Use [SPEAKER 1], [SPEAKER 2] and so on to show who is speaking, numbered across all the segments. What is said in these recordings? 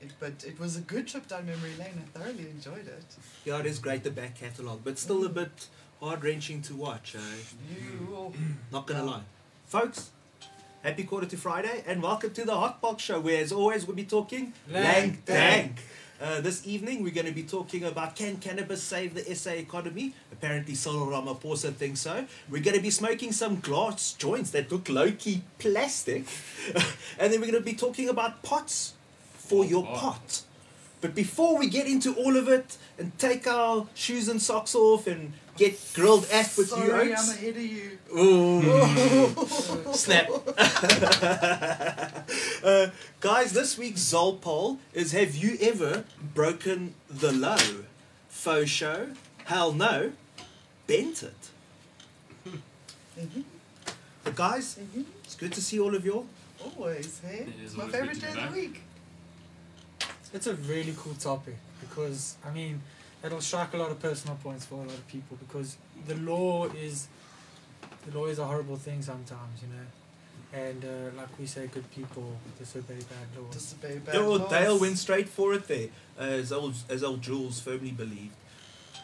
[SPEAKER 1] It, but it was a good trip down memory lane. I thoroughly enjoyed it.
[SPEAKER 2] Yeah, it is great the back catalogue, but still a bit hard wrenching to watch. Eh?
[SPEAKER 1] You all
[SPEAKER 2] Not gonna lie, Um, folks. Happy quarter to Friday, and welcome to the Hot Box Show, where as always we'll be talking
[SPEAKER 3] Lang
[SPEAKER 2] Lang. Uh, this evening we're going to be talking about can cannabis save the SA economy? Apparently, Cyril Ramaphosa thinks so. We're going to be smoking some glass joints that look low key plastic, and then we're going to be talking about pots
[SPEAKER 1] Oh,
[SPEAKER 2] for your pot. But before we get into all of it and take our shoes and socks off and get grilled ass with you
[SPEAKER 1] Sorry, I'm
[SPEAKER 2] oaks,
[SPEAKER 1] ahead of you.
[SPEAKER 2] Ooh. Snap. uh, guys, this week's Zol poll is Have you ever broken the low? Faux show? Hell no. Bent it.
[SPEAKER 1] Mm-hmm,
[SPEAKER 2] But guys,
[SPEAKER 1] Mhm.
[SPEAKER 2] it's good to see all of you.
[SPEAKER 1] Always, hey?
[SPEAKER 4] It is
[SPEAKER 1] My
[SPEAKER 4] always good
[SPEAKER 1] favorite
[SPEAKER 4] to
[SPEAKER 1] day
[SPEAKER 4] be
[SPEAKER 1] of
[SPEAKER 4] back.
[SPEAKER 1] the week.
[SPEAKER 3] It's a really cool topic because I mean it'll strike a lot of personal points for a lot of people because the law is the law is a horrible thing sometimes, you know. And uh, like we say, good people disobey bad laws.
[SPEAKER 1] Just a very bad
[SPEAKER 2] Yo,
[SPEAKER 1] loss.
[SPEAKER 2] Oh, Dale went straight for it there, uh, as, old, as old Jules firmly believed.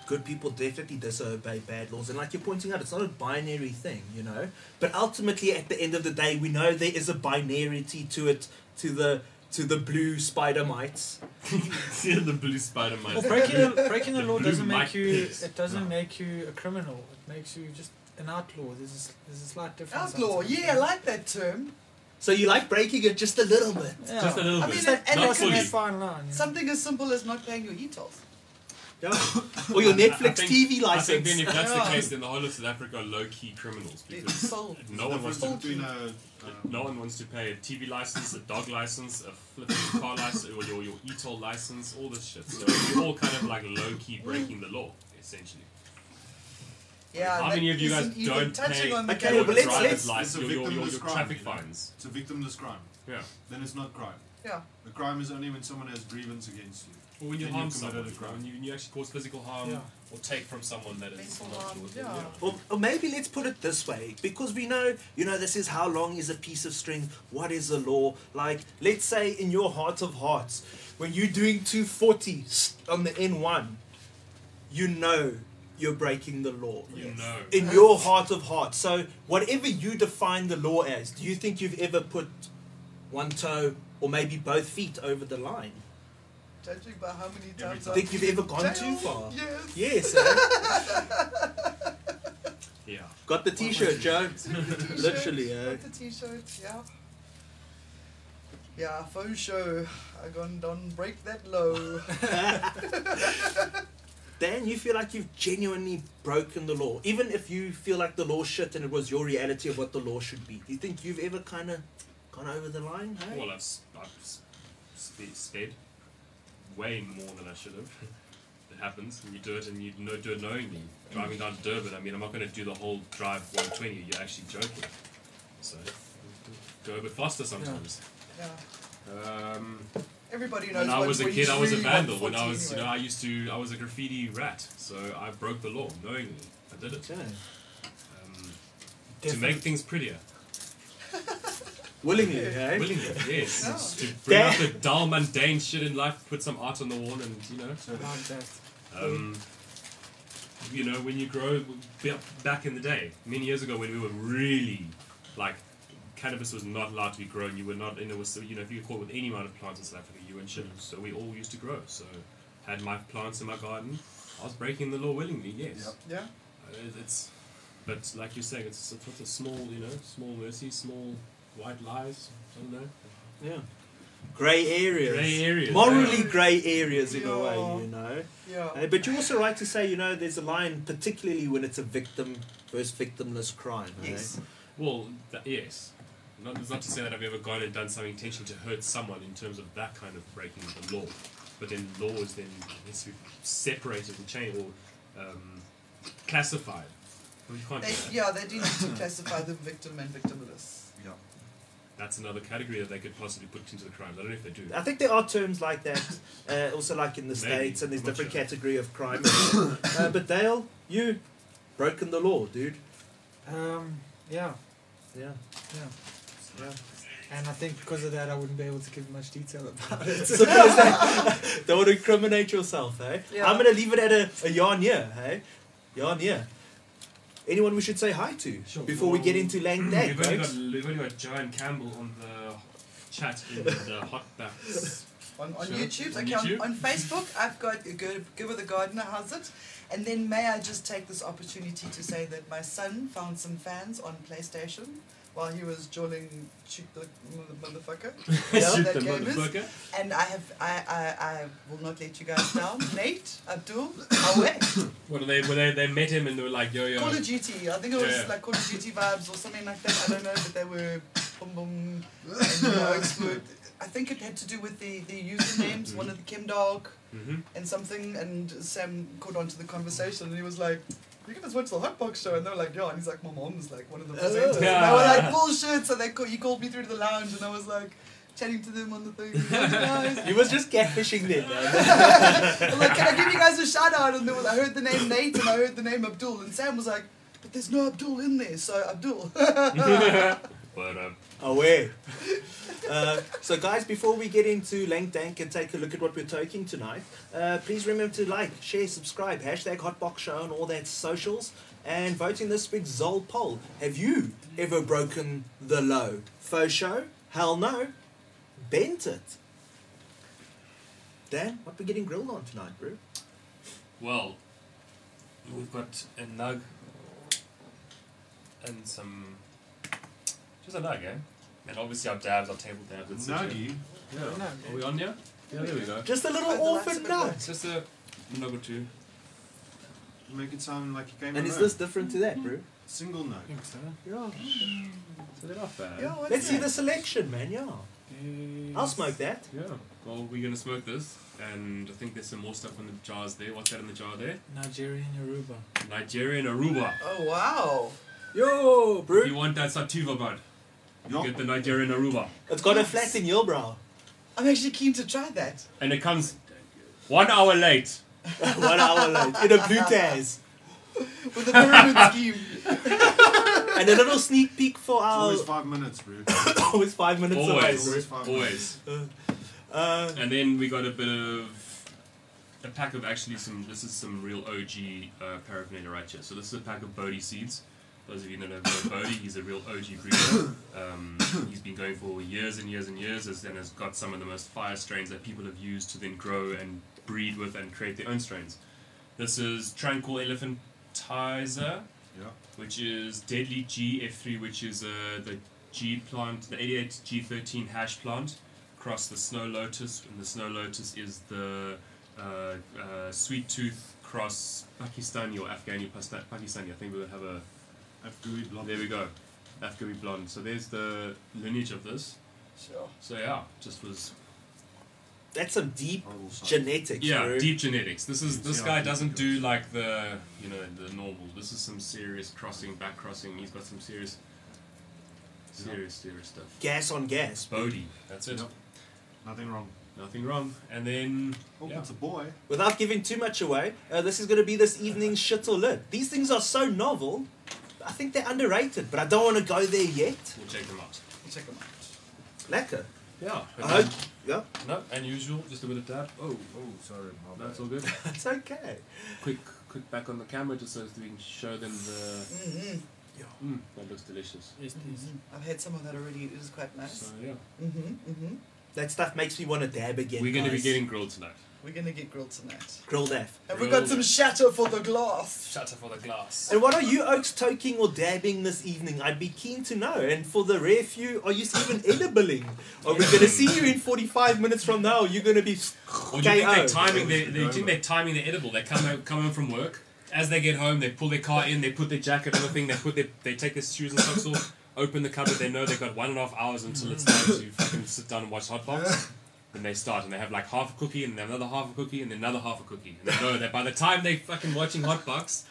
[SPEAKER 2] Good people definitely disobey bad laws, and like you're pointing out, it's not a binary thing, you know. But ultimately, at the end of the day, we know there is a binarity to it, to the to the blue spider mites.
[SPEAKER 4] See the blue spider
[SPEAKER 3] Well,
[SPEAKER 4] mice.
[SPEAKER 3] breaking the, breaking the
[SPEAKER 4] The
[SPEAKER 3] law
[SPEAKER 4] blue
[SPEAKER 3] doesn't make
[SPEAKER 4] mic
[SPEAKER 3] you
[SPEAKER 4] pigs.
[SPEAKER 3] it doesn't
[SPEAKER 4] No.
[SPEAKER 3] make you a criminal. It makes you just an outlaw. There's a, s- there's a slight difference.
[SPEAKER 1] Outlaw,
[SPEAKER 3] sometimes.
[SPEAKER 1] yeah, I like that term.
[SPEAKER 2] So you like breaking it just a little bit.
[SPEAKER 3] Yeah.
[SPEAKER 4] Just a little
[SPEAKER 1] I
[SPEAKER 4] bit.
[SPEAKER 1] mean, and- and
[SPEAKER 4] Not
[SPEAKER 1] it's an
[SPEAKER 4] fully.
[SPEAKER 1] F-
[SPEAKER 3] fine line. yeah.
[SPEAKER 1] Something as simple as not paying your ETOS.
[SPEAKER 2] Yeah. or your
[SPEAKER 4] I
[SPEAKER 2] Netflix
[SPEAKER 4] think-
[SPEAKER 2] TV
[SPEAKER 4] I think then
[SPEAKER 2] license.
[SPEAKER 4] if that's the
[SPEAKER 1] Yeah.
[SPEAKER 4] case, then the whole of South Africa are low-key criminals
[SPEAKER 1] It's
[SPEAKER 4] because
[SPEAKER 1] sold.
[SPEAKER 4] no one wants
[SPEAKER 1] difference
[SPEAKER 4] to
[SPEAKER 1] between um,
[SPEAKER 5] a,
[SPEAKER 4] no one wants to pay a TV license, a dog license, a flipping car license, or your your e-toll license, all this shit. So you're all kind of like low-key breaking the law, essentially.
[SPEAKER 1] Yeah,
[SPEAKER 4] How
[SPEAKER 1] that
[SPEAKER 4] many of you guys
[SPEAKER 1] isn't even
[SPEAKER 4] don't
[SPEAKER 1] touching
[SPEAKER 4] pay
[SPEAKER 1] on the
[SPEAKER 2] Okay,
[SPEAKER 4] your
[SPEAKER 2] but let's-
[SPEAKER 4] driver's
[SPEAKER 2] let's-
[SPEAKER 5] It's a
[SPEAKER 4] license, your, your, your,
[SPEAKER 5] victimless
[SPEAKER 4] your
[SPEAKER 5] crime,
[SPEAKER 4] traffic
[SPEAKER 5] you know?
[SPEAKER 4] fines?
[SPEAKER 5] It's a victimless crime.
[SPEAKER 4] Yeah.
[SPEAKER 5] Then it's not crime.
[SPEAKER 1] Yeah.
[SPEAKER 5] The crime is only when someone has grievance against you.
[SPEAKER 4] Or when you
[SPEAKER 5] Then
[SPEAKER 4] harm
[SPEAKER 5] you've committed
[SPEAKER 4] someone,
[SPEAKER 5] a crime.
[SPEAKER 4] when you, when you actually cause physical harm
[SPEAKER 3] Yeah.
[SPEAKER 4] or take from someone that is
[SPEAKER 1] Mental
[SPEAKER 4] not
[SPEAKER 1] harm,
[SPEAKER 4] yours.
[SPEAKER 1] yeah.
[SPEAKER 2] Or, or maybe let's put it this way, because we know, you know, this is how long is a piece of string, what is the law. Like, let's say in your heart of hearts, when you're doing 240 st- on the N1, you know you're breaking the law.
[SPEAKER 4] You know.
[SPEAKER 2] In your heart of hearts. So, whatever you define the law as, do you think you've ever put one toe or maybe both feet over the line?
[SPEAKER 1] Judging by how many
[SPEAKER 5] Every
[SPEAKER 1] times
[SPEAKER 2] Do
[SPEAKER 1] I've
[SPEAKER 2] you think you've ever gone
[SPEAKER 1] jailed.
[SPEAKER 2] too far?
[SPEAKER 1] Yes.
[SPEAKER 2] Yes. eh?
[SPEAKER 4] Yeah.
[SPEAKER 2] Got the t shirt, Joe.
[SPEAKER 1] T-shirt,
[SPEAKER 2] Literally,
[SPEAKER 1] got
[SPEAKER 2] eh?
[SPEAKER 1] the t-shirt, yeah. Yeah, faux show. I gone down, break that low.
[SPEAKER 2] Dan, you feel like you've genuinely broken the law, even if you feel like the law shit and it was your reality of what the law should be. Do you think you've ever kind of gone over the line? Hey?
[SPEAKER 4] Well, I've, s- I've s- spe- sped way more than I should have. It happens when you do it and you know, do it knowingly. Driving down to Durban, I mean, I'm not going to do the whole drive 120, you're actually joking. So, go a bit faster sometimes.
[SPEAKER 1] yeah.
[SPEAKER 4] Um,
[SPEAKER 1] Everybody knows
[SPEAKER 4] when I
[SPEAKER 1] what-
[SPEAKER 4] was a
[SPEAKER 1] when
[SPEAKER 4] kid,
[SPEAKER 1] you
[SPEAKER 4] I was a
[SPEAKER 1] really
[SPEAKER 4] vandal.
[SPEAKER 1] want
[SPEAKER 4] When I
[SPEAKER 1] 40
[SPEAKER 4] was, you know,
[SPEAKER 1] anyway.
[SPEAKER 4] I used to, I was a graffiti rat. So I broke the law knowingly. I did it.
[SPEAKER 2] Okay.
[SPEAKER 4] Um, to
[SPEAKER 3] Definitely.
[SPEAKER 4] make things prettier.
[SPEAKER 2] Willingly, hey?
[SPEAKER 4] Willingly, yes.
[SPEAKER 1] Yeah.
[SPEAKER 4] It's To bring out
[SPEAKER 2] Damn.
[SPEAKER 4] the dull, mundane shit in life, put some art on the wall, and you know,
[SPEAKER 5] So
[SPEAKER 3] Like that.
[SPEAKER 4] um, you know, when you grow b- back in the day, many years ago, when we were really like cannabis was not allowed to be grown, you were not, and it was so, you know, if you got caught with any amount of plants in South Africa, you were in shit. So we all used to grow. So had my plants in my garden. I was breaking the law willingly. Yes.
[SPEAKER 5] Yep.
[SPEAKER 1] Yeah.
[SPEAKER 4] Uh, it- It's, but like you're saying, it's, it's a small, you know, small mercy, small white lies. I don't know.
[SPEAKER 2] Yeah. grey areas.
[SPEAKER 4] Grey areas,
[SPEAKER 2] Morally
[SPEAKER 1] yeah.
[SPEAKER 2] grey areas in a way,
[SPEAKER 1] Yeah.
[SPEAKER 2] you know.
[SPEAKER 1] Yeah.
[SPEAKER 2] Uh, but you're also right to say, you know, there's a line, particularly when it's a victim versus victimless crime. eh?
[SPEAKER 1] Yes.
[SPEAKER 4] Well, th- yes. Not, it's not to say that I've ever gone and done something intentionally to hurt someone in terms of that kind of breaking the law. But then law is then needs to be separated and changed or um, classified. We can't do
[SPEAKER 1] They,
[SPEAKER 4] that.
[SPEAKER 1] yeah, they do need to classify them victim and victimless.
[SPEAKER 5] Yeah.
[SPEAKER 4] That's another category that they could possibly put into the crimes. I don't know if they do.
[SPEAKER 2] I think there are terms like that, uh, also like in the
[SPEAKER 4] Maybe.
[SPEAKER 2] states, and there's
[SPEAKER 4] I'm not
[SPEAKER 2] different
[SPEAKER 4] sure.
[SPEAKER 2] category of crime. uh, but Dale, you broken the law, dude.
[SPEAKER 3] Um, yeah,
[SPEAKER 2] Yeah,
[SPEAKER 3] yeah.
[SPEAKER 2] yeah.
[SPEAKER 3] And I think because of that, I wouldn't be able to give much detail about it.
[SPEAKER 2] Simple as that. Don't want to incriminate yourself, eh?
[SPEAKER 1] Yeah.
[SPEAKER 2] I'm gonna leave it at a, a yarn year, hey? Yarn year. Anyone we should say hi to
[SPEAKER 3] Sure.
[SPEAKER 2] before we get into Lang Day,
[SPEAKER 4] we've, only got,
[SPEAKER 2] folks?
[SPEAKER 4] we've only got John Campbell on the chat in the hot baths.
[SPEAKER 1] On, on
[SPEAKER 4] Sure.
[SPEAKER 1] YouTube,
[SPEAKER 4] On
[SPEAKER 1] okay, on-
[SPEAKER 4] YouTube?
[SPEAKER 1] on Facebook, I've got a good Give with the Gardener, how's it? And then may I just take this opportunity to say that my son found some fans on PlayStation while he was jolling shoot the mother- motherfucker.
[SPEAKER 4] Shoot
[SPEAKER 1] that
[SPEAKER 4] the
[SPEAKER 1] game is-
[SPEAKER 4] motherfucker.
[SPEAKER 1] And I have I, I, I will not let you guys down. Nate, Abdul, Awe,
[SPEAKER 4] What are they, well, they, they met him and they were like, yo, yo.
[SPEAKER 1] Call of Duty. I think it was
[SPEAKER 4] Yeah.
[SPEAKER 1] like Call of Duty vibes or something like that. I don't know, but they were boom boom and you know, explode. I think it had to do with the, the usernames, one of the Kim Dog
[SPEAKER 4] hmm
[SPEAKER 1] and something and Sam caught on to the conversation and he was like you can just watch the Hotbox show and they were like, yeah, and he's like, my mom's like one of the presenters. And they were like, bullshit. So they call, he called me through to the lounge and I was like chatting to them on the thing. Guys,
[SPEAKER 2] He was just catfishing then, man.
[SPEAKER 1] I'm like, can I give you guys a shout out? And they were, I heard the name Nate and I heard the name Abdul. And Sam was like, but there's no Abdul in there, so Abdul.
[SPEAKER 4] But um,
[SPEAKER 2] Away. Uh, so, guys, before we get into Lang Dank and take a look at what we're talking tonight, uh, please remember to like, share, subscribe, hashtag Hotbox Show and all that socials, and vote in this week's Zol poll. Have you ever broken the low? Faux show? Hell no. Bent it. Dan, what we getting grilled on tonight, bro?
[SPEAKER 4] Well, we've got a nug and some. Just a nug, eh? And obviously our dabs, our table dabs. It's such a-
[SPEAKER 5] Nuggy.
[SPEAKER 4] Yeah.
[SPEAKER 3] No,
[SPEAKER 4] Are we on here? Yeah, there we go.
[SPEAKER 2] Just a little
[SPEAKER 1] Oh, the lights
[SPEAKER 2] orphan
[SPEAKER 1] are a bit
[SPEAKER 2] nut.
[SPEAKER 4] It's just a nug or two.
[SPEAKER 5] Make it sound like you came
[SPEAKER 2] And
[SPEAKER 5] alone.
[SPEAKER 2] is this different to that, bro?
[SPEAKER 5] single nug?
[SPEAKER 3] I think so.
[SPEAKER 2] Yeah.
[SPEAKER 4] So they're not bad.
[SPEAKER 1] yeah, what's
[SPEAKER 2] Let's see
[SPEAKER 1] that?
[SPEAKER 2] the selection, man. Yeah. I'll smoke that.
[SPEAKER 4] Yeah. Well, we're gonna smoke this, and I think there's some more stuff in the jars there. What's that in the jar there?
[SPEAKER 3] Nigerian Yoruba.
[SPEAKER 4] Nigerian Aruba.
[SPEAKER 1] Oh, wow.
[SPEAKER 2] Yo, bro.
[SPEAKER 4] If you want that sativa bud, you
[SPEAKER 5] Yup.
[SPEAKER 4] get the Nigerian Aruba,
[SPEAKER 2] It's got a flat in your brow.
[SPEAKER 1] I'm actually keen to try that.
[SPEAKER 4] and it comes one hour late.
[SPEAKER 2] One hour late. In a blue taz.
[SPEAKER 1] With the pyramid scheme.
[SPEAKER 2] And a little sneak peek for
[SPEAKER 5] It's
[SPEAKER 2] our
[SPEAKER 5] always five minutes, bro.
[SPEAKER 2] always five minutes away.
[SPEAKER 4] Always,
[SPEAKER 5] five
[SPEAKER 4] always.
[SPEAKER 2] bro. Uh,
[SPEAKER 4] And then we got a bit of a pack of actually some. This is some real OG uh, paraphernalia right here. So this is a pack of Bodhi seeds. Those of you that know Bodhi, he's a real OG breeder. Um, he's been going for years and years and years, as- and has got some of the most fire strains that people have used to then grow and breed with and create their own strains. This is Tranquil Elephantizer
[SPEAKER 5] Yeah.
[SPEAKER 4] which is Deadly GF3, which is uh, the G plant, the 88 G13 hash plant, across the Snow Lotus, and the Snow Lotus is the uh, uh, Sweet Tooth cross Pakistani or Afghani pasta- Pakistani. I think we'll have a.
[SPEAKER 5] I've gooey blonde.
[SPEAKER 4] There we go, Afghani blonde. So there's the lineage of this.
[SPEAKER 1] Sure.
[SPEAKER 4] So yeah, just was
[SPEAKER 2] that's some deep
[SPEAKER 5] Horrible sight.
[SPEAKER 2] genetics,
[SPEAKER 4] yeah
[SPEAKER 2] bro.
[SPEAKER 4] deep genetics. This is this
[SPEAKER 5] Yeah,
[SPEAKER 4] guy
[SPEAKER 5] deep
[SPEAKER 4] doesn't do
[SPEAKER 5] genetics.
[SPEAKER 4] like the you know the normal. This is some serious crossing, back crossing. He's got some serious, serious, serious stuff.
[SPEAKER 2] Gas on gas. bro.
[SPEAKER 4] Bodhi. That's it.
[SPEAKER 5] Yep. Nothing wrong.
[SPEAKER 4] Nothing wrong. And then
[SPEAKER 5] Oh,
[SPEAKER 4] yeah.
[SPEAKER 5] it's a boy.
[SPEAKER 2] Without giving too much away, uh, this is going to be this evening's shit or lit. These things are so novel. I think they're underrated, but I don't want to go there yet.
[SPEAKER 4] we'll check them out.
[SPEAKER 1] Check them out.
[SPEAKER 2] Lekker.
[SPEAKER 4] Yeah.
[SPEAKER 2] I hope. Yeah,
[SPEAKER 4] No, unusual. Just a bit of dab. Oh,
[SPEAKER 5] Oh, sorry. my
[SPEAKER 4] that's
[SPEAKER 5] bad.
[SPEAKER 4] all good.
[SPEAKER 2] that's okay.
[SPEAKER 4] quick, quick back on the camera just so that we can show them the.
[SPEAKER 1] Mm-hmm.
[SPEAKER 4] Mm, that looks delicious.
[SPEAKER 3] Yes, please.
[SPEAKER 1] I've had some of that already. It was quite nice.
[SPEAKER 4] So yeah.
[SPEAKER 1] Mm-hmm. Mm-hmm.
[SPEAKER 2] That stuff makes me want to dab again.
[SPEAKER 4] We're going to be
[SPEAKER 2] guys.
[SPEAKER 4] getting grilled tonight.
[SPEAKER 1] We're gonna get grilled tonight.
[SPEAKER 2] grilled F.
[SPEAKER 1] And we've got some shatter for the glass.
[SPEAKER 4] Shutter for the glass.
[SPEAKER 2] And what are you oaks toking or dabbing this evening? I'd be keen to know. And for the rare few, are you even edibling? Are we going to see you in 45 minutes from now? You're going to be.
[SPEAKER 4] Or do you think
[SPEAKER 2] KO?
[SPEAKER 4] they're timing? They, they, do you think they're timing the edible? They come home, come home from work. As they get home, they pull their car in. They put their jacket on the thing. They put their, they take their shoes and socks off. Open the cupboard. They know they've got one and a half hours until it's time to fucking sit down and watch Hot Box. Then they start and they have like half a cookie and then another half a cookie and then another half a cookie. And they know that by the time they fucking watching Hot Box,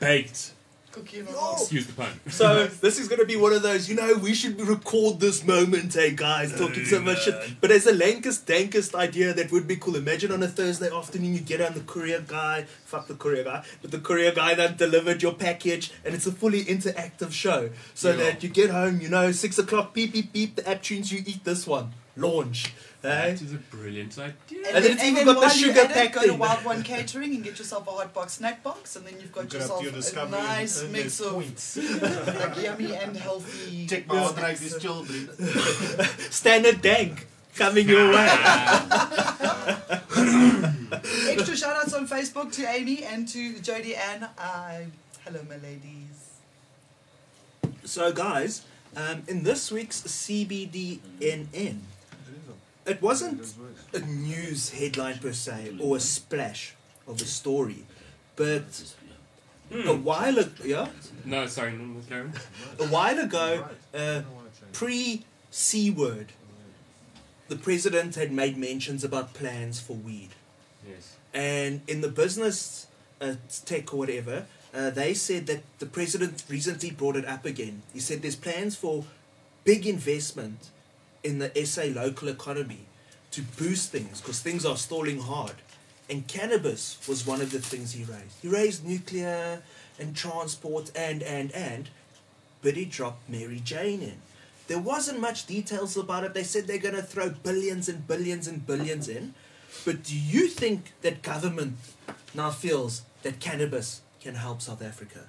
[SPEAKER 4] baked.
[SPEAKER 1] Cookie and oh.
[SPEAKER 4] Excuse the pun.
[SPEAKER 2] So this is going to be one of those, you know, we should record this moment, hey guys, talking so much shit. But as a lankest, dankest idea, that would be cool. Imagine on a Thursday afternoon, you get on the courier guy, fuck the courier guy, but the courier guy that delivered your package, and it's a fully interactive show. So
[SPEAKER 4] Yeah.
[SPEAKER 2] that you get home, you know, six o'clock, beep beep beep, the app tunes, you eat this one, launch, hey?
[SPEAKER 4] That is a brilliant idea.
[SPEAKER 2] And then it's even got the
[SPEAKER 1] while you
[SPEAKER 2] sugar
[SPEAKER 1] at it,
[SPEAKER 2] pack
[SPEAKER 1] Go to
[SPEAKER 2] in.
[SPEAKER 1] Wild One Catering and get yourself a hot box snack box, and then you've got
[SPEAKER 5] Grab
[SPEAKER 1] yourself
[SPEAKER 5] your
[SPEAKER 1] a
[SPEAKER 5] discovery
[SPEAKER 1] nice
[SPEAKER 5] and
[SPEAKER 1] mix of
[SPEAKER 5] points.
[SPEAKER 1] like yummy and healthy.
[SPEAKER 5] Check my
[SPEAKER 1] snacks.
[SPEAKER 5] strike these children.
[SPEAKER 2] Standard dank coming your way.
[SPEAKER 1] Extra shout outs on Facebook to Amy and to Jody Ann. Uh, hello, my ladies.
[SPEAKER 2] So, guys, um, in this week's CBDNN, it wasn't a news headline per se or a splash of a story, but a while ago, yeah,
[SPEAKER 4] No, sorry, no, no, Karen.
[SPEAKER 2] a while ago, uh, pre C word, the president had made mentions about plans for weed.
[SPEAKER 4] Yes.
[SPEAKER 2] And in the business uh, tech or whatever, uh, they said that the president recently brought it up again. He said there's plans for big investment in the SA local economy to boost things because things are stalling hard. And cannabis was one of the things he raised. He raised nuclear and transport and, and, and, but he dropped Mary Jane in. There wasn't much details about it. They said they're going to throw billions and billions and billions in. But do you think that government now feels that cannabis can help South Africa?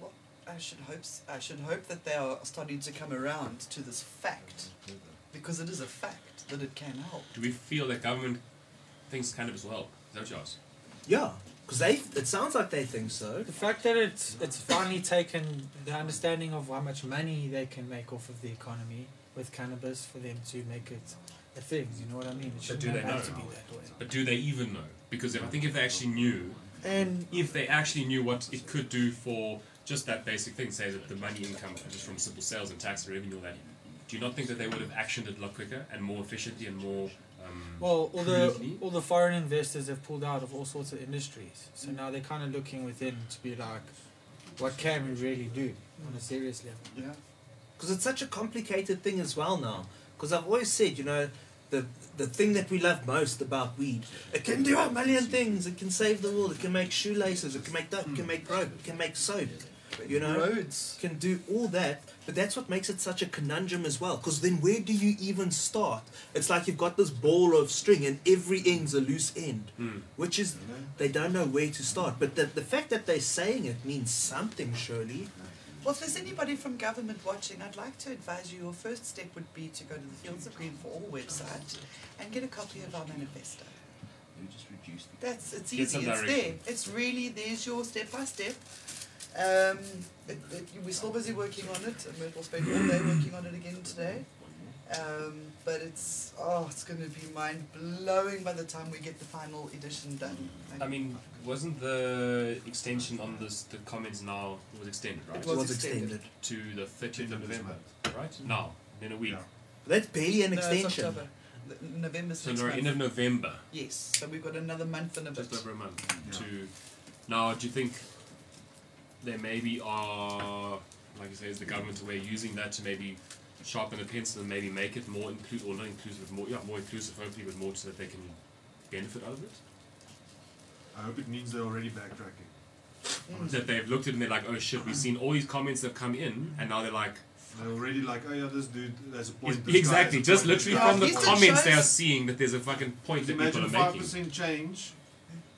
[SPEAKER 1] Well, I should hope s- I should hope that they are starting to come around to this fact because it is a fact that it can help.
[SPEAKER 4] Do we feel that government thinks cannabis will help? Is that what you asked?
[SPEAKER 2] Yeah, because they it sounds like they think so.
[SPEAKER 3] The fact that it's it's finally taken the understanding of how much money they can make off of the economy with cannabis for them to make it a thing. You know what I mean? It shouldn't
[SPEAKER 4] do they
[SPEAKER 3] have to
[SPEAKER 4] know?
[SPEAKER 3] be that way.
[SPEAKER 4] But do they even know? Because if, I think if they actually knew,
[SPEAKER 3] And
[SPEAKER 4] if they actually knew what it could do for just that basic thing, say that the money income just from simple sales and tax and revenue, all that, do you not think that they would have actioned it a lot quicker and more efficiently and more? Um,
[SPEAKER 3] well, all the
[SPEAKER 4] Prudently?
[SPEAKER 3] all the foreign investors have pulled out of all sorts of industries, so now they're kind of looking within to be like, what can we really do on a serious level?
[SPEAKER 1] Yeah.
[SPEAKER 2] because it's such a complicated thing as well now. Because I've always said, you know, the the thing that we love most about weed, it can do a million things. It can save the world. It can make shoelaces. It can make dope. It can make rope. It can make soap. You know,
[SPEAKER 1] Roads.
[SPEAKER 2] can do all that, but that's what makes it such a conundrum as well. Because then where do you even start? It's like you've got this ball of string, and every end's a loose end,
[SPEAKER 4] Hmm.
[SPEAKER 2] which is
[SPEAKER 1] Mm-hmm.
[SPEAKER 2] they don't know where to start. But the, the fact that they're saying it means something, surely.
[SPEAKER 1] Well, if there's anybody from government watching, I'd like to advise you your first step would be to go to the Fields of Green for All website and get a copy of our manifesto. That's it's
[SPEAKER 4] Get some
[SPEAKER 1] easy. It's there.
[SPEAKER 4] direction.
[SPEAKER 1] It's really there's your step by step. Um, it, it, we're still busy working on it, and we'll spend all day working on it again today. Um, but it's oh, it's going to be mind blowing by the time we get the final edition done.
[SPEAKER 4] I mean, wasn't the extension on this the comments now was extended right
[SPEAKER 1] It was
[SPEAKER 2] extended.
[SPEAKER 1] extended.
[SPEAKER 4] to the thirtieth of
[SPEAKER 5] End of this
[SPEAKER 4] November,
[SPEAKER 5] month.
[SPEAKER 4] right? Now, in a week.
[SPEAKER 5] Yeah.
[SPEAKER 2] That's barely an
[SPEAKER 1] no, It's
[SPEAKER 2] extension.
[SPEAKER 1] October. N- November's
[SPEAKER 4] So
[SPEAKER 1] next
[SPEAKER 4] Laura,
[SPEAKER 1] month.
[SPEAKER 4] end of November.
[SPEAKER 1] yes, so we've got another month and a bit.
[SPEAKER 4] just over a month
[SPEAKER 5] Yeah.
[SPEAKER 4] to now do you think there maybe are like you say is the government aware using that to maybe sharpen the pencil and maybe make it more inclusive or not inclusive more yeah more inclusive hopefully but more so that they can benefit out of it
[SPEAKER 5] I hope it means they're already backtracking.
[SPEAKER 1] Mm.
[SPEAKER 4] that they've looked at it and they're like oh shit we've seen all these comments that have come in and now they're like
[SPEAKER 5] They're already like, oh yeah, this dude, there's a point. this guy,
[SPEAKER 4] exactly
[SPEAKER 5] there's
[SPEAKER 4] just
[SPEAKER 5] a point, this
[SPEAKER 4] literally
[SPEAKER 5] guy.
[SPEAKER 4] from the
[SPEAKER 1] These are
[SPEAKER 4] comments they
[SPEAKER 1] shows-
[SPEAKER 4] are seeing that there's a fucking point
[SPEAKER 5] Could you
[SPEAKER 4] that people
[SPEAKER 5] imagine
[SPEAKER 4] are
[SPEAKER 5] five
[SPEAKER 4] making
[SPEAKER 5] percent change,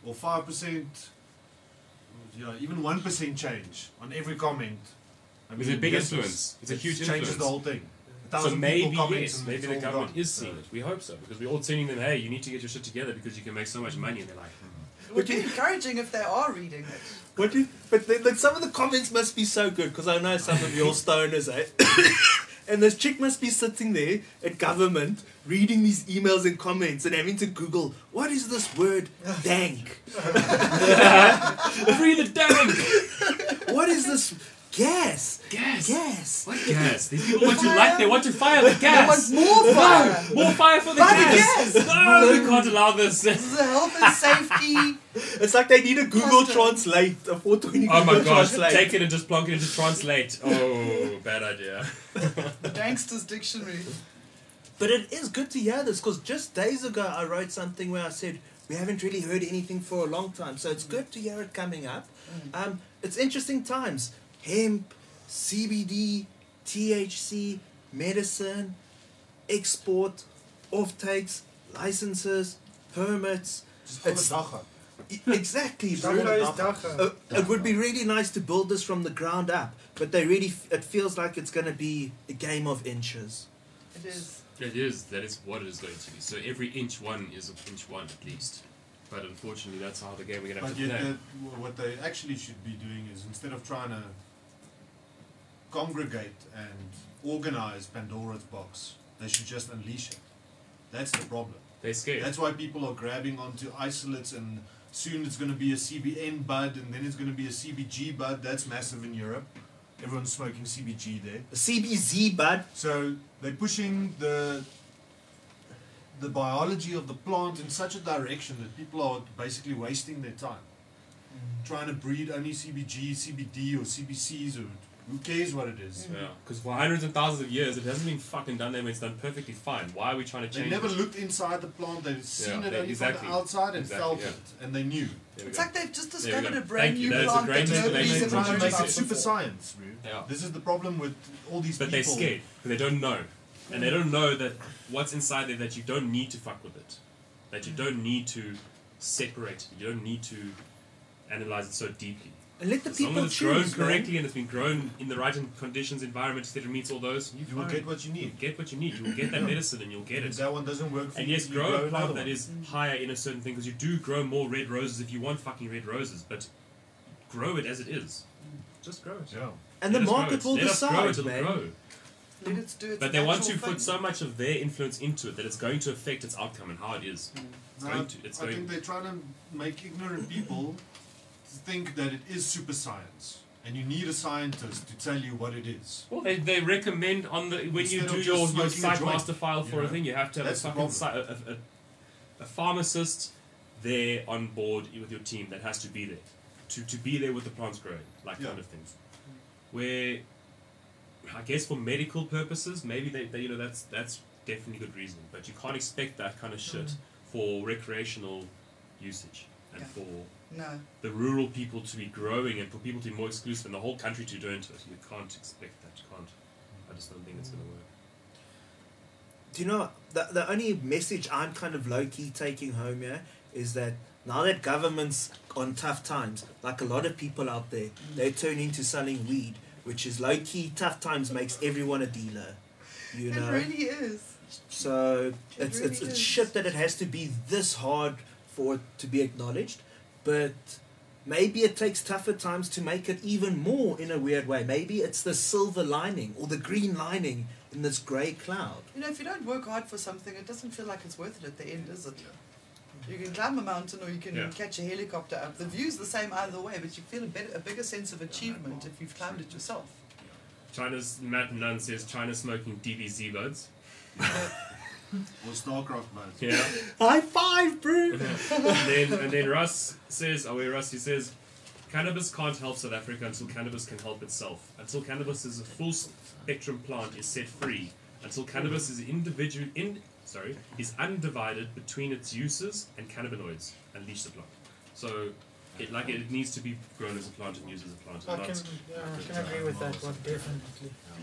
[SPEAKER 5] or five percent, yeah, even one percent change on every comment. I
[SPEAKER 4] it's a big
[SPEAKER 5] this is-
[SPEAKER 4] influence it's a
[SPEAKER 5] it
[SPEAKER 4] huge
[SPEAKER 5] changes
[SPEAKER 4] influence
[SPEAKER 5] the whole thing.
[SPEAKER 4] So
[SPEAKER 5] thousand
[SPEAKER 4] maybe
[SPEAKER 5] people coming
[SPEAKER 4] yes,
[SPEAKER 5] and
[SPEAKER 4] maybe
[SPEAKER 5] it's
[SPEAKER 4] the
[SPEAKER 5] all
[SPEAKER 4] government
[SPEAKER 5] gone.
[SPEAKER 4] is seeing it. We hope so because we're all telling them, hey, you need to get your shit together because you can make so much money, and they're like,
[SPEAKER 1] It would be encouraging if they are reading it.
[SPEAKER 2] What do you, but then, like some of the comments must be so good because I know some of your stoners, eh? and this chick must be sitting there at government reading these emails and comments and having to Google what is this word dank?
[SPEAKER 4] free the damn
[SPEAKER 2] What is this gas?
[SPEAKER 4] gas.
[SPEAKER 2] Gas.
[SPEAKER 4] What gas? These people want to light. They want to fire the gas.
[SPEAKER 1] They want more fire.
[SPEAKER 4] More fire for the
[SPEAKER 1] Fire the
[SPEAKER 4] gas.
[SPEAKER 1] gas.
[SPEAKER 4] No, we can't allow this.
[SPEAKER 1] This is a health and safety.
[SPEAKER 2] It's like they need a Google
[SPEAKER 1] Custom.
[SPEAKER 2] Translate, a 420
[SPEAKER 4] Oh
[SPEAKER 2] Google
[SPEAKER 4] my gosh!
[SPEAKER 2] Translate.
[SPEAKER 4] Take it and just plonk it and just translate. Oh, bad idea.
[SPEAKER 1] Gangster's Dictionary.
[SPEAKER 2] But it is good to hear this because just days ago I wrote something where I said we haven't really heard anything for a long time, so it's good to hear it coming up. Um, it's interesting times. Hemp, CBD, THC, medicine, export, offtakes, licenses, permits.
[SPEAKER 5] Just call it
[SPEAKER 2] It's-
[SPEAKER 5] Dacha.
[SPEAKER 2] E- Exactly.
[SPEAKER 5] Just call
[SPEAKER 2] bro.
[SPEAKER 5] it
[SPEAKER 3] is
[SPEAKER 5] Dacha.
[SPEAKER 2] Uh, it would be really nice to build this from the ground up, but they really f- it feels like it's going to be a game of inches.
[SPEAKER 1] It is.
[SPEAKER 4] It is. That is what it is going to be. So every inch one is an inch one at least. But unfortunately, that's how the game we're gonna have
[SPEAKER 5] But
[SPEAKER 4] to
[SPEAKER 5] yet,
[SPEAKER 4] play.
[SPEAKER 5] that, what they actually should be doing is instead of trying to congregate and organize Pandora's box, they should just unleash it. That's the problem.
[SPEAKER 4] They're scared.
[SPEAKER 5] That's why people are grabbing onto isolates and soon it's going to be a CBN bud and then it's going to be a CBG bud. That's massive in Europe. Everyone's smoking CBG there.
[SPEAKER 2] CBZ, bud.
[SPEAKER 5] So they're pushing the the biology of the plant in such a direction that people are basically wasting their time
[SPEAKER 4] Mm-hmm.
[SPEAKER 5] trying to breed only CBG, CBD, or CBCs, or who cares what it is.
[SPEAKER 4] Yeah. Because for hundreds and thousands of years, it hasn't been fucking done that way. It's done perfectly fine. Why are we trying to
[SPEAKER 5] They
[SPEAKER 4] change?
[SPEAKER 5] never
[SPEAKER 4] it?
[SPEAKER 5] looked inside the plant; they've seen
[SPEAKER 4] Yeah,
[SPEAKER 5] it
[SPEAKER 4] they-
[SPEAKER 5] only
[SPEAKER 4] exactly.
[SPEAKER 5] from the outside and
[SPEAKER 4] Exactly,
[SPEAKER 5] felt
[SPEAKER 4] yeah.
[SPEAKER 5] it, and they knew.
[SPEAKER 4] There we
[SPEAKER 1] It's
[SPEAKER 4] go.
[SPEAKER 1] like they've just
[SPEAKER 4] we
[SPEAKER 1] discovered
[SPEAKER 4] go.
[SPEAKER 1] a brand
[SPEAKER 4] Thank you.
[SPEAKER 1] new
[SPEAKER 4] That is a
[SPEAKER 1] plant
[SPEAKER 4] great
[SPEAKER 1] that
[SPEAKER 4] explanation.
[SPEAKER 1] nobody's
[SPEAKER 5] They're
[SPEAKER 1] ever
[SPEAKER 4] Trying to
[SPEAKER 5] trying
[SPEAKER 1] heard
[SPEAKER 5] to make
[SPEAKER 1] about
[SPEAKER 5] it
[SPEAKER 4] it.
[SPEAKER 5] super
[SPEAKER 1] before.
[SPEAKER 5] science, bro.
[SPEAKER 4] Yeah.
[SPEAKER 5] This is the problem with all these
[SPEAKER 4] But they're
[SPEAKER 5] people.
[SPEAKER 4] scared. They don't know. And they don't know that what's inside there that you don't need to fuck with it. That you don't need to separate it. You don't need to analyze it so deeply.
[SPEAKER 2] And let the
[SPEAKER 4] As long
[SPEAKER 2] people
[SPEAKER 4] as it's
[SPEAKER 2] choose.
[SPEAKER 4] grown
[SPEAKER 2] man.
[SPEAKER 4] correctly and it's been grown in the right en- conditions, environment, etc., meets all those, you,
[SPEAKER 5] You will
[SPEAKER 4] fine.
[SPEAKER 5] get what you
[SPEAKER 4] you
[SPEAKER 5] need.
[SPEAKER 4] get what you need. You will get that medicine and you'll get
[SPEAKER 5] If
[SPEAKER 4] it.
[SPEAKER 5] that one doesn't work for
[SPEAKER 4] And
[SPEAKER 5] you,
[SPEAKER 4] yes,
[SPEAKER 5] you
[SPEAKER 4] grow a
[SPEAKER 5] another
[SPEAKER 4] plant
[SPEAKER 5] one.
[SPEAKER 4] that is higher in a certain thing because you do grow more red roses if you want fucking red roses, but grow it as it is. Just grow it.
[SPEAKER 5] Yeah.
[SPEAKER 2] And the
[SPEAKER 4] Let us grow
[SPEAKER 2] market
[SPEAKER 4] it.
[SPEAKER 2] will
[SPEAKER 4] Let us grow it,
[SPEAKER 2] decide,
[SPEAKER 4] it'll
[SPEAKER 2] man.
[SPEAKER 4] grow.
[SPEAKER 1] Let it do its
[SPEAKER 4] But they want to
[SPEAKER 1] natural
[SPEAKER 4] put
[SPEAKER 1] thing.
[SPEAKER 4] so much of their influence into it that it's going to affect its outcome and how it is. It's
[SPEAKER 5] No,
[SPEAKER 4] going to. It's
[SPEAKER 5] I
[SPEAKER 4] going.
[SPEAKER 5] think they're trying to make ignorant people think that it is super science, and you need a scientist to tell you what it is.
[SPEAKER 4] Well, they, they recommend on the when you
[SPEAKER 5] Instead of
[SPEAKER 4] do
[SPEAKER 5] just
[SPEAKER 4] your, your
[SPEAKER 5] smoking a
[SPEAKER 4] site
[SPEAKER 5] joint,
[SPEAKER 4] master file
[SPEAKER 5] you
[SPEAKER 4] for a
[SPEAKER 5] know?
[SPEAKER 4] thing, you have to have a
[SPEAKER 5] That's the
[SPEAKER 4] fucking
[SPEAKER 5] problem.
[SPEAKER 4] si- a, a, a, a pharmacist there on board with your team that has to be there to, to be there with the plants growing, like
[SPEAKER 5] Yeah.
[SPEAKER 4] kind of thing. Where I guess for medical purposes, maybe they, they you know that's that's definitely good reason, but you can't expect that kind of shit for recreational usage and
[SPEAKER 1] Yeah.
[SPEAKER 4] for
[SPEAKER 1] No.
[SPEAKER 4] the rural people to be growing and for people to be more exclusive and the whole country to do into it. You can't expect that. You can't. I just don't think it's going to work.
[SPEAKER 2] Do you know the the only message I'm kind of low key taking home here is that now that governments on tough times, like a lot of people out there, they turn into selling weed, which is low key tough times makes everyone a dealer. You know.
[SPEAKER 1] It really is.
[SPEAKER 2] So
[SPEAKER 1] It
[SPEAKER 2] it's it's,
[SPEAKER 1] really is.
[SPEAKER 2] it's shit that it has to be this hard for it to be acknowledged, but maybe it takes tougher times to make it even more in a weird way. Maybe it's the silver lining or the green lining in this grey cloud.
[SPEAKER 1] You know, if you don't work hard for something, it doesn't feel like it's worth it at the end, is it? You can climb a mountain or you can
[SPEAKER 4] Yeah.
[SPEAKER 1] catch a helicopter up. The view's the same either way, but you feel a, better, a bigger sense of achievement if you've climbed it yourself.
[SPEAKER 4] China's Matt Nunn says China's smoking DBZ buds.
[SPEAKER 5] Or StarCraft mode.
[SPEAKER 4] Yeah.
[SPEAKER 2] High five, bro!
[SPEAKER 4] and then and then Russ says, oh wait, Russ he says, cannabis can't help South Africa until cannabis can help itself. Until cannabis is a full spectrum plant is set free. Until cannabis is individual in sorry is undivided between its uses and cannabinoids. Unleash the plant. So. It, like it needs to be grown as a plant and used as a plant.
[SPEAKER 3] I
[SPEAKER 4] and
[SPEAKER 3] can,
[SPEAKER 4] not-
[SPEAKER 3] yeah, I can agree with that one, definitely. Hmm?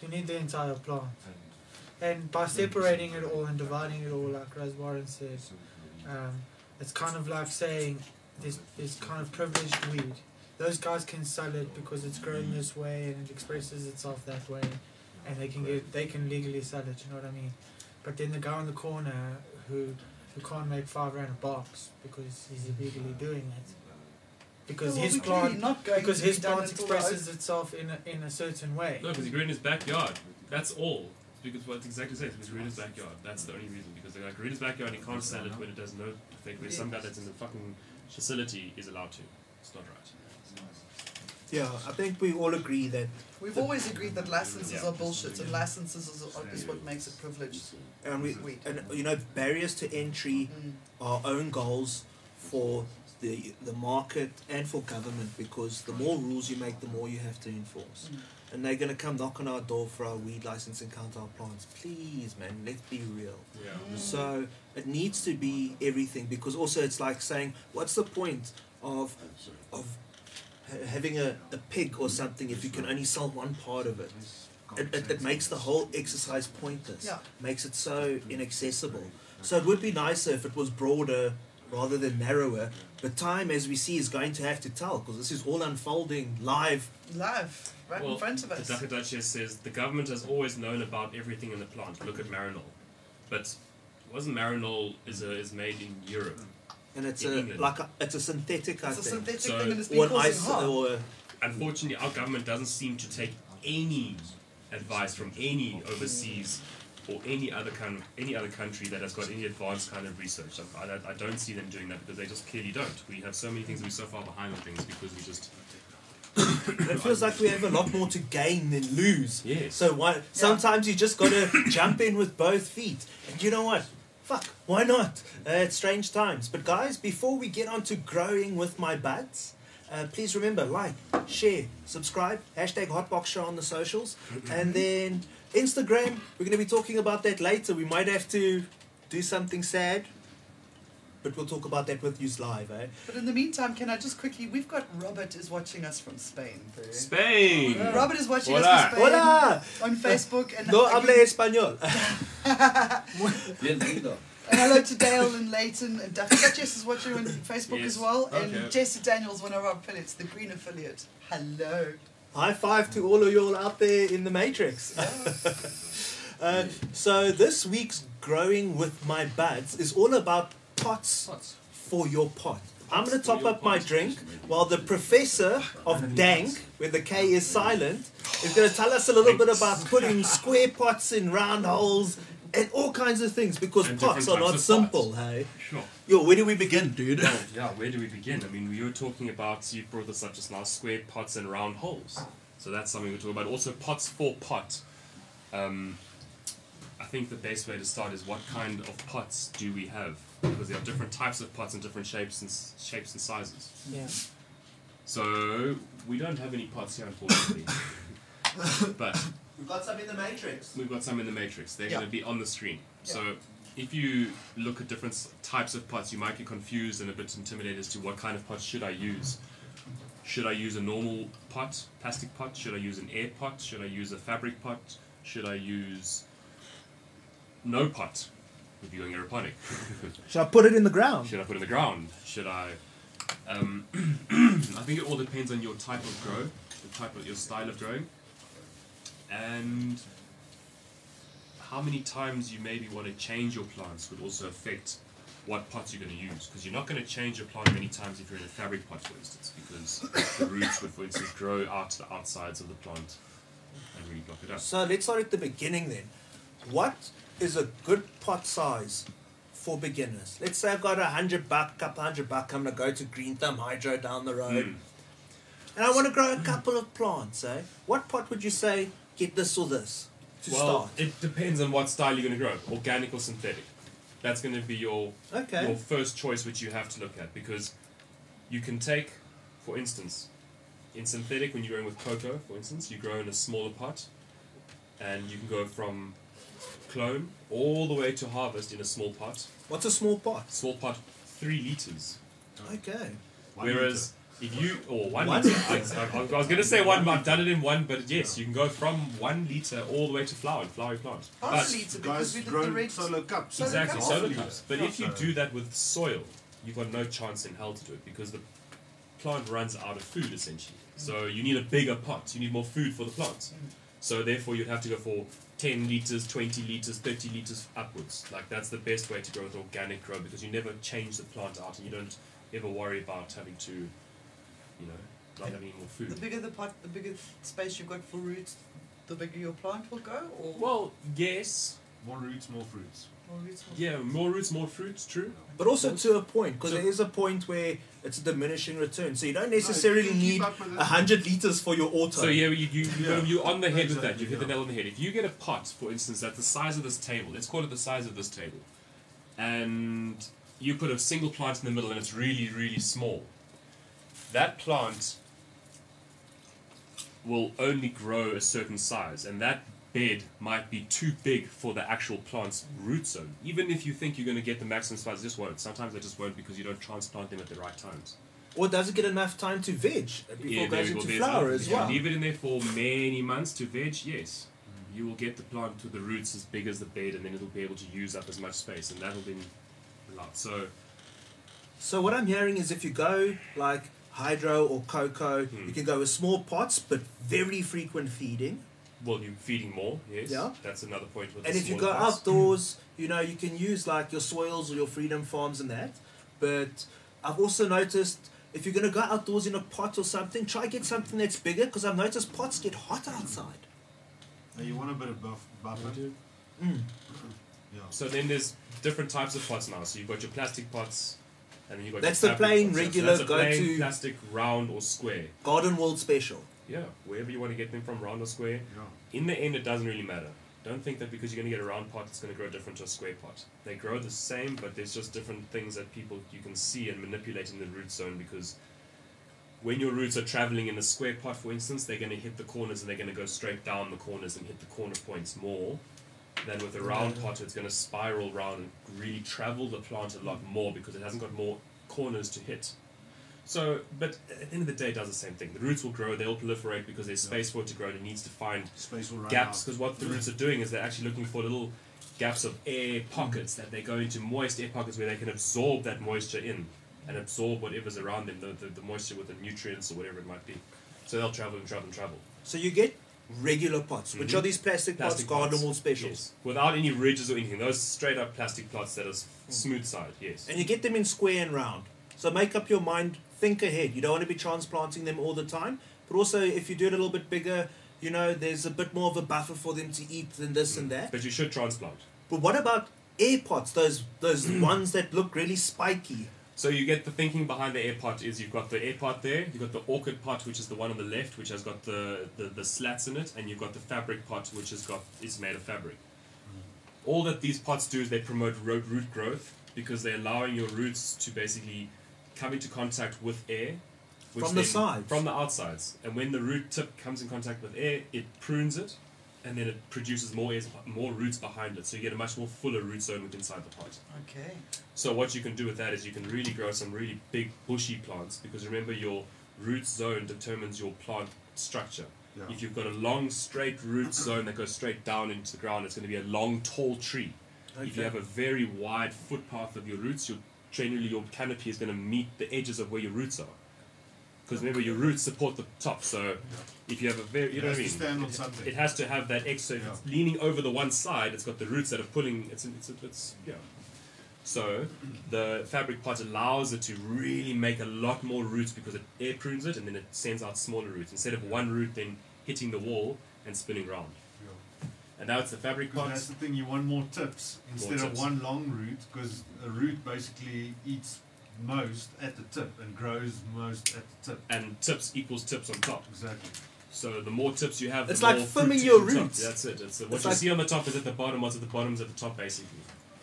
[SPEAKER 3] You need the entire plant. And by separating it all and dividing it all, like Raz Warren said, um, it's kind of like saying this this kind of privileged weed. Those guys can sell it because it's grown this way and it expresses itself that way. and they can get they can legally sell it. You know what I mean? But then the guy on the corner who who can't make five rand a box because he's illegally doing it because
[SPEAKER 1] Well,
[SPEAKER 3] his
[SPEAKER 1] we're clearly
[SPEAKER 3] plant
[SPEAKER 1] not going
[SPEAKER 3] because
[SPEAKER 1] to be
[SPEAKER 3] his
[SPEAKER 1] done
[SPEAKER 3] plant
[SPEAKER 1] until the open-
[SPEAKER 3] expresses itself in a, in a certain way.
[SPEAKER 4] No, because he grew it in his backyard. That's all. Because what exactly says because he grew it in his backyard. That's the only reason. Because they like grew it in his backyard and he can't sell it when it does no effect. Where some guy that's in the fucking facility is allowed to. It's not right.
[SPEAKER 2] Yeah, I think we all agree that,
[SPEAKER 1] We've always agreed that licenses
[SPEAKER 4] Yeah.
[SPEAKER 1] are bullshit, and licenses is, are- is what makes it privileged.
[SPEAKER 2] and um, we,
[SPEAKER 1] Sweet.
[SPEAKER 2] and you know, barriers to entry
[SPEAKER 1] Mm.
[SPEAKER 2] our own goals for the the market and for government because the more rules you make, the more you have to enforce.
[SPEAKER 1] mm.
[SPEAKER 2] And they're gonna come knock on our door for our weed license and count our plants. Please, man, let's be real.
[SPEAKER 4] Yeah.
[SPEAKER 2] So it needs to be everything because also it's like saying, what's the point of
[SPEAKER 5] uh,
[SPEAKER 2] of ha- having a, a pig or something if you can only sell one part of it? It, it, it makes the whole exercise pointless.
[SPEAKER 1] Yeah.
[SPEAKER 2] Makes it so inaccessible. So it would be nicer if it was broader rather than narrower. But time, as we see, is going to have to tell because this is all unfolding live.
[SPEAKER 1] Live, right
[SPEAKER 4] Well,
[SPEAKER 1] in front of us.
[SPEAKER 4] The Dhaka Duchess says the government has always known about everything in the plant. Look at Marinol. But wasn't Marinol is a, is made in Europe?
[SPEAKER 2] And it's
[SPEAKER 4] In
[SPEAKER 2] a
[SPEAKER 4] England.
[SPEAKER 2] like a, it's a synthetic, I
[SPEAKER 1] It's a
[SPEAKER 2] think,
[SPEAKER 1] synthetic
[SPEAKER 4] So-
[SPEAKER 1] thing and it's
[SPEAKER 2] or
[SPEAKER 1] been
[SPEAKER 2] an
[SPEAKER 1] causing
[SPEAKER 2] ice,
[SPEAKER 1] harm.
[SPEAKER 2] or a-
[SPEAKER 4] Unfortunately, our government doesn't seem to take any advice from any overseas or any other kind of any other country that has got any advanced kind of research. I, I, I don't see them doing that because they just clearly don't. We have so many things we're so far behind on things because we just
[SPEAKER 2] It feels like we have a lot more to gain than lose.
[SPEAKER 4] Yes.
[SPEAKER 2] So why sometimes you just gotta jump in with both feet. And you know what? Fuck, why not? Uh, it's strange times. But guys, before we get on to growing with my buds, uh, please remember like, share, subscribe, hashtag Hotbox Show on the socials, and then Instagram. We're gonna be talking about that later. We might have to do something sad, but we'll talk about that with you live, eh?
[SPEAKER 1] But in the meantime, can I just quickly? We've got Robert is watching us from Spain. Peru.
[SPEAKER 4] Spain.
[SPEAKER 1] Robert is watching
[SPEAKER 4] Hola.
[SPEAKER 1] us from Spain
[SPEAKER 2] Hola.
[SPEAKER 1] on Facebook, and
[SPEAKER 2] No
[SPEAKER 1] I-
[SPEAKER 2] hable español.
[SPEAKER 1] And hello to Dale and Leighton and Duffy. Jess is watching on Facebook
[SPEAKER 4] Yes.
[SPEAKER 1] as well.
[SPEAKER 4] Okay.
[SPEAKER 1] And Jesse Daniels, one of our affiliates, the Green affiliate. Hello.
[SPEAKER 2] High five to all of y'all out there in the Matrix. uh, so this week's growing with my buds is all about pots for your pot. I'm gonna top up my drink while the professor of dank, where the K is silent, is gonna tell us a little bit about putting square pots in round holes and all kinds of things because
[SPEAKER 4] And
[SPEAKER 2] pots are
[SPEAKER 4] different
[SPEAKER 2] not
[SPEAKER 4] types of
[SPEAKER 2] simple,
[SPEAKER 4] pots.
[SPEAKER 2] hey.
[SPEAKER 4] Sure.
[SPEAKER 2] Yo, where do we begin, dude?
[SPEAKER 4] Well, yeah, where do we begin? I mean, we were talking about, you brought this up just now, square pots and round holes. So that's something we're talking about. Also, pots for pot. Um, I think the best way to start is what kind of pots do we have? Because there are different types of pots and different shapes and s- shapes and sizes.
[SPEAKER 3] Yeah.
[SPEAKER 4] So we don't have any pots here, unfortunately. but
[SPEAKER 2] We've got some in the Matrix.
[SPEAKER 4] We've got some in the matrix. They're
[SPEAKER 1] Yeah.
[SPEAKER 4] going to be on the screen. So if you look at different s- types of pots, you might get confused and a bit intimidated as to what kind of pot should I use. Should I use a normal pot, plastic pot? Should I use an air pot? Should I use a fabric pot? Should I use no pot? If you're going aeroponic,
[SPEAKER 2] Should I put it in the ground?
[SPEAKER 4] should I put it in the ground? Should I? Um, I think it all depends on your type of grow, the type of your style of growing, and how many times you maybe want to change your plants would also affect what pots you're going to use because you're not going to change your plant many times if you're in a fabric pot, for instance, because the roots would, for instance, grow out to the outsides of the plant and really block it up.
[SPEAKER 2] So let's start at the beginning then. What is a good pot size for beginners? Let's say I've got a hundred buck, couple hundred buck. I'm gonna go to Green Thumb Hydro down the road,
[SPEAKER 4] Hmm.
[SPEAKER 2] and I want to grow a couple of plants. Eh? What pot would you say get this or this to
[SPEAKER 4] well,
[SPEAKER 2] start?
[SPEAKER 4] it depends on what style you're going to grow, organic or synthetic. That's going to be your
[SPEAKER 2] Okay.
[SPEAKER 4] your first choice which you have to look at because you can take, for instance, in synthetic when you're growing with cocoa, for instance, you grow in a smaller pot, and you can go from clone all the way to harvest in a small pot.
[SPEAKER 2] What's a small pot?
[SPEAKER 4] Small pot, three liters.
[SPEAKER 2] Okay.
[SPEAKER 5] One
[SPEAKER 4] Whereas if you or one,
[SPEAKER 2] One
[SPEAKER 4] liter, I, I, I was going to say one, but I've done it in one. But yes, you can go from one liter all the way to flower and flowery plants.
[SPEAKER 1] Half a
[SPEAKER 4] But-
[SPEAKER 5] meter.
[SPEAKER 1] litre
[SPEAKER 5] The guys
[SPEAKER 1] because we did the
[SPEAKER 5] grown
[SPEAKER 1] red.
[SPEAKER 5] solo cups.
[SPEAKER 1] Solar
[SPEAKER 4] Exactly,
[SPEAKER 1] cups.
[SPEAKER 4] solar
[SPEAKER 5] Half a
[SPEAKER 4] cups.
[SPEAKER 5] litre.
[SPEAKER 4] But if you
[SPEAKER 5] Yeah, so-
[SPEAKER 4] do that with soil, you've got no chance in hell to do it because the plant runs out of food essentially. So you need a bigger pot. You need more food for the plant. So therefore, you'd have to go for 10 liters, 20 liters, 30 liters upwards. Like that's the best way to grow with organic grow because you never change the plant out and you don't ever worry about having to, you know, not having any more
[SPEAKER 1] The
[SPEAKER 4] food.
[SPEAKER 1] bigger the pot, the bigger space you've got for roots, the bigger your plant will go, or
[SPEAKER 4] Well, yes,
[SPEAKER 5] More roots, more fruits.
[SPEAKER 1] more roots will
[SPEAKER 4] yeah, more roots, more fruits, true.
[SPEAKER 2] But also to a point, because
[SPEAKER 4] So-
[SPEAKER 2] there is a point where it's a diminishing return. So you don't
[SPEAKER 5] No,
[SPEAKER 2] necessarily
[SPEAKER 5] you can
[SPEAKER 2] need
[SPEAKER 5] keep up with it.
[SPEAKER 2] a hundred liters for your auto.
[SPEAKER 4] So yeah, you you you
[SPEAKER 5] Yeah.
[SPEAKER 4] you're on the head with that.
[SPEAKER 5] Exactly,
[SPEAKER 4] You've hit the
[SPEAKER 5] yeah.
[SPEAKER 4] nail on the head. If you get a pot, for instance, that's the size of this table, let's call it the size of this table, and you put a single plant in the middle and it's really really small, that plant will only grow a certain size, and that bed might be too big for the actual plant's root zone. Even if you think you're going to get the maximum size, it just won't. Sometimes they just won't because you don't transplant them at the right times.
[SPEAKER 2] Or does it get enough time to veg before it
[SPEAKER 4] there
[SPEAKER 2] goes
[SPEAKER 4] you go.
[SPEAKER 2] into
[SPEAKER 4] There's
[SPEAKER 2] flower
[SPEAKER 4] another
[SPEAKER 2] as
[SPEAKER 4] thing.
[SPEAKER 2] well?
[SPEAKER 4] Leave it in there for many months to veg. Yes, you will get the plant with the roots as big as the bed, and then it'll be able to use up as much space, and that'll then allow. So
[SPEAKER 2] So what I'm hearing is if you go like hydro or cocoa,
[SPEAKER 4] Hmm.
[SPEAKER 2] you can go with small pots but very frequent feeding.
[SPEAKER 4] well, you're feeding more. Yes,
[SPEAKER 2] Yeah.
[SPEAKER 4] that's another point. With
[SPEAKER 2] and
[SPEAKER 4] the
[SPEAKER 2] if you go
[SPEAKER 4] smaller pots.
[SPEAKER 2] outdoors, you know, you can use like your soils or your freedom farms and that. But I've also noticed if you're gonna go outdoors in a pot or something, try get something that's bigger because I've noticed pots get hot outside.
[SPEAKER 5] Now you want a bit of buff, buffer?
[SPEAKER 2] Mm.
[SPEAKER 5] Yeah.
[SPEAKER 4] so then there's different types of pots now. So you've got your plastic pots, and then you've got
[SPEAKER 2] That's
[SPEAKER 4] your
[SPEAKER 2] the
[SPEAKER 4] fabric
[SPEAKER 2] plain,
[SPEAKER 4] pots. So
[SPEAKER 2] regular
[SPEAKER 4] that's a plain
[SPEAKER 2] go-to-
[SPEAKER 4] plastic round or square.
[SPEAKER 2] Garden World special.
[SPEAKER 4] Yeah, wherever you want to get them from, round or square.
[SPEAKER 5] Yeah.
[SPEAKER 4] In the end, it doesn't really matter. Don't think that because you're going to get a round pot, it's going to grow different to a square pot. They grow the same, but there's just different things that people you can see and manipulate in the root zone because when your roots are traveling in a square pot, for instance, they're going to hit the corners and they're going to go straight down the corners and hit the corner points more than with a round pot. It's going to spiral round and really travel the plant a lot more because it hasn't got more corners to hit. So, but at the end of the day, it does the same thing. The roots will grow, they'll proliferate because there's space for it to grow and it needs to find
[SPEAKER 5] Space will run
[SPEAKER 4] gaps
[SPEAKER 5] out.
[SPEAKER 4] because what the roots are doing is they're actually looking for little gaps of air pockets that they go into moist air pockets where they can absorb that moisture in and absorb whatever's around them the, the, the moisture with the nutrients or whatever it might be so they'll travel and travel and travel
[SPEAKER 2] So you get regular pots, which
[SPEAKER 4] Mhm.
[SPEAKER 2] are these plastic,
[SPEAKER 4] plastic
[SPEAKER 2] pots, garden
[SPEAKER 4] pots.
[SPEAKER 2] wall specials.
[SPEAKER 4] yes. without any ridges or anything those straight up plastic plots that are s-
[SPEAKER 2] Hmm.
[SPEAKER 4] smooth side yes
[SPEAKER 2] And you get them in square and round. So make up your mind, think ahead. You don't want to be transplanting them all the time. But also, if you do it a little bit bigger, you know, there's a bit more of a buffer for them to eat than this and that.
[SPEAKER 4] but you should transplant
[SPEAKER 2] But what about air pots? Those those ones that look really spiky.
[SPEAKER 4] So you get the thinking behind the air pot is you've got the air pot there, you've got the orchid pot, which is the one on the left, which has got the, the, the slats in it, and you've got the fabric pot, which has got is made of fabric.
[SPEAKER 2] Mm.
[SPEAKER 4] All that these pots do is they promote root, root growth because they're allowing your roots to basically come into contact with air. Which
[SPEAKER 2] From the
[SPEAKER 4] then-
[SPEAKER 2] sides.
[SPEAKER 4] From the outsides. And when the root tip comes in contact with air, it prunes it, and then it produces more, airs, more roots behind it. So you get a much more fuller root zone with inside the pot.
[SPEAKER 1] Okay.
[SPEAKER 4] So what you can do with that is you can really grow some really big bushy plants because remember your root zone determines your plant structure.
[SPEAKER 5] Yeah.
[SPEAKER 4] If you've got a long straight root zone that goes straight down into the ground, it's going to be a long tall tree. If you have a very wide footpath of your roots, your generally your canopy is going to meet the edges of where your roots are. Because remember your roots support the top. So if you have a very you
[SPEAKER 5] It
[SPEAKER 4] know
[SPEAKER 5] has
[SPEAKER 4] what I
[SPEAKER 5] to
[SPEAKER 4] mean.
[SPEAKER 5] stand on
[SPEAKER 4] It
[SPEAKER 5] something.
[SPEAKER 4] has to have that extra. If it's leaning over the one side, it's got the roots that are pulling. It's it's it's yeah. So the fabric pot allows it to really make a lot more roots because it air prunes it and then it sends out smaller roots instead of one root then hitting the wall and spinning round.
[SPEAKER 5] Yeah.
[SPEAKER 4] And now it's the fabric
[SPEAKER 5] Because
[SPEAKER 4] pot.
[SPEAKER 5] that's the thing, you want more tips instead
[SPEAKER 4] tips.
[SPEAKER 5] of one long root, because a root basically eats most at the tip and grows most at the tip.
[SPEAKER 4] And tips equals tips on top.
[SPEAKER 5] Exactly.
[SPEAKER 4] So the more tips you have, the
[SPEAKER 2] It's like
[SPEAKER 4] more
[SPEAKER 2] filming
[SPEAKER 4] fruits
[SPEAKER 2] your
[SPEAKER 4] at the top.
[SPEAKER 2] roots.
[SPEAKER 4] That's it. It's, what
[SPEAKER 2] It's
[SPEAKER 4] you
[SPEAKER 2] like-
[SPEAKER 4] see on the top is at the bottom. What's at the bottom is at the top, basically.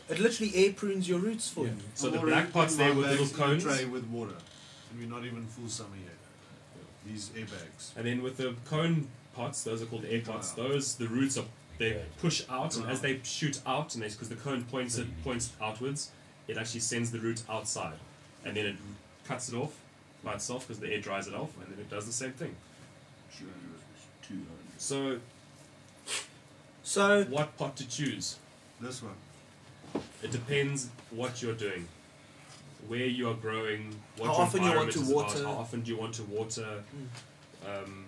[SPEAKER 2] It literally air prunes your roots for you.
[SPEAKER 4] So
[SPEAKER 5] I'm
[SPEAKER 4] the
[SPEAKER 5] already
[SPEAKER 4] black pot's there
[SPEAKER 5] putting my
[SPEAKER 4] with little
[SPEAKER 5] bags in a
[SPEAKER 4] cones.
[SPEAKER 5] tray with water, and we're not even full summer yet. These airbags.
[SPEAKER 4] And then with the cone pots, those are called air pots. Those the roots are they push out, and as they shoot out, and because the cone points it points outwards, it actually sends the root outside, and then it cuts it off by itself because the air dries it off, and then it does the same thing. So
[SPEAKER 2] So
[SPEAKER 4] what pot to choose?
[SPEAKER 5] This one.
[SPEAKER 4] It depends what you're doing, where you are growing, what
[SPEAKER 2] How
[SPEAKER 4] your
[SPEAKER 2] often you want Hmm.
[SPEAKER 4] environment
[SPEAKER 2] to
[SPEAKER 4] is
[SPEAKER 2] water.
[SPEAKER 4] about, how often do you want to water. Um,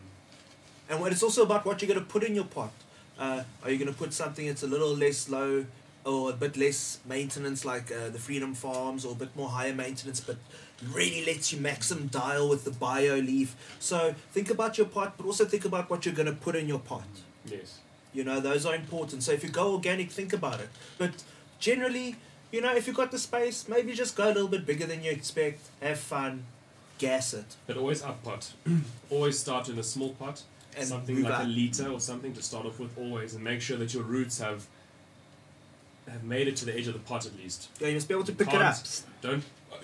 [SPEAKER 2] And what it's also about what you're going to put in your pot. Uh, are you going to put something that's a little less low or a bit less maintenance, like uh, the Freedom Farms, or a bit more higher maintenance, but really lets you maximum dial with the bio leaf? So think about your pot, but also think about what you're going to put in your pot.
[SPEAKER 4] Yes.
[SPEAKER 2] You know, those are important. So if you go organic, think about it. But generally, you know, if you've got the space, maybe just go a little bit bigger than you expect, have fun, gas it.
[SPEAKER 4] But always up pot. always start in a small pot.
[SPEAKER 2] And
[SPEAKER 4] something
[SPEAKER 2] move
[SPEAKER 4] like
[SPEAKER 2] up.
[SPEAKER 4] a liter or something to start off with always and make sure that your roots have have made it to the edge of the pot at least.
[SPEAKER 2] Yeah, you must be able to
[SPEAKER 4] You
[SPEAKER 2] pick it up.
[SPEAKER 4] can't- Don't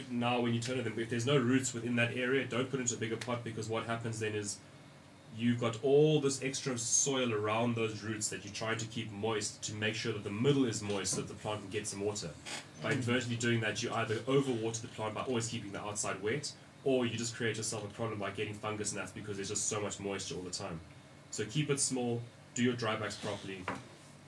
[SPEAKER 4] now when you turn them if there's no roots within that area, don't put into a bigger pot because what happens then is you've got all this extra soil around those roots that you're trying to keep moist to make sure that the middle is moist so that the plant can get some water.
[SPEAKER 2] Mm.
[SPEAKER 4] By inadvertently doing that, you either overwater the plant by always keeping the outside wet, or you just create yourself a problem by getting fungus and that's because there's just so much moisture all the time. So keep it small, do your drybacks properly,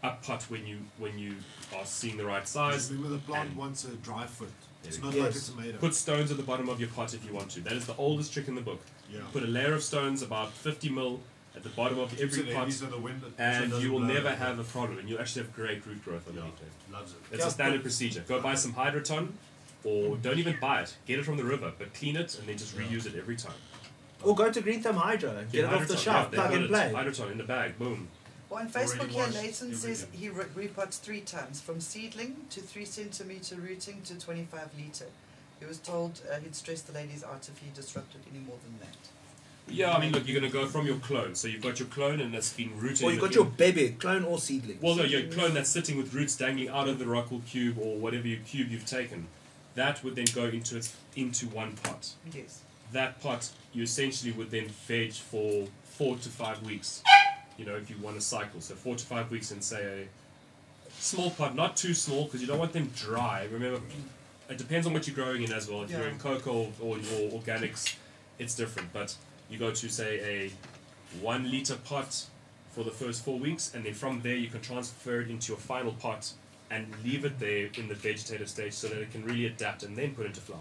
[SPEAKER 4] up pot when you when you are seeing the right size.
[SPEAKER 5] Remember the plant
[SPEAKER 4] and-
[SPEAKER 5] wants a dry foot. It's
[SPEAKER 4] Yes.
[SPEAKER 5] not like a tomato.
[SPEAKER 4] Put stones at the bottom of your pot if you want to. That is the oldest trick in the book.
[SPEAKER 5] yeah.
[SPEAKER 4] Put a layer of stones about 50 mil at the bottom of
[SPEAKER 5] Keeps
[SPEAKER 4] every
[SPEAKER 5] it
[SPEAKER 4] pot,
[SPEAKER 5] heavy so the wind- so it
[SPEAKER 4] and
[SPEAKER 5] doesn't
[SPEAKER 4] you will
[SPEAKER 5] blow.
[SPEAKER 4] never have a problem. And you'll actually have great root growth
[SPEAKER 5] Yeah,
[SPEAKER 4] underneath
[SPEAKER 5] loves it.
[SPEAKER 4] it. It's a standard procedure. Go buy some Hydroton, or don't even buy it. Get it from the river, but clean it and then just reuse it every time.
[SPEAKER 2] Or Oh, go to Green Thumb Hydro and get, it off the
[SPEAKER 4] Hydroton,
[SPEAKER 2] shelf,
[SPEAKER 4] yeah, they've
[SPEAKER 2] plug and
[SPEAKER 4] got it.
[SPEAKER 2] play.
[SPEAKER 4] Hydroton in the bag, boom.
[SPEAKER 1] Well, on
[SPEAKER 5] Already
[SPEAKER 1] Facebook here,
[SPEAKER 5] washed
[SPEAKER 1] Leighton says
[SPEAKER 5] everything.
[SPEAKER 1] he re- repots three times from seedling to three centimeter rooting to 25 liter. He was told uh, he'd stress the ladies out if he disrupted any more than that.
[SPEAKER 4] Yeah, I mean, look, you're going to go from your clone. So you've got your clone, and that's been rooted.
[SPEAKER 2] Or
[SPEAKER 4] in
[SPEAKER 2] you've
[SPEAKER 4] the-
[SPEAKER 2] got your bebe, clone or seedling.
[SPEAKER 4] Well, no, your clone that's sitting with roots dangling out of the rockwool cube or whatever your cube you've taken, that would then go into its into one pot.
[SPEAKER 1] Yes.
[SPEAKER 4] That pot you essentially would then veg for four to five weeks. You know, if you want a cycle, so four to five weeks in say a small pot, not too small because you don't want them dry. Remember, it depends on what you're growing in as well. If you're
[SPEAKER 1] Yeah.
[SPEAKER 4] in cocoa or, or organics, it's different. But you go to say a one liter pot for the first four weeks, and then from there you can transfer it into your final pot and leave it there in the vegetative stage so that it can really adapt and then put into flower.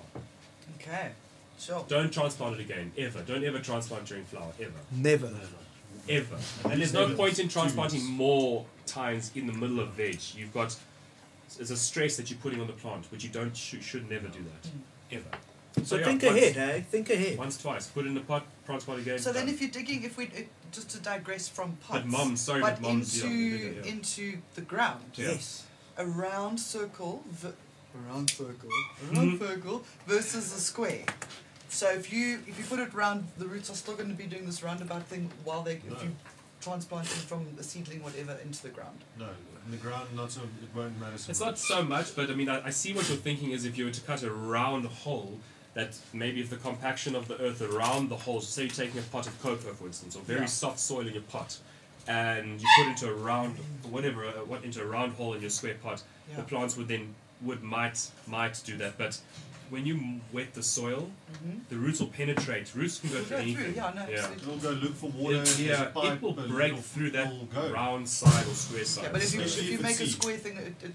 [SPEAKER 1] Okay. Sure.
[SPEAKER 4] Don't transplant it again, ever. Don't ever transplant during flower, ever.
[SPEAKER 2] Never.
[SPEAKER 4] Ever. And there's no
[SPEAKER 5] Maybe
[SPEAKER 4] point in
[SPEAKER 5] two
[SPEAKER 4] transplanting
[SPEAKER 5] weeks.
[SPEAKER 4] more times in the middle of veg. You've got, there's a stress that you're putting on the plant, which you don't sh- should never do that. Ever.
[SPEAKER 2] So
[SPEAKER 4] yeah,
[SPEAKER 2] think
[SPEAKER 4] once-
[SPEAKER 2] ahead, eh? Think ahead.
[SPEAKER 4] Once, twice. Put it in the pot, transplant again.
[SPEAKER 1] So then,
[SPEAKER 4] done.
[SPEAKER 1] if you're digging, if we uh, just to digress from pots,
[SPEAKER 4] But mum, sorry, but,
[SPEAKER 1] but
[SPEAKER 4] mum's
[SPEAKER 1] into
[SPEAKER 4] yeah, bigger, yeah.
[SPEAKER 1] into the ground,
[SPEAKER 4] Yeah.
[SPEAKER 2] Yes.
[SPEAKER 1] a round circle, v- a round circle, a round
[SPEAKER 4] Mm-hmm.
[SPEAKER 1] circle versus a square. So if you if you put it round, the roots are still going to be doing this roundabout thing while they
[SPEAKER 5] No.
[SPEAKER 1] if you transplant them from the seedling whatever into the ground.
[SPEAKER 5] No, in the ground, not so. It won't matter. So
[SPEAKER 4] It's
[SPEAKER 5] much.
[SPEAKER 4] not so much, but I mean, I, I see what you're thinking is if you were to cut a round hole, that maybe if the compaction of the earth around the hole, say you're taking a pot of cocoa, for instance, or very
[SPEAKER 1] Yeah.
[SPEAKER 4] soft soil in your pot, and you put into a round, whatever, uh, what into a round hole in your square pot, the
[SPEAKER 1] Yeah.
[SPEAKER 4] plants would then would might might do that, but when you m- wet the soil,
[SPEAKER 1] Mm-hmm.
[SPEAKER 4] the roots will penetrate. Roots can go
[SPEAKER 1] Go
[SPEAKER 4] through
[SPEAKER 1] through,
[SPEAKER 4] anything.
[SPEAKER 1] yeah, no, absolutely.
[SPEAKER 5] It'll go look for water.
[SPEAKER 4] It,
[SPEAKER 5] there's a
[SPEAKER 4] yeah,
[SPEAKER 5] pipe,
[SPEAKER 4] it will
[SPEAKER 5] but
[SPEAKER 4] break
[SPEAKER 5] it'll-
[SPEAKER 4] through that
[SPEAKER 5] it'll go.
[SPEAKER 4] round side or square side.
[SPEAKER 1] Yeah, but if you
[SPEAKER 5] Especially
[SPEAKER 1] if you
[SPEAKER 5] if
[SPEAKER 1] make
[SPEAKER 5] it's
[SPEAKER 1] a
[SPEAKER 5] seed.
[SPEAKER 1] square thing, it, it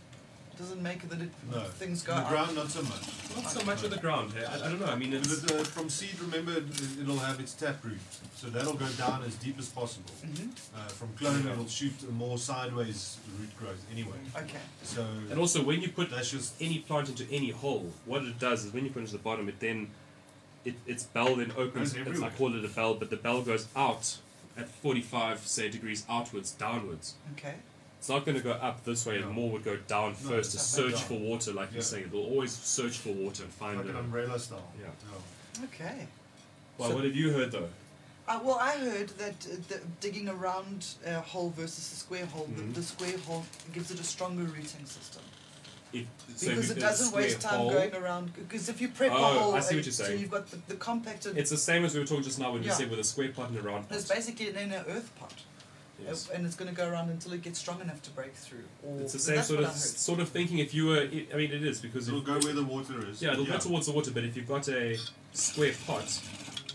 [SPEAKER 1] doesn't make it that it
[SPEAKER 5] No.
[SPEAKER 1] things go
[SPEAKER 5] In the
[SPEAKER 1] out.
[SPEAKER 5] ground, not so much.
[SPEAKER 4] not so much with the ground. hey, I, I don't know. I mean,
[SPEAKER 5] But,
[SPEAKER 4] it's,
[SPEAKER 5] uh, from seed, remember, it- it'll have its tap root, so that'll go down as deep as possible.
[SPEAKER 4] Mm-hmm.
[SPEAKER 1] Mhm.
[SPEAKER 5] Uh, from clone,
[SPEAKER 4] Yeah.
[SPEAKER 5] it'll shoot a more sideways root growth anyway.
[SPEAKER 1] Okay.
[SPEAKER 5] So
[SPEAKER 4] and also when you put
[SPEAKER 5] that's just
[SPEAKER 4] any plant into any hole, what it does is when you put it to the bottom, it then it, its bell then opens.
[SPEAKER 5] Goes
[SPEAKER 4] It's, I
[SPEAKER 5] everywhere.
[SPEAKER 4] call it a bell, but the bell goes out at 45 say degrees outwards, downwards.
[SPEAKER 1] Okay.
[SPEAKER 4] It's not going to go up this way. It
[SPEAKER 5] No.
[SPEAKER 4] more would go down
[SPEAKER 5] No,
[SPEAKER 4] first to
[SPEAKER 1] it's
[SPEAKER 5] up and
[SPEAKER 4] search
[SPEAKER 5] down.
[SPEAKER 4] for water, like
[SPEAKER 5] Yeah.
[SPEAKER 4] you're saying. It will always search for water and find
[SPEAKER 5] like
[SPEAKER 4] it.
[SPEAKER 5] an umbrella style. Oh.
[SPEAKER 4] Yeah.
[SPEAKER 1] Okay.
[SPEAKER 4] Well, what have you heard though?
[SPEAKER 1] Uh, well, I heard that uh, the digging a round uh, hole versus a square hole,
[SPEAKER 4] Mhm.
[SPEAKER 1] the, the square hole gives it a stronger rooting system.
[SPEAKER 4] It, so if
[SPEAKER 1] Because
[SPEAKER 4] you
[SPEAKER 1] it
[SPEAKER 4] did a
[SPEAKER 1] doesn't waste
[SPEAKER 4] square
[SPEAKER 1] time
[SPEAKER 4] hole-
[SPEAKER 1] going around. Because if you prep a
[SPEAKER 4] Oh,
[SPEAKER 1] hole,
[SPEAKER 4] I see
[SPEAKER 1] and-
[SPEAKER 4] what you're
[SPEAKER 1] so
[SPEAKER 4] saying.
[SPEAKER 1] you've got the, the compacted.
[SPEAKER 4] It's the same as we were talking just now when you
[SPEAKER 1] Yeah.
[SPEAKER 4] said with a square pot and a round pot.
[SPEAKER 1] it's basically an inner earth pot,
[SPEAKER 4] Yes.
[SPEAKER 1] Uh, and it's going to go around until it gets strong enough to break through. Or
[SPEAKER 4] It's the
[SPEAKER 1] so
[SPEAKER 4] same
[SPEAKER 1] that's
[SPEAKER 4] sort
[SPEAKER 1] what
[SPEAKER 4] of
[SPEAKER 1] I heard.
[SPEAKER 4] sort of thinking. If you were, I mean, it is because
[SPEAKER 5] It'll
[SPEAKER 4] if-
[SPEAKER 5] go where the water is.
[SPEAKER 4] Yeah, it'll go towards the water, but if you've got a square pot,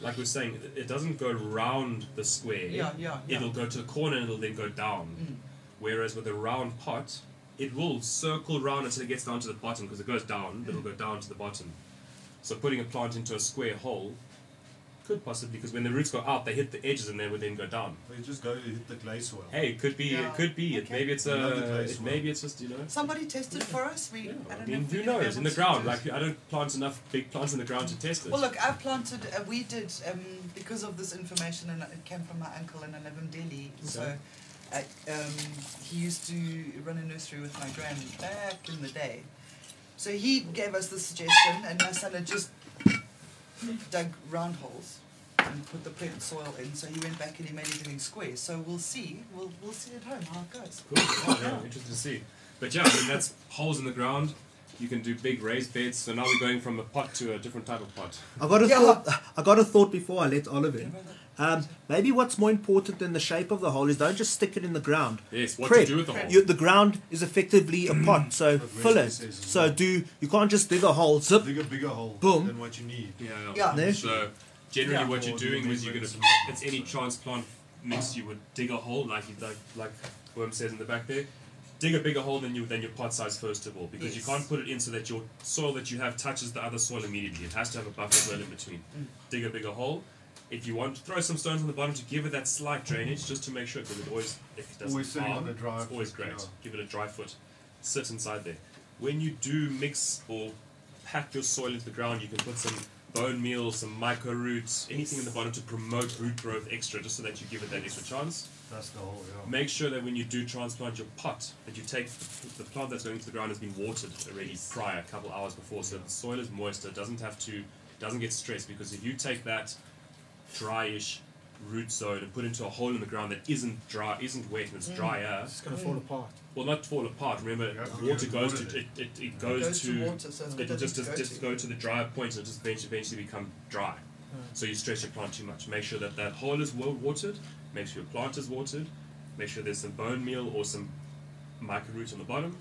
[SPEAKER 4] like we're saying, it- it doesn't go round the square.
[SPEAKER 1] Yeah, yeah, yeah.
[SPEAKER 4] It'll go to the corner and it'll then go down.
[SPEAKER 1] Mm.
[SPEAKER 4] Whereas with a round pot, it will circle round until it gets down to the bottom because it goes down, but it'll go down to the bottom. So putting a plant into a square hole, Could possibly because when the roots go out, they hit the edges and they would then go down.
[SPEAKER 5] They just go to hit the clay soil.
[SPEAKER 4] Hey, it could be.
[SPEAKER 1] Yeah.
[SPEAKER 4] It could be. It
[SPEAKER 1] Okay.
[SPEAKER 4] maybe it's
[SPEAKER 5] Another
[SPEAKER 4] a.
[SPEAKER 5] place
[SPEAKER 4] It,
[SPEAKER 5] where-
[SPEAKER 4] maybe it's just you know.
[SPEAKER 1] Somebody tested for us. We,
[SPEAKER 4] Yeah,
[SPEAKER 1] I
[SPEAKER 4] I,
[SPEAKER 1] don't know. if we're
[SPEAKER 4] mean, who
[SPEAKER 1] gonna be
[SPEAKER 4] knows?
[SPEAKER 1] able
[SPEAKER 4] In the
[SPEAKER 1] to
[SPEAKER 4] ground,
[SPEAKER 1] do it.
[SPEAKER 4] like I don't plant enough big plants in the ground to test it.
[SPEAKER 1] Well, look, I planted. Uh, we did um, because of this information, and it came from my uncle, and I live in Delhi. So,
[SPEAKER 4] Okay.
[SPEAKER 1] I, um, he used to run a nursery with my grand back in the day. So he gave us the suggestion, and my son had just dug round holes and put the prepped soil in. So he went back and he made everything square. So we'll see. We'll we'll see at home how it goes.
[SPEAKER 4] cool. Oh, yeah, interesting to see. But yeah, I mean, that's holes in the ground. You can do big raised beds. So now we're going from a pot to a different type of pot.
[SPEAKER 2] I got a
[SPEAKER 1] Yeah.
[SPEAKER 2] thought. I got a thought before I let Olive in. Um, maybe what's more important than the shape of the hole is don't just stick it in the ground.
[SPEAKER 4] Yes. What
[SPEAKER 2] Fred,
[SPEAKER 4] to do with the hole?
[SPEAKER 2] You, the ground is effectively a pot, so
[SPEAKER 5] That's what
[SPEAKER 2] fill
[SPEAKER 5] Rachel
[SPEAKER 2] it.
[SPEAKER 5] says as
[SPEAKER 2] So
[SPEAKER 5] well.
[SPEAKER 2] do you can't just dig a hole, zip.
[SPEAKER 5] Dig a bigger hole
[SPEAKER 2] Boom.
[SPEAKER 5] than what you need.
[SPEAKER 4] Yeah.
[SPEAKER 1] Yeah.
[SPEAKER 2] No.
[SPEAKER 4] So generally,
[SPEAKER 5] Yeah.
[SPEAKER 4] what you're
[SPEAKER 5] Or
[SPEAKER 4] doing
[SPEAKER 5] maybe
[SPEAKER 4] is you're gonna
[SPEAKER 5] some-
[SPEAKER 4] it's any transplant mix you would dig a hole like you like like Worm says in the back there. Dig a bigger hole than you than your pot size first of all because you
[SPEAKER 1] Yes.
[SPEAKER 4] can't put it in so that your soil that you have touches the other soil immediately. It has to have a buffer soil in between.
[SPEAKER 1] Mm.
[SPEAKER 4] Dig a bigger hole. If you want, throw some stones on the bottom to give it that slight drainage, just to make sure because it always if it doesn't
[SPEAKER 5] Always sitting
[SPEAKER 4] harm,
[SPEAKER 5] on a dry
[SPEAKER 4] it's always
[SPEAKER 5] foot,
[SPEAKER 4] great.
[SPEAKER 5] yeah.
[SPEAKER 4] Give it a dry foot. Sit inside there. When you do mix or pack your soil into the ground, you can put some bone meal, some micro roots, anything in the bottom to promote root growth extra, just so that you give it that extra chance.
[SPEAKER 5] That's the hole, yeah.
[SPEAKER 4] Make sure that when you do transplant your pot, that you take the, the plant that's going into the ground has been watered already prior, a couple hours before, so that the soil is moist. It doesn't have to, doesn't get stressed because if you take that dryish root zone and put into a hole in the ground that isn't dry, isn't wet, and it's drier,
[SPEAKER 3] It's gonna
[SPEAKER 1] Mm.
[SPEAKER 3] fall apart.
[SPEAKER 4] well, not fall apart. Remember,
[SPEAKER 5] You have to
[SPEAKER 4] water
[SPEAKER 5] get
[SPEAKER 4] goes
[SPEAKER 5] water
[SPEAKER 4] to
[SPEAKER 5] there.
[SPEAKER 4] it. It, it goes,
[SPEAKER 1] goes to water, so it's got
[SPEAKER 4] it
[SPEAKER 1] nothing
[SPEAKER 4] just
[SPEAKER 1] to
[SPEAKER 4] just,
[SPEAKER 1] go
[SPEAKER 4] just
[SPEAKER 1] to. Hmm.
[SPEAKER 4] go to the drier points and just eventually, eventually become dry. So you stress your plant too much. Make sure that that hole is well watered. Make sure your plant is watered. Make sure there's some bone meal or some microroots on the bottom.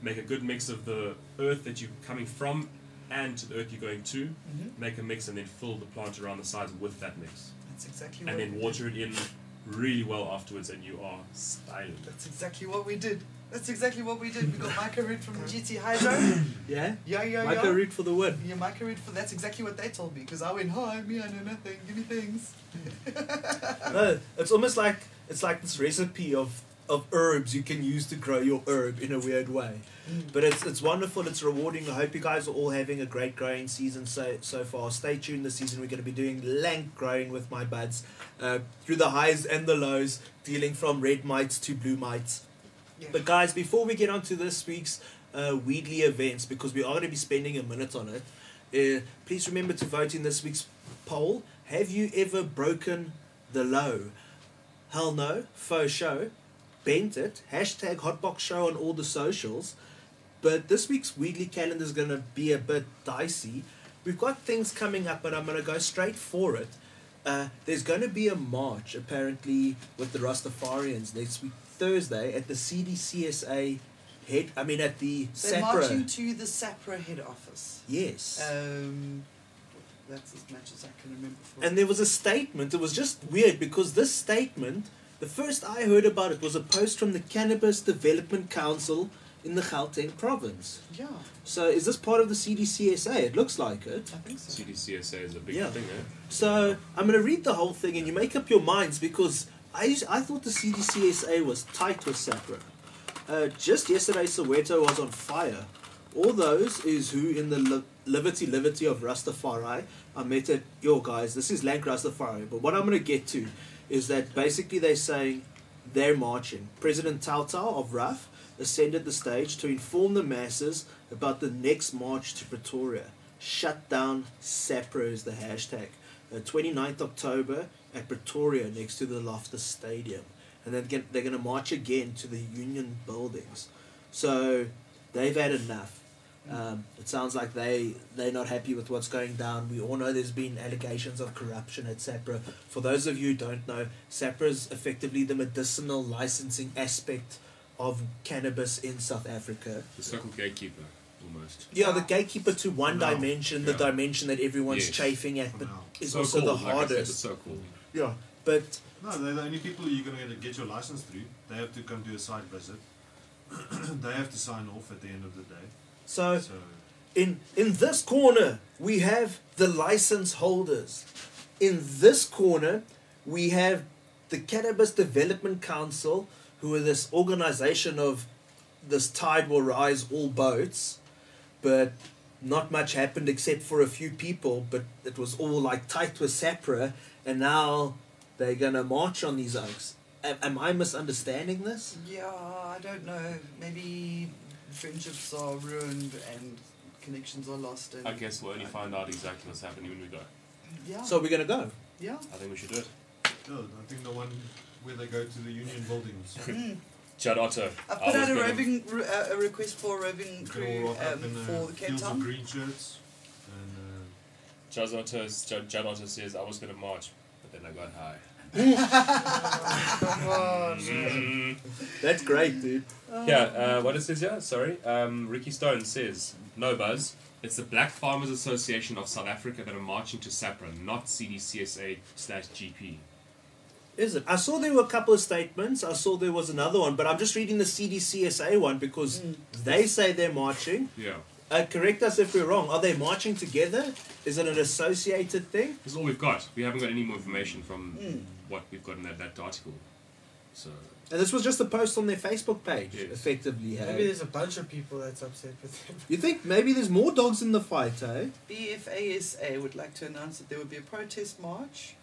[SPEAKER 4] Make a good mix of the earth that you're coming from and to the earth you're going to.
[SPEAKER 1] Mm-hmm.
[SPEAKER 4] Make a mix and then fill the plant around the sides with that mix.
[SPEAKER 1] That's exactly what.
[SPEAKER 4] And then
[SPEAKER 1] we
[SPEAKER 4] water it in really well afterwards, and you are styling.
[SPEAKER 1] did. That's exactly what we did. That's exactly what we did. We got micro root from GT Hydro.
[SPEAKER 2] Yeah.
[SPEAKER 1] Yeah, yeah, yeah.
[SPEAKER 2] Like a root for the win.
[SPEAKER 1] Yeah, my career for that's exactly what they told me because I went, hi, me, I know nothing, give me things.
[SPEAKER 2] No, it's almost like it's like this recipe of of herbs you can use to grow your herb in a weird way. But it's it's wonderful, it's rewarding. I hope you guys are all having a great growing season so so far. Stay tuned this season. We're gonna be doing lank growing with my buds. Uh, through the highs and the lows, dealing from red mites to blue mites.
[SPEAKER 1] Yeah.
[SPEAKER 2] But guys, before we get on to this week's uh, Weedly events, because we are going to be spending a minute on it, uh, please remember to vote in this week's poll. Have you ever broken the low? Hell no, faux show, bent it, hashtag hotbox show on all the socials. But this week's Weedly calendar is going to be a bit dicey. We've got things coming up, but I'm going to go straight for it. Uh, there's going to be a march apparently with the Rastafarians next week Thursday at the CDCSA head. I mean at the
[SPEAKER 1] They're marching
[SPEAKER 2] SAPRA.
[SPEAKER 1] to the SAPRA head office.
[SPEAKER 2] Yes.
[SPEAKER 1] Um, that's as much as I can remember for
[SPEAKER 2] and there was a statement. It was just weird because this statement, the first I heard about it was a post from the Cannabis Development Council in the Gauteng province.
[SPEAKER 1] Yeah,
[SPEAKER 2] So is this part of the CDCSA? It looks like it.
[SPEAKER 1] I think so.
[SPEAKER 4] CDCSA is a big
[SPEAKER 2] Yeah.
[SPEAKER 4] thing, eh?
[SPEAKER 2] So I'm going to read the whole thing, and you make up your minds because I used, I thought the CDCSA was tight with SAPRA. Uh, just yesterday, Soweto was on fire. All those is who in the li- liberty liberty of Rastafari. I met at yo guys. This is Lank Rastafari. But what I'm going to get to is that basically they're saying they're marching. President Tao Tao of RAF ascended the stage to inform the masses about the next march to Pretoria. Shut down SAPRA is the hashtag. Uh, 29th October at Pretoria next to the Loftus Stadium. And then get, they're going to march again to the Union buildings. So they've had enough. Um, it sounds like they they're not happy with what's going down. We all know there's been allegations of corruption at SAPRA. For those of you who don't know, SAPRA is effectively the medicinal licensing aspect of cannabis in South Africa.
[SPEAKER 4] The second gatekeeper, almost.
[SPEAKER 2] Yeah, the gatekeeper to one
[SPEAKER 5] For now.
[SPEAKER 2] dimension, the
[SPEAKER 4] Yeah.
[SPEAKER 2] dimension that everyone's
[SPEAKER 4] Yes.
[SPEAKER 2] chafing at,
[SPEAKER 5] For
[SPEAKER 2] but
[SPEAKER 5] now.
[SPEAKER 2] is
[SPEAKER 4] so
[SPEAKER 2] also
[SPEAKER 4] cool,
[SPEAKER 2] the
[SPEAKER 4] like I said,
[SPEAKER 2] hardest.
[SPEAKER 4] it's so cool.
[SPEAKER 2] yeah, but
[SPEAKER 5] No, they're the only people you're going to get your license through. They have to come do a site visit. they have to sign off at the end of the day.
[SPEAKER 2] so
[SPEAKER 5] So
[SPEAKER 2] in in this corner we have the license holders. in this corner, we have the Cannabis Development Council, who are this organization of this tide will rise all boats, but not much happened except for a few people, but it was all like tight with Sapra, and now they're gonna march on these oaks. Am, am I misunderstanding this?
[SPEAKER 1] Yeah, I don't know. Maybe friendships are ruined and connections are lost. And
[SPEAKER 4] I guess we'll only find out exactly what's happening when we go.
[SPEAKER 1] Yeah.
[SPEAKER 2] So we're gonna go.
[SPEAKER 1] yeah.
[SPEAKER 4] I think we should do it.
[SPEAKER 5] No, I think the one where they go to the union buildings.
[SPEAKER 1] Mm.
[SPEAKER 4] Chad Otto.
[SPEAKER 1] I
[SPEAKER 4] I was
[SPEAKER 1] put out a
[SPEAKER 4] gonna-
[SPEAKER 1] roving re- uh, a request for a roving
[SPEAKER 5] They all
[SPEAKER 1] crew
[SPEAKER 5] rock up
[SPEAKER 1] um,
[SPEAKER 5] in, uh,
[SPEAKER 1] for the Cape
[SPEAKER 5] fields of
[SPEAKER 1] Town.
[SPEAKER 5] green shirts. And, uh,
[SPEAKER 4] Chad Otto, Chad Chad Otto says, I was going to march, but then I got high.
[SPEAKER 1] Come on.
[SPEAKER 4] Mm.
[SPEAKER 2] That's great, dude.
[SPEAKER 4] Yeah, uh, what it says here, sorry. Um, Ricky Stone says, No Buzz, it's the Black Farmers Association of South Africa that are marching to SAPRA, not CDCSA slash GP.
[SPEAKER 2] Is it? I saw there were a couple of statements. I saw there was another one, but I'm just reading the CDCSA one because they say they're marching.
[SPEAKER 4] Yeah.
[SPEAKER 2] Uh, correct us if we're wrong. Are they marching together? Is it an associated thing?
[SPEAKER 4] This is all we've got. We haven't got any more information from
[SPEAKER 1] Mm.
[SPEAKER 4] what we've got in that, that article. So,
[SPEAKER 2] And this was just a post on their Facebook page,
[SPEAKER 4] Yes.
[SPEAKER 2] effectively. hey?
[SPEAKER 3] Maybe there's a bunch of people that's upset with him.
[SPEAKER 2] You think maybe there's more dogs in the fight, eh?
[SPEAKER 1] E BFASA would like to announce that there will be a protest march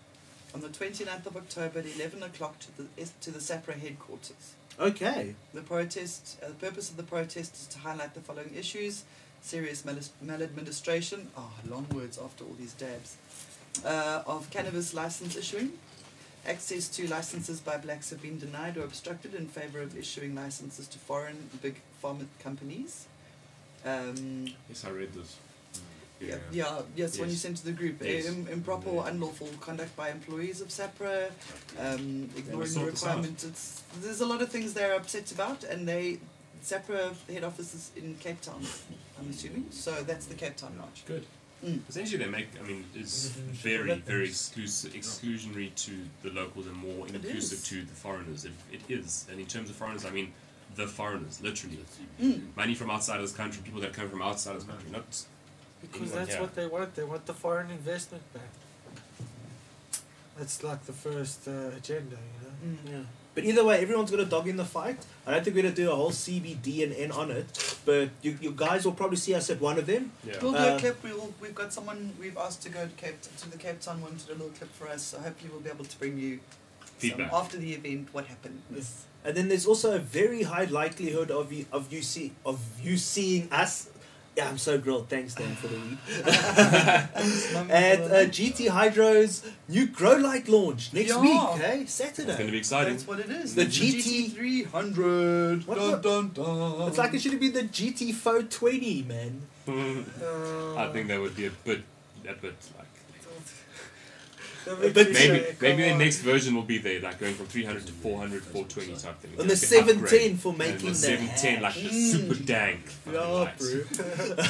[SPEAKER 1] on the 29th of October at 11 o'clock to the eh, to the SAPRA headquarters.
[SPEAKER 2] Okay.
[SPEAKER 1] The protest, uh, the purpose of the protest is to highlight the following issues: serious malis- maladministration. Oh, long words after all these dabs. Uh, of cannabis license issuing, access to licenses by blacks have been denied or obstructed in favour of issuing licenses to foreign big pharma companies. Um,
[SPEAKER 4] yes, I read this.
[SPEAKER 1] yeah, yeah, yes, when you
[SPEAKER 4] Yes.
[SPEAKER 1] sent to the group.
[SPEAKER 4] Yes.
[SPEAKER 1] Im- improper or unlawful conduct by employees of SAPRA, um, ignoring the
[SPEAKER 4] sort this out.
[SPEAKER 1] requirement. It's, there's a lot of things they're upset about, and they SAPRA head office is in Cape Town, I'm assuming. So that's the Cape Town March.
[SPEAKER 4] Good.
[SPEAKER 1] Mm.
[SPEAKER 4] Essentially, they make. I mean, it's
[SPEAKER 3] Everything should
[SPEAKER 4] very,
[SPEAKER 3] let them
[SPEAKER 4] very
[SPEAKER 3] just-
[SPEAKER 4] exclus- exclusionary to the locals and more
[SPEAKER 1] It
[SPEAKER 4] inclusive
[SPEAKER 1] is.
[SPEAKER 4] to the foreigners. It, it is, and in terms of foreigners, I mean the foreigners, literally.
[SPEAKER 1] Mm.
[SPEAKER 4] Money from outside of this country, people that come from outside of this country, not.
[SPEAKER 3] Because
[SPEAKER 4] Anyone,
[SPEAKER 3] that's
[SPEAKER 4] yeah.
[SPEAKER 3] what they want. They want the foreign investment back. That's like the first uh, agenda, you know.
[SPEAKER 1] Mm.
[SPEAKER 2] Yeah. But either way, everyone's got a dog in the fight. I don't think we're gonna do a whole CBD and N on it, but you, you guys will probably see us at one of them.
[SPEAKER 4] Yeah.
[SPEAKER 1] We'll do
[SPEAKER 2] Uh,
[SPEAKER 1] a clip. We'll, we've got someone we've asked to go to Cape to the Cape Town one to do a little clip for us. So hopefully we'll be able to bring you
[SPEAKER 4] Feedback.
[SPEAKER 1] some after the event what happened.
[SPEAKER 2] Yes. And then there's also a very high likelihood of you of you see of you seeing us. Yeah, I'm so grilled. Thanks, Dan, for the weed. At uh, GT Hydro's new Grow Light launch next
[SPEAKER 1] Yeah.
[SPEAKER 2] week, hey,
[SPEAKER 4] It's going to
[SPEAKER 2] Saturday.
[SPEAKER 4] be exciting.
[SPEAKER 1] That's what it is.
[SPEAKER 2] The GT
[SPEAKER 1] GT three hundred.
[SPEAKER 2] What
[SPEAKER 1] Dun dun dun.
[SPEAKER 2] It's like it should have been the GT Fo 20, man.
[SPEAKER 4] Mm. I think that would be a bit, a bit like.
[SPEAKER 1] Uh,
[SPEAKER 2] But
[SPEAKER 4] Maybe, maybe the next version will be there, like going from 300 to 400, 420 type thing.
[SPEAKER 2] On
[SPEAKER 4] Like
[SPEAKER 2] the
[SPEAKER 4] an
[SPEAKER 2] 710
[SPEAKER 4] upgrade.
[SPEAKER 2] for
[SPEAKER 4] And
[SPEAKER 2] making
[SPEAKER 4] the
[SPEAKER 2] the
[SPEAKER 4] 710, like the super dank. fucking
[SPEAKER 2] Yeah,
[SPEAKER 4] lights.
[SPEAKER 2] bro.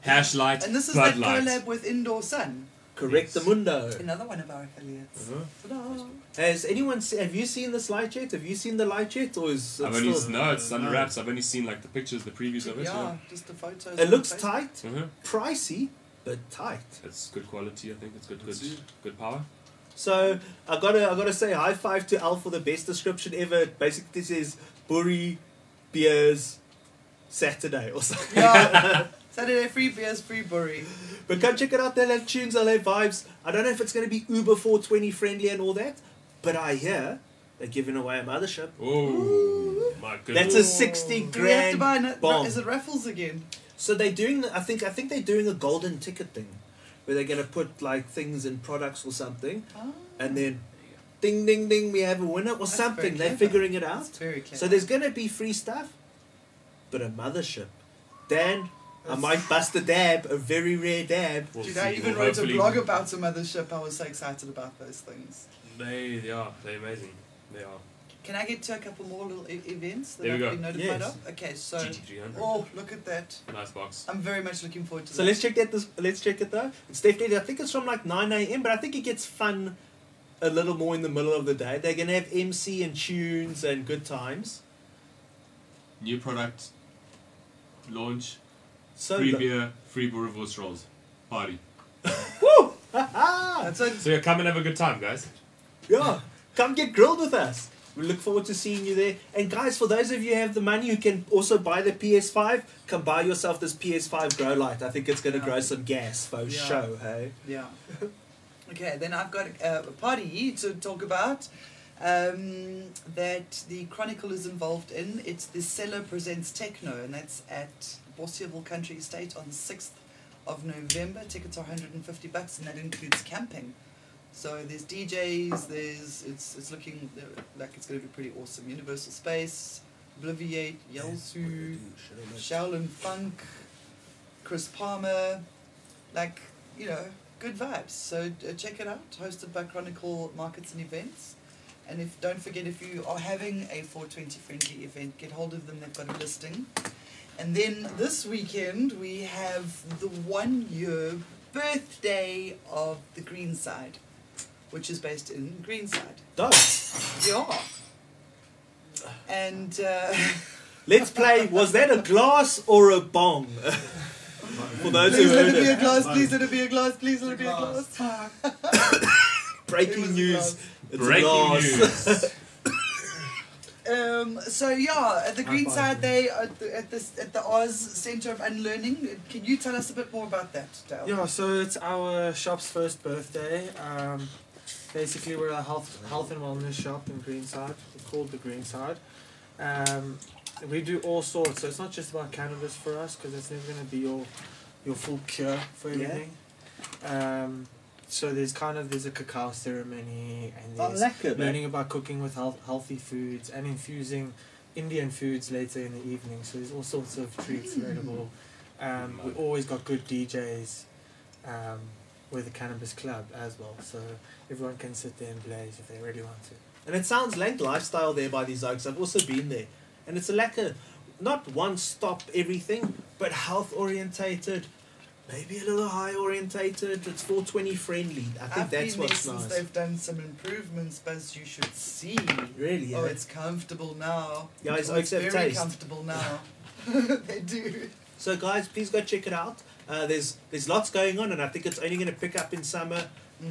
[SPEAKER 4] Hash light,
[SPEAKER 1] And this is
[SPEAKER 4] Bud
[SPEAKER 1] that
[SPEAKER 4] light.
[SPEAKER 1] collab with Indoor Sun,
[SPEAKER 2] Correct the mundo.
[SPEAKER 1] another one of our affiliates.
[SPEAKER 4] Uh-huh.
[SPEAKER 1] Ta-da.
[SPEAKER 2] Has anyone se- have you seen the slide yet? Have you seen the light yet, or is it
[SPEAKER 4] I've only
[SPEAKER 2] still?
[SPEAKER 4] no, it's under
[SPEAKER 5] No.
[SPEAKER 4] wraps. I've only seen like the pictures, the previews of it. Uh-huh.
[SPEAKER 1] Yeah, just the photos.
[SPEAKER 2] It looks
[SPEAKER 1] tight.
[SPEAKER 2] tight,
[SPEAKER 4] Yeah. Mhm.
[SPEAKER 2] pricey, but tight.
[SPEAKER 4] It's good quality. I think it's good, good,
[SPEAKER 5] Let's see.
[SPEAKER 4] good power.
[SPEAKER 2] So I gotta I gotta say high five to Al for the best description ever. It basically says Buri beers Saturday or something.
[SPEAKER 1] Yeah. Saturday free beers, free brewery.
[SPEAKER 2] But come check it out, they'll have tunes, they'll have vibes. I don't know if it's gonna be Uber 420 friendly and all that, but I hear they're giving away a mothership.
[SPEAKER 4] Oh my goodness!
[SPEAKER 2] That's a sixty grand
[SPEAKER 1] Do we have to buy an,
[SPEAKER 2] bomb.
[SPEAKER 1] Is it raffles again?
[SPEAKER 2] So they're doing. The, I think. I think they're doing a golden ticket thing, where they're gonna put like things in products or something,
[SPEAKER 1] Oh,
[SPEAKER 2] and then, ding ding ding, we have a winner or
[SPEAKER 1] That's
[SPEAKER 2] something.
[SPEAKER 1] very
[SPEAKER 2] They're
[SPEAKER 1] clever.
[SPEAKER 2] figuring it out.
[SPEAKER 1] that's very clever.
[SPEAKER 2] So there's gonna be free stuff, but a mothership. Dan, I
[SPEAKER 3] That's-
[SPEAKER 2] might bust a dab, a very rare dab.
[SPEAKER 4] We'll
[SPEAKER 1] Dude,
[SPEAKER 4] see.
[SPEAKER 1] I even
[SPEAKER 4] Well,
[SPEAKER 1] wrote a
[SPEAKER 4] hopefully-
[SPEAKER 1] blog about a mothership. I was so excited about those things.
[SPEAKER 4] They, they are. They're amazing. They are.
[SPEAKER 1] Can I get to a couple more little e- events that
[SPEAKER 4] There
[SPEAKER 1] I've
[SPEAKER 4] we go.
[SPEAKER 1] been notified
[SPEAKER 2] Yes.
[SPEAKER 1] of? Okay, so
[SPEAKER 4] GT 300.
[SPEAKER 1] oh, look at that!
[SPEAKER 4] Nice box.
[SPEAKER 1] I'm very much looking forward to
[SPEAKER 2] So
[SPEAKER 1] that.
[SPEAKER 2] let's check that. This, let's check it though. It's definitely. I think it's from like nine a.m. But I think it gets fun, a little more in the middle of the day. They're gonna have MC and tunes and good times.
[SPEAKER 4] New product launch.
[SPEAKER 2] So
[SPEAKER 4] free
[SPEAKER 2] lo-
[SPEAKER 4] beer, free Boer rolls. Party.
[SPEAKER 2] Woo!
[SPEAKER 1] That's it.
[SPEAKER 4] So yeah, come and have a good time, guys.
[SPEAKER 2] Ah, Yeah, come get grilled with us. We look forward to seeing you there. And guys, for those of you who have the money who can also buy the PS5, come buy yourself this PS5 grow light. I think it's going to
[SPEAKER 1] Yeah.
[SPEAKER 2] grow some gas for
[SPEAKER 1] Yeah.
[SPEAKER 2] show, hey?
[SPEAKER 1] Yeah. okay, then I've got uh, a party to talk about um, that the Chronicle is involved in. It's the Cellar Presents Techno, and that's at Bossieville Country Estate on the 6th of November. Tickets are 150 bucks, and that includes camping. So there's DJs, there's it's it's looking uh, like it's going to be pretty awesome. Universal Space, Obliviate, Yelsu. Shaolin Funk, Chris Palmer, like, you know, good vibes. So uh, check it out, hosted by Chronicle Markets and Events. And if don't forget, if you are having a 420 friendly event, get hold of them, they've got a listing. And then this weekend, we have the one year birthday of the Greenside, which is based in Greenside.
[SPEAKER 2] Dope.
[SPEAKER 1] Yeah. And. Uh,
[SPEAKER 2] Let's play. Was that a glass or a bong? for those who
[SPEAKER 1] Please let
[SPEAKER 2] heard
[SPEAKER 1] it be a
[SPEAKER 2] it,
[SPEAKER 1] glass, please let it be a glass, please let it be a
[SPEAKER 5] Glass.
[SPEAKER 1] glass. It was
[SPEAKER 2] breaking
[SPEAKER 1] a
[SPEAKER 2] news. It's
[SPEAKER 4] Breaking
[SPEAKER 2] glass.
[SPEAKER 4] news.
[SPEAKER 1] Um, so yeah, at the
[SPEAKER 3] High
[SPEAKER 1] Greenside,
[SPEAKER 3] five.
[SPEAKER 1] they are at the, at this at the Oz Centre of Unlearning. Can you tell us a bit more about that, Dale?
[SPEAKER 3] Yeah, so it's our shop's first birthday. Um, basically, we're a health health and wellness shop in Greenside We're called the Greenside. Um, we do all sorts, so it's not just about cannabis for us because it's never gonna be your your full cure for
[SPEAKER 1] Yeah.
[SPEAKER 3] everything. Um, so there's kind of there's a cacao ceremony and
[SPEAKER 2] Oh,
[SPEAKER 3] there's
[SPEAKER 2] lekker, man.
[SPEAKER 3] learning about cooking with health, healthy foods and infusing Indian foods later in the evening. So there's all sorts of
[SPEAKER 2] Hmm.
[SPEAKER 3] treats available. Um, we always got good DJs um, with the Cannabis Club as well. So everyone can sit there and blaze if they really want to.
[SPEAKER 2] And it sounds like lifestyle there by these oaks. I've also been there. And it's a lack of not one stop everything, but health orientated, maybe a little high orientated. It's 420 friendly. I think
[SPEAKER 1] I've
[SPEAKER 2] that's
[SPEAKER 1] been
[SPEAKER 2] what's
[SPEAKER 1] there since
[SPEAKER 2] nice.
[SPEAKER 1] they've done some improvements, Buzz. You should see.
[SPEAKER 2] Really? Yeah.
[SPEAKER 1] Oh, it's comfortable now.
[SPEAKER 2] Yeah, it's-
[SPEAKER 1] oh,
[SPEAKER 2] it's
[SPEAKER 1] very
[SPEAKER 2] a taste.
[SPEAKER 1] comfortable now. they do.
[SPEAKER 2] So guys, please go check it out. Uh, there's there's lots going on, and I think it's only going to pick up in summer.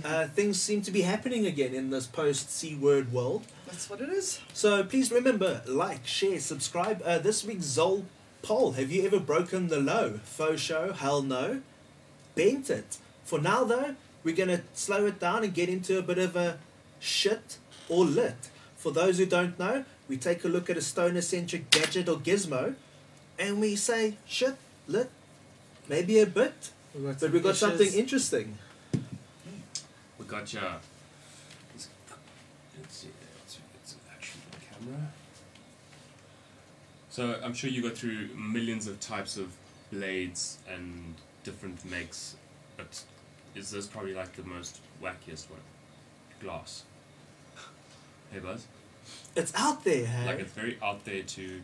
[SPEAKER 2] Uh, things seem to be happening again in this post C word world.
[SPEAKER 1] That's what it is.
[SPEAKER 2] So please remember, like, share, subscribe. Uh, this week's Zol poll: Have you ever broken the low? Faux show? Hell no. Bent it. For now though, we're gonna slow it down and get into a bit of a shit or lit. For those who don't know, we take a look at a stoner-centric gadget or gizmo, and we say shit, lit, maybe a bit,
[SPEAKER 3] We've got
[SPEAKER 2] but
[SPEAKER 3] some
[SPEAKER 2] we got
[SPEAKER 3] dishes.
[SPEAKER 2] something interesting.
[SPEAKER 4] We got ya. It's, it's, it's, it's actually on camera. So I'm sure you go through millions of types of blades and different makes, but is this probably like the most wackiest one? Glass. Hey Buzz.
[SPEAKER 2] It's out there, hey?
[SPEAKER 4] Like it's very out there to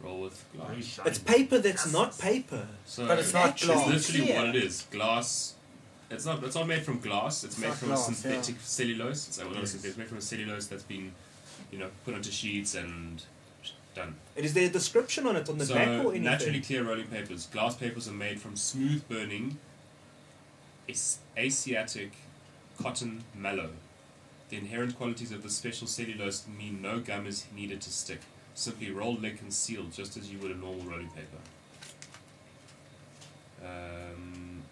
[SPEAKER 4] roll with glass.
[SPEAKER 2] it's paper that's not paper.
[SPEAKER 4] So
[SPEAKER 3] But it's not glass.
[SPEAKER 4] It's literally
[SPEAKER 1] Yeah.
[SPEAKER 4] what it is. Glass. It's not. It's not made from glass. It's,
[SPEAKER 3] It's
[SPEAKER 4] made
[SPEAKER 3] not
[SPEAKER 4] from
[SPEAKER 3] glass,
[SPEAKER 4] synthetic
[SPEAKER 3] yeah.
[SPEAKER 4] cellulose. It's, well, not
[SPEAKER 2] Yes.
[SPEAKER 4] synthetic, it's made from cellulose that's been, you know, put onto sheets and done.
[SPEAKER 2] And is there a description on it on the
[SPEAKER 4] so
[SPEAKER 2] back or anything?
[SPEAKER 4] naturally clear rolling papers. Glass papers are made from smooth burning, as- Asiatic cotton mallow. The inherent qualities of this special cellulose mean no gum is needed to stick. Simply roll, lick, and seal just as you would a normal rolling paper. Um,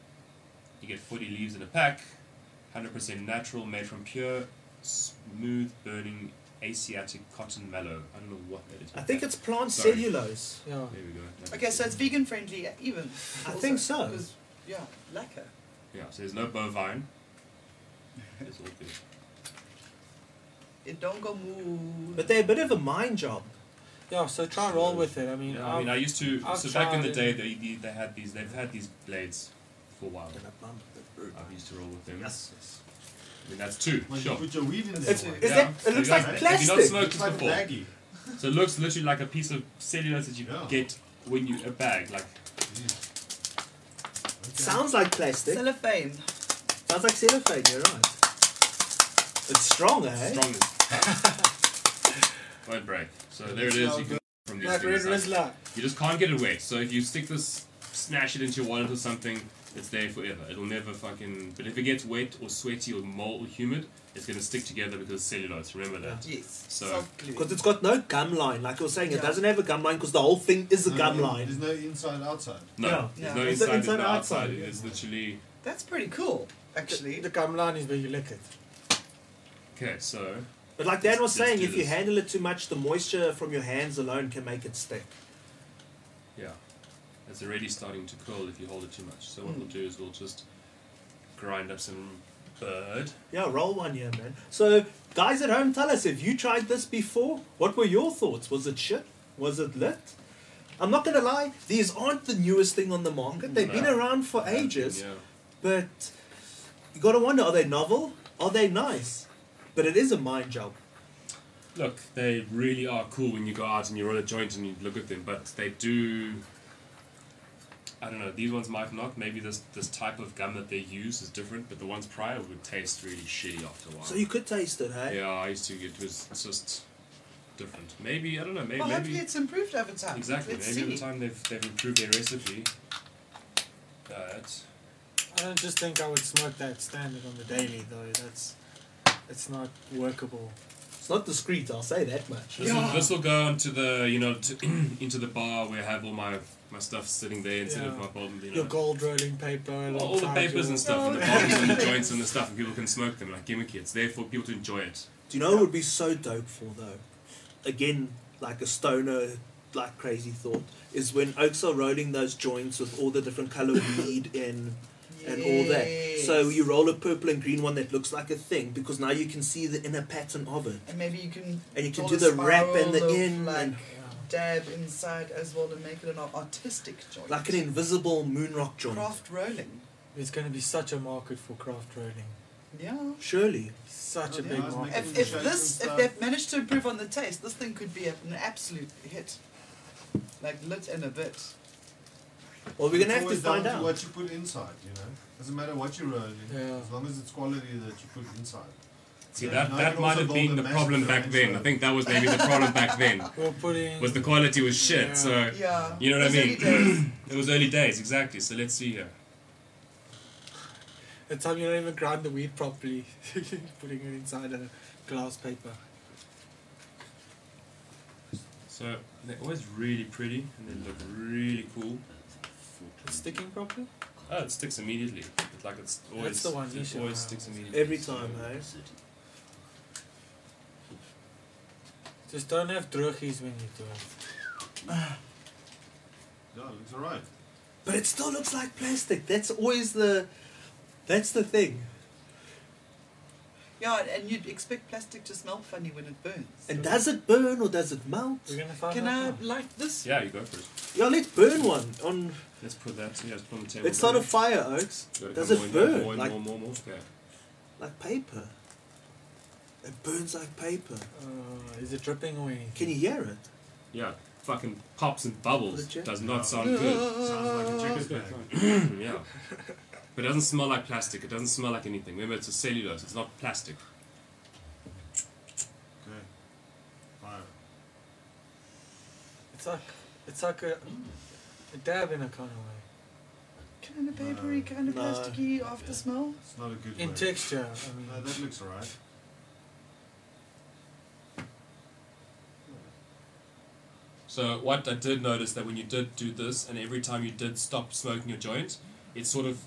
[SPEAKER 4] you get 40 leaves in a pack, 100% natural, made from pure, smooth burning Asiatic cotton mallow. I don't know what that is.
[SPEAKER 2] I think
[SPEAKER 4] That-
[SPEAKER 2] it's plant
[SPEAKER 4] Sorry.
[SPEAKER 2] cellulose.
[SPEAKER 3] Yeah.
[SPEAKER 4] there we go.
[SPEAKER 1] Okay, so it's vegan friendly, even.
[SPEAKER 2] I think so.
[SPEAKER 1] 'Cause, Yeah, lacquer.
[SPEAKER 4] Yeah, so there's no bovine. It's all good.
[SPEAKER 1] It don't go moo.
[SPEAKER 2] But they're a bit of a mind job.
[SPEAKER 3] Yeah, so try roll with it. I mean, um,
[SPEAKER 4] Yeah, I mean, I used to.
[SPEAKER 3] I've
[SPEAKER 4] so back in the
[SPEAKER 3] tried
[SPEAKER 4] day, they they they had these. They've had these blades for a while. I used to roll with them. I mean, that's two.
[SPEAKER 5] When
[SPEAKER 4] sure.
[SPEAKER 5] you put your weed in there,
[SPEAKER 2] It's-
[SPEAKER 5] boy.
[SPEAKER 2] it's-
[SPEAKER 4] yeah.
[SPEAKER 2] that- it looks like
[SPEAKER 4] Have you not- Have you
[SPEAKER 2] plastic.
[SPEAKER 4] not smoked
[SPEAKER 5] it's like
[SPEAKER 4] this
[SPEAKER 5] a
[SPEAKER 4] before?
[SPEAKER 5] baggie.
[SPEAKER 4] So it looks literally like a piece of cellulose that you
[SPEAKER 5] Yeah.
[SPEAKER 4] get when you a bag. Like
[SPEAKER 5] Okay.
[SPEAKER 2] Sounds like plastic.
[SPEAKER 1] Cellophane.
[SPEAKER 2] Sounds like cellophane, you're right. It's strong, eh?
[SPEAKER 4] strong as won't break. So there it is. You can from these
[SPEAKER 3] like
[SPEAKER 4] things.
[SPEAKER 3] Red
[SPEAKER 4] like-
[SPEAKER 3] Rizzler.
[SPEAKER 4] You just can't get it wet. So if you stick this, smash it into your wallet or something, it's there forever. It'll never fucking. But if it gets wet or sweaty or mold or humid, it's gonna stick together because it's cellulose. Remember that.
[SPEAKER 1] Yes.
[SPEAKER 4] So-
[SPEAKER 2] Because it's got no gum line, like you're saying, it
[SPEAKER 1] Yeah.
[SPEAKER 2] doesn't have a gum line because the whole thing is a
[SPEAKER 5] No,
[SPEAKER 2] gum
[SPEAKER 5] no,
[SPEAKER 2] line.
[SPEAKER 5] There's no inside outside.
[SPEAKER 4] No,
[SPEAKER 2] Yeah.
[SPEAKER 4] there's
[SPEAKER 1] Yeah.
[SPEAKER 4] no
[SPEAKER 2] It's the
[SPEAKER 4] inside, there's
[SPEAKER 2] inside
[SPEAKER 4] no
[SPEAKER 2] outside,
[SPEAKER 4] outside.
[SPEAKER 2] yeah.
[SPEAKER 4] It's literally
[SPEAKER 1] that's pretty cool, actually.
[SPEAKER 3] The gum line is where you lick it.
[SPEAKER 4] okay. So
[SPEAKER 2] But like Dan was
[SPEAKER 4] Let's- let's
[SPEAKER 2] saying,
[SPEAKER 4] do
[SPEAKER 2] if you
[SPEAKER 4] this.
[SPEAKER 2] handle it too much, the moisture from your hands alone can make it stick.
[SPEAKER 4] yeah, it's already starting to curl if you hold it too much. So what we'll do is we'll just grind up some bird.
[SPEAKER 2] Yeah, roll one here, man. So, guys at home, tell us if you tried this before. What were your thoughts? Was it shit? Was it lit? I'm not gonna lie, these aren't the newest thing on the market. They've been
[SPEAKER 4] No.
[SPEAKER 2] around for ages,
[SPEAKER 4] Yeah.
[SPEAKER 2] but you gotta wonder: are they novel? Are they nice? But it is a mind job.
[SPEAKER 4] Look, they really are cool when you go out and you roll a joint and you look at them, but they do. I don't know. These ones might not. Maybe this this type of gum that they use is different, but the ones prior would taste really shitty after a while.
[SPEAKER 2] So you could taste it, hey?
[SPEAKER 4] yeah, I used to get it was just different. Maybe I don't know. Maybe,
[SPEAKER 1] well, hopefully
[SPEAKER 4] maybe
[SPEAKER 1] it's improved over time.
[SPEAKER 4] exactly.
[SPEAKER 1] Let's
[SPEAKER 4] maybe over
[SPEAKER 1] see.
[SPEAKER 4] time they've they've improved their recipe. But
[SPEAKER 3] I don't just think I would smoke that standard on the daily though. That's it's not workable.
[SPEAKER 2] It's not discreet. I'll say that much.
[SPEAKER 4] This, will, this will go onto the you know to, into the bar where I have all my my stuff sitting there instead of
[SPEAKER 3] Yeah.
[SPEAKER 4] my bottom. You know.
[SPEAKER 3] Your gold rolling paper,
[SPEAKER 4] Well, all the
[SPEAKER 3] alongside
[SPEAKER 4] papers
[SPEAKER 3] your-
[SPEAKER 4] and stuff, and the
[SPEAKER 1] No.
[SPEAKER 4] bottles and the joints and the stuff, and people can smoke them like gimmicky. It's there for people to enjoy it.
[SPEAKER 2] Do you know what would be so dope for though? Again, like a stoner, like crazy thought is when oaks are rolling those joints with all the different color weed in and all that. So
[SPEAKER 1] Yes.
[SPEAKER 2] you roll a purple and green one that looks like a thing because now you can see the inner pattern of it,
[SPEAKER 1] And maybe you can
[SPEAKER 2] and you can
[SPEAKER 1] roll
[SPEAKER 2] do
[SPEAKER 1] a
[SPEAKER 2] the wrap and the
[SPEAKER 1] spiral of,
[SPEAKER 2] in,
[SPEAKER 1] like,
[SPEAKER 2] and
[SPEAKER 1] dab inside as well to make it an artistic joint.
[SPEAKER 2] like an invisible moonrock joint.
[SPEAKER 1] craft rolling.
[SPEAKER 3] It's going to be such a market for craft rolling.
[SPEAKER 1] Yeah.
[SPEAKER 2] Surely,
[SPEAKER 3] Such a
[SPEAKER 5] Oh, yeah,
[SPEAKER 3] big
[SPEAKER 5] I was
[SPEAKER 3] market.
[SPEAKER 5] making
[SPEAKER 1] If,
[SPEAKER 5] the
[SPEAKER 1] if
[SPEAKER 5] shapes
[SPEAKER 1] this
[SPEAKER 5] and
[SPEAKER 1] if
[SPEAKER 5] stuff.
[SPEAKER 1] they've managed to improve on the taste, this thing could be an absolute hit. Like lit in a bit.
[SPEAKER 2] well, we're gonna
[SPEAKER 5] It's
[SPEAKER 2] have to
[SPEAKER 5] always
[SPEAKER 2] find
[SPEAKER 5] down
[SPEAKER 2] out.
[SPEAKER 5] what you put inside. You know, doesn't matter what you roll. in,
[SPEAKER 3] Yeah.
[SPEAKER 5] As long as it's quality that you put inside.
[SPEAKER 4] See,
[SPEAKER 5] Yeah,
[SPEAKER 4] that,
[SPEAKER 5] no,
[SPEAKER 4] that
[SPEAKER 5] but
[SPEAKER 4] might
[SPEAKER 5] also
[SPEAKER 4] have
[SPEAKER 5] roll
[SPEAKER 4] been
[SPEAKER 5] the
[SPEAKER 4] the problem
[SPEAKER 5] master
[SPEAKER 4] back
[SPEAKER 5] and
[SPEAKER 4] then.
[SPEAKER 5] so-
[SPEAKER 4] I think that was maybe the problem back then.
[SPEAKER 3] We'll put in.
[SPEAKER 4] Was the quality was shit,
[SPEAKER 3] Yeah.
[SPEAKER 4] so
[SPEAKER 1] Yeah.
[SPEAKER 4] you know what I
[SPEAKER 1] Those early
[SPEAKER 4] mean.
[SPEAKER 1] days.
[SPEAKER 4] it was early days, exactly. So let's see here.
[SPEAKER 3] the time you don't even grind the weed properly, putting it inside a glass paper.
[SPEAKER 4] So they're always really pretty and they look really cool.
[SPEAKER 3] It's sticking properly.
[SPEAKER 4] Oh, it sticks immediately. It's like it's always
[SPEAKER 3] That's the one you
[SPEAKER 4] it
[SPEAKER 3] should
[SPEAKER 4] always
[SPEAKER 3] have.
[SPEAKER 4] sticks immediately.
[SPEAKER 2] Every time, eh?
[SPEAKER 3] Just don't have druggies when you do it.
[SPEAKER 5] Yeah, it looks alright.
[SPEAKER 2] But it still looks like plastic. That's always the, that's the thing.
[SPEAKER 1] Yeah, and you'd expect plastic to smell funny when it burns.
[SPEAKER 2] And does it burn or does it melt?
[SPEAKER 3] We're gonna find
[SPEAKER 1] Can I
[SPEAKER 3] out. now.
[SPEAKER 1] light this?
[SPEAKER 4] Yeah, you go for it.
[SPEAKER 2] Yeah, let's burn one on
[SPEAKER 4] Let's put that. Yeah, let's put it on the table.
[SPEAKER 2] It's not a fire, Oaks.
[SPEAKER 4] Gotta
[SPEAKER 2] Does
[SPEAKER 4] come
[SPEAKER 2] it
[SPEAKER 4] more and
[SPEAKER 2] burn?
[SPEAKER 4] More and
[SPEAKER 2] like,
[SPEAKER 4] more, more, more. Okay.
[SPEAKER 2] like paper. It burns like paper.
[SPEAKER 3] Uh, is it dripping or anything?
[SPEAKER 2] Can you hear it?
[SPEAKER 4] Yeah, fucking pops and bubbles.
[SPEAKER 2] Legit.
[SPEAKER 4] Does not sound good.
[SPEAKER 5] Sounds like a chicken bag.
[SPEAKER 4] yeah. But it doesn't smell like plastic. It doesn't smell like anything. Remember, it's a cellulose. It's not plastic.
[SPEAKER 5] Okay. Fire.
[SPEAKER 3] It's like it's like a, a dab in a kind of way.
[SPEAKER 1] Kind of papery, kind of
[SPEAKER 2] No.
[SPEAKER 1] plasticky after smell.
[SPEAKER 5] It's not a good
[SPEAKER 3] In
[SPEAKER 5] way.
[SPEAKER 3] texture, I mean,
[SPEAKER 5] No, that looks alright.
[SPEAKER 4] So what I did notice that when you did do this, and every time you did stop smoking your joint, it sort of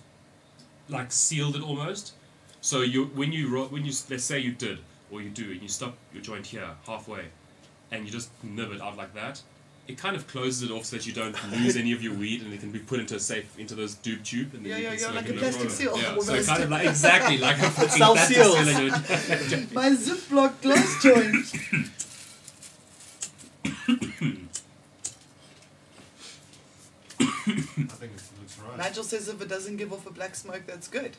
[SPEAKER 4] like sealed it almost. So you when you ro- when you s- let's say you did or you do and you stop your joint here halfway, and you just nib it out like that, it kind of closes it off so that you don't lose any of your weed and it can be put into a safe into those doob tube and then
[SPEAKER 1] Yeah,
[SPEAKER 4] you
[SPEAKER 1] yeah,
[SPEAKER 4] can
[SPEAKER 1] yeah,
[SPEAKER 4] smoke
[SPEAKER 1] like
[SPEAKER 4] it
[SPEAKER 1] a
[SPEAKER 4] no
[SPEAKER 1] plastic
[SPEAKER 4] problem.
[SPEAKER 1] seal,
[SPEAKER 4] Yeah, so
[SPEAKER 1] almost.
[SPEAKER 4] kind of like exactly like a fucking plastic
[SPEAKER 2] Self-seals.
[SPEAKER 4] seal in your-
[SPEAKER 1] My Ziploc glass joint.
[SPEAKER 5] I think it looks alright.
[SPEAKER 1] Nigel says if it doesn't give off a black smoke, that's good.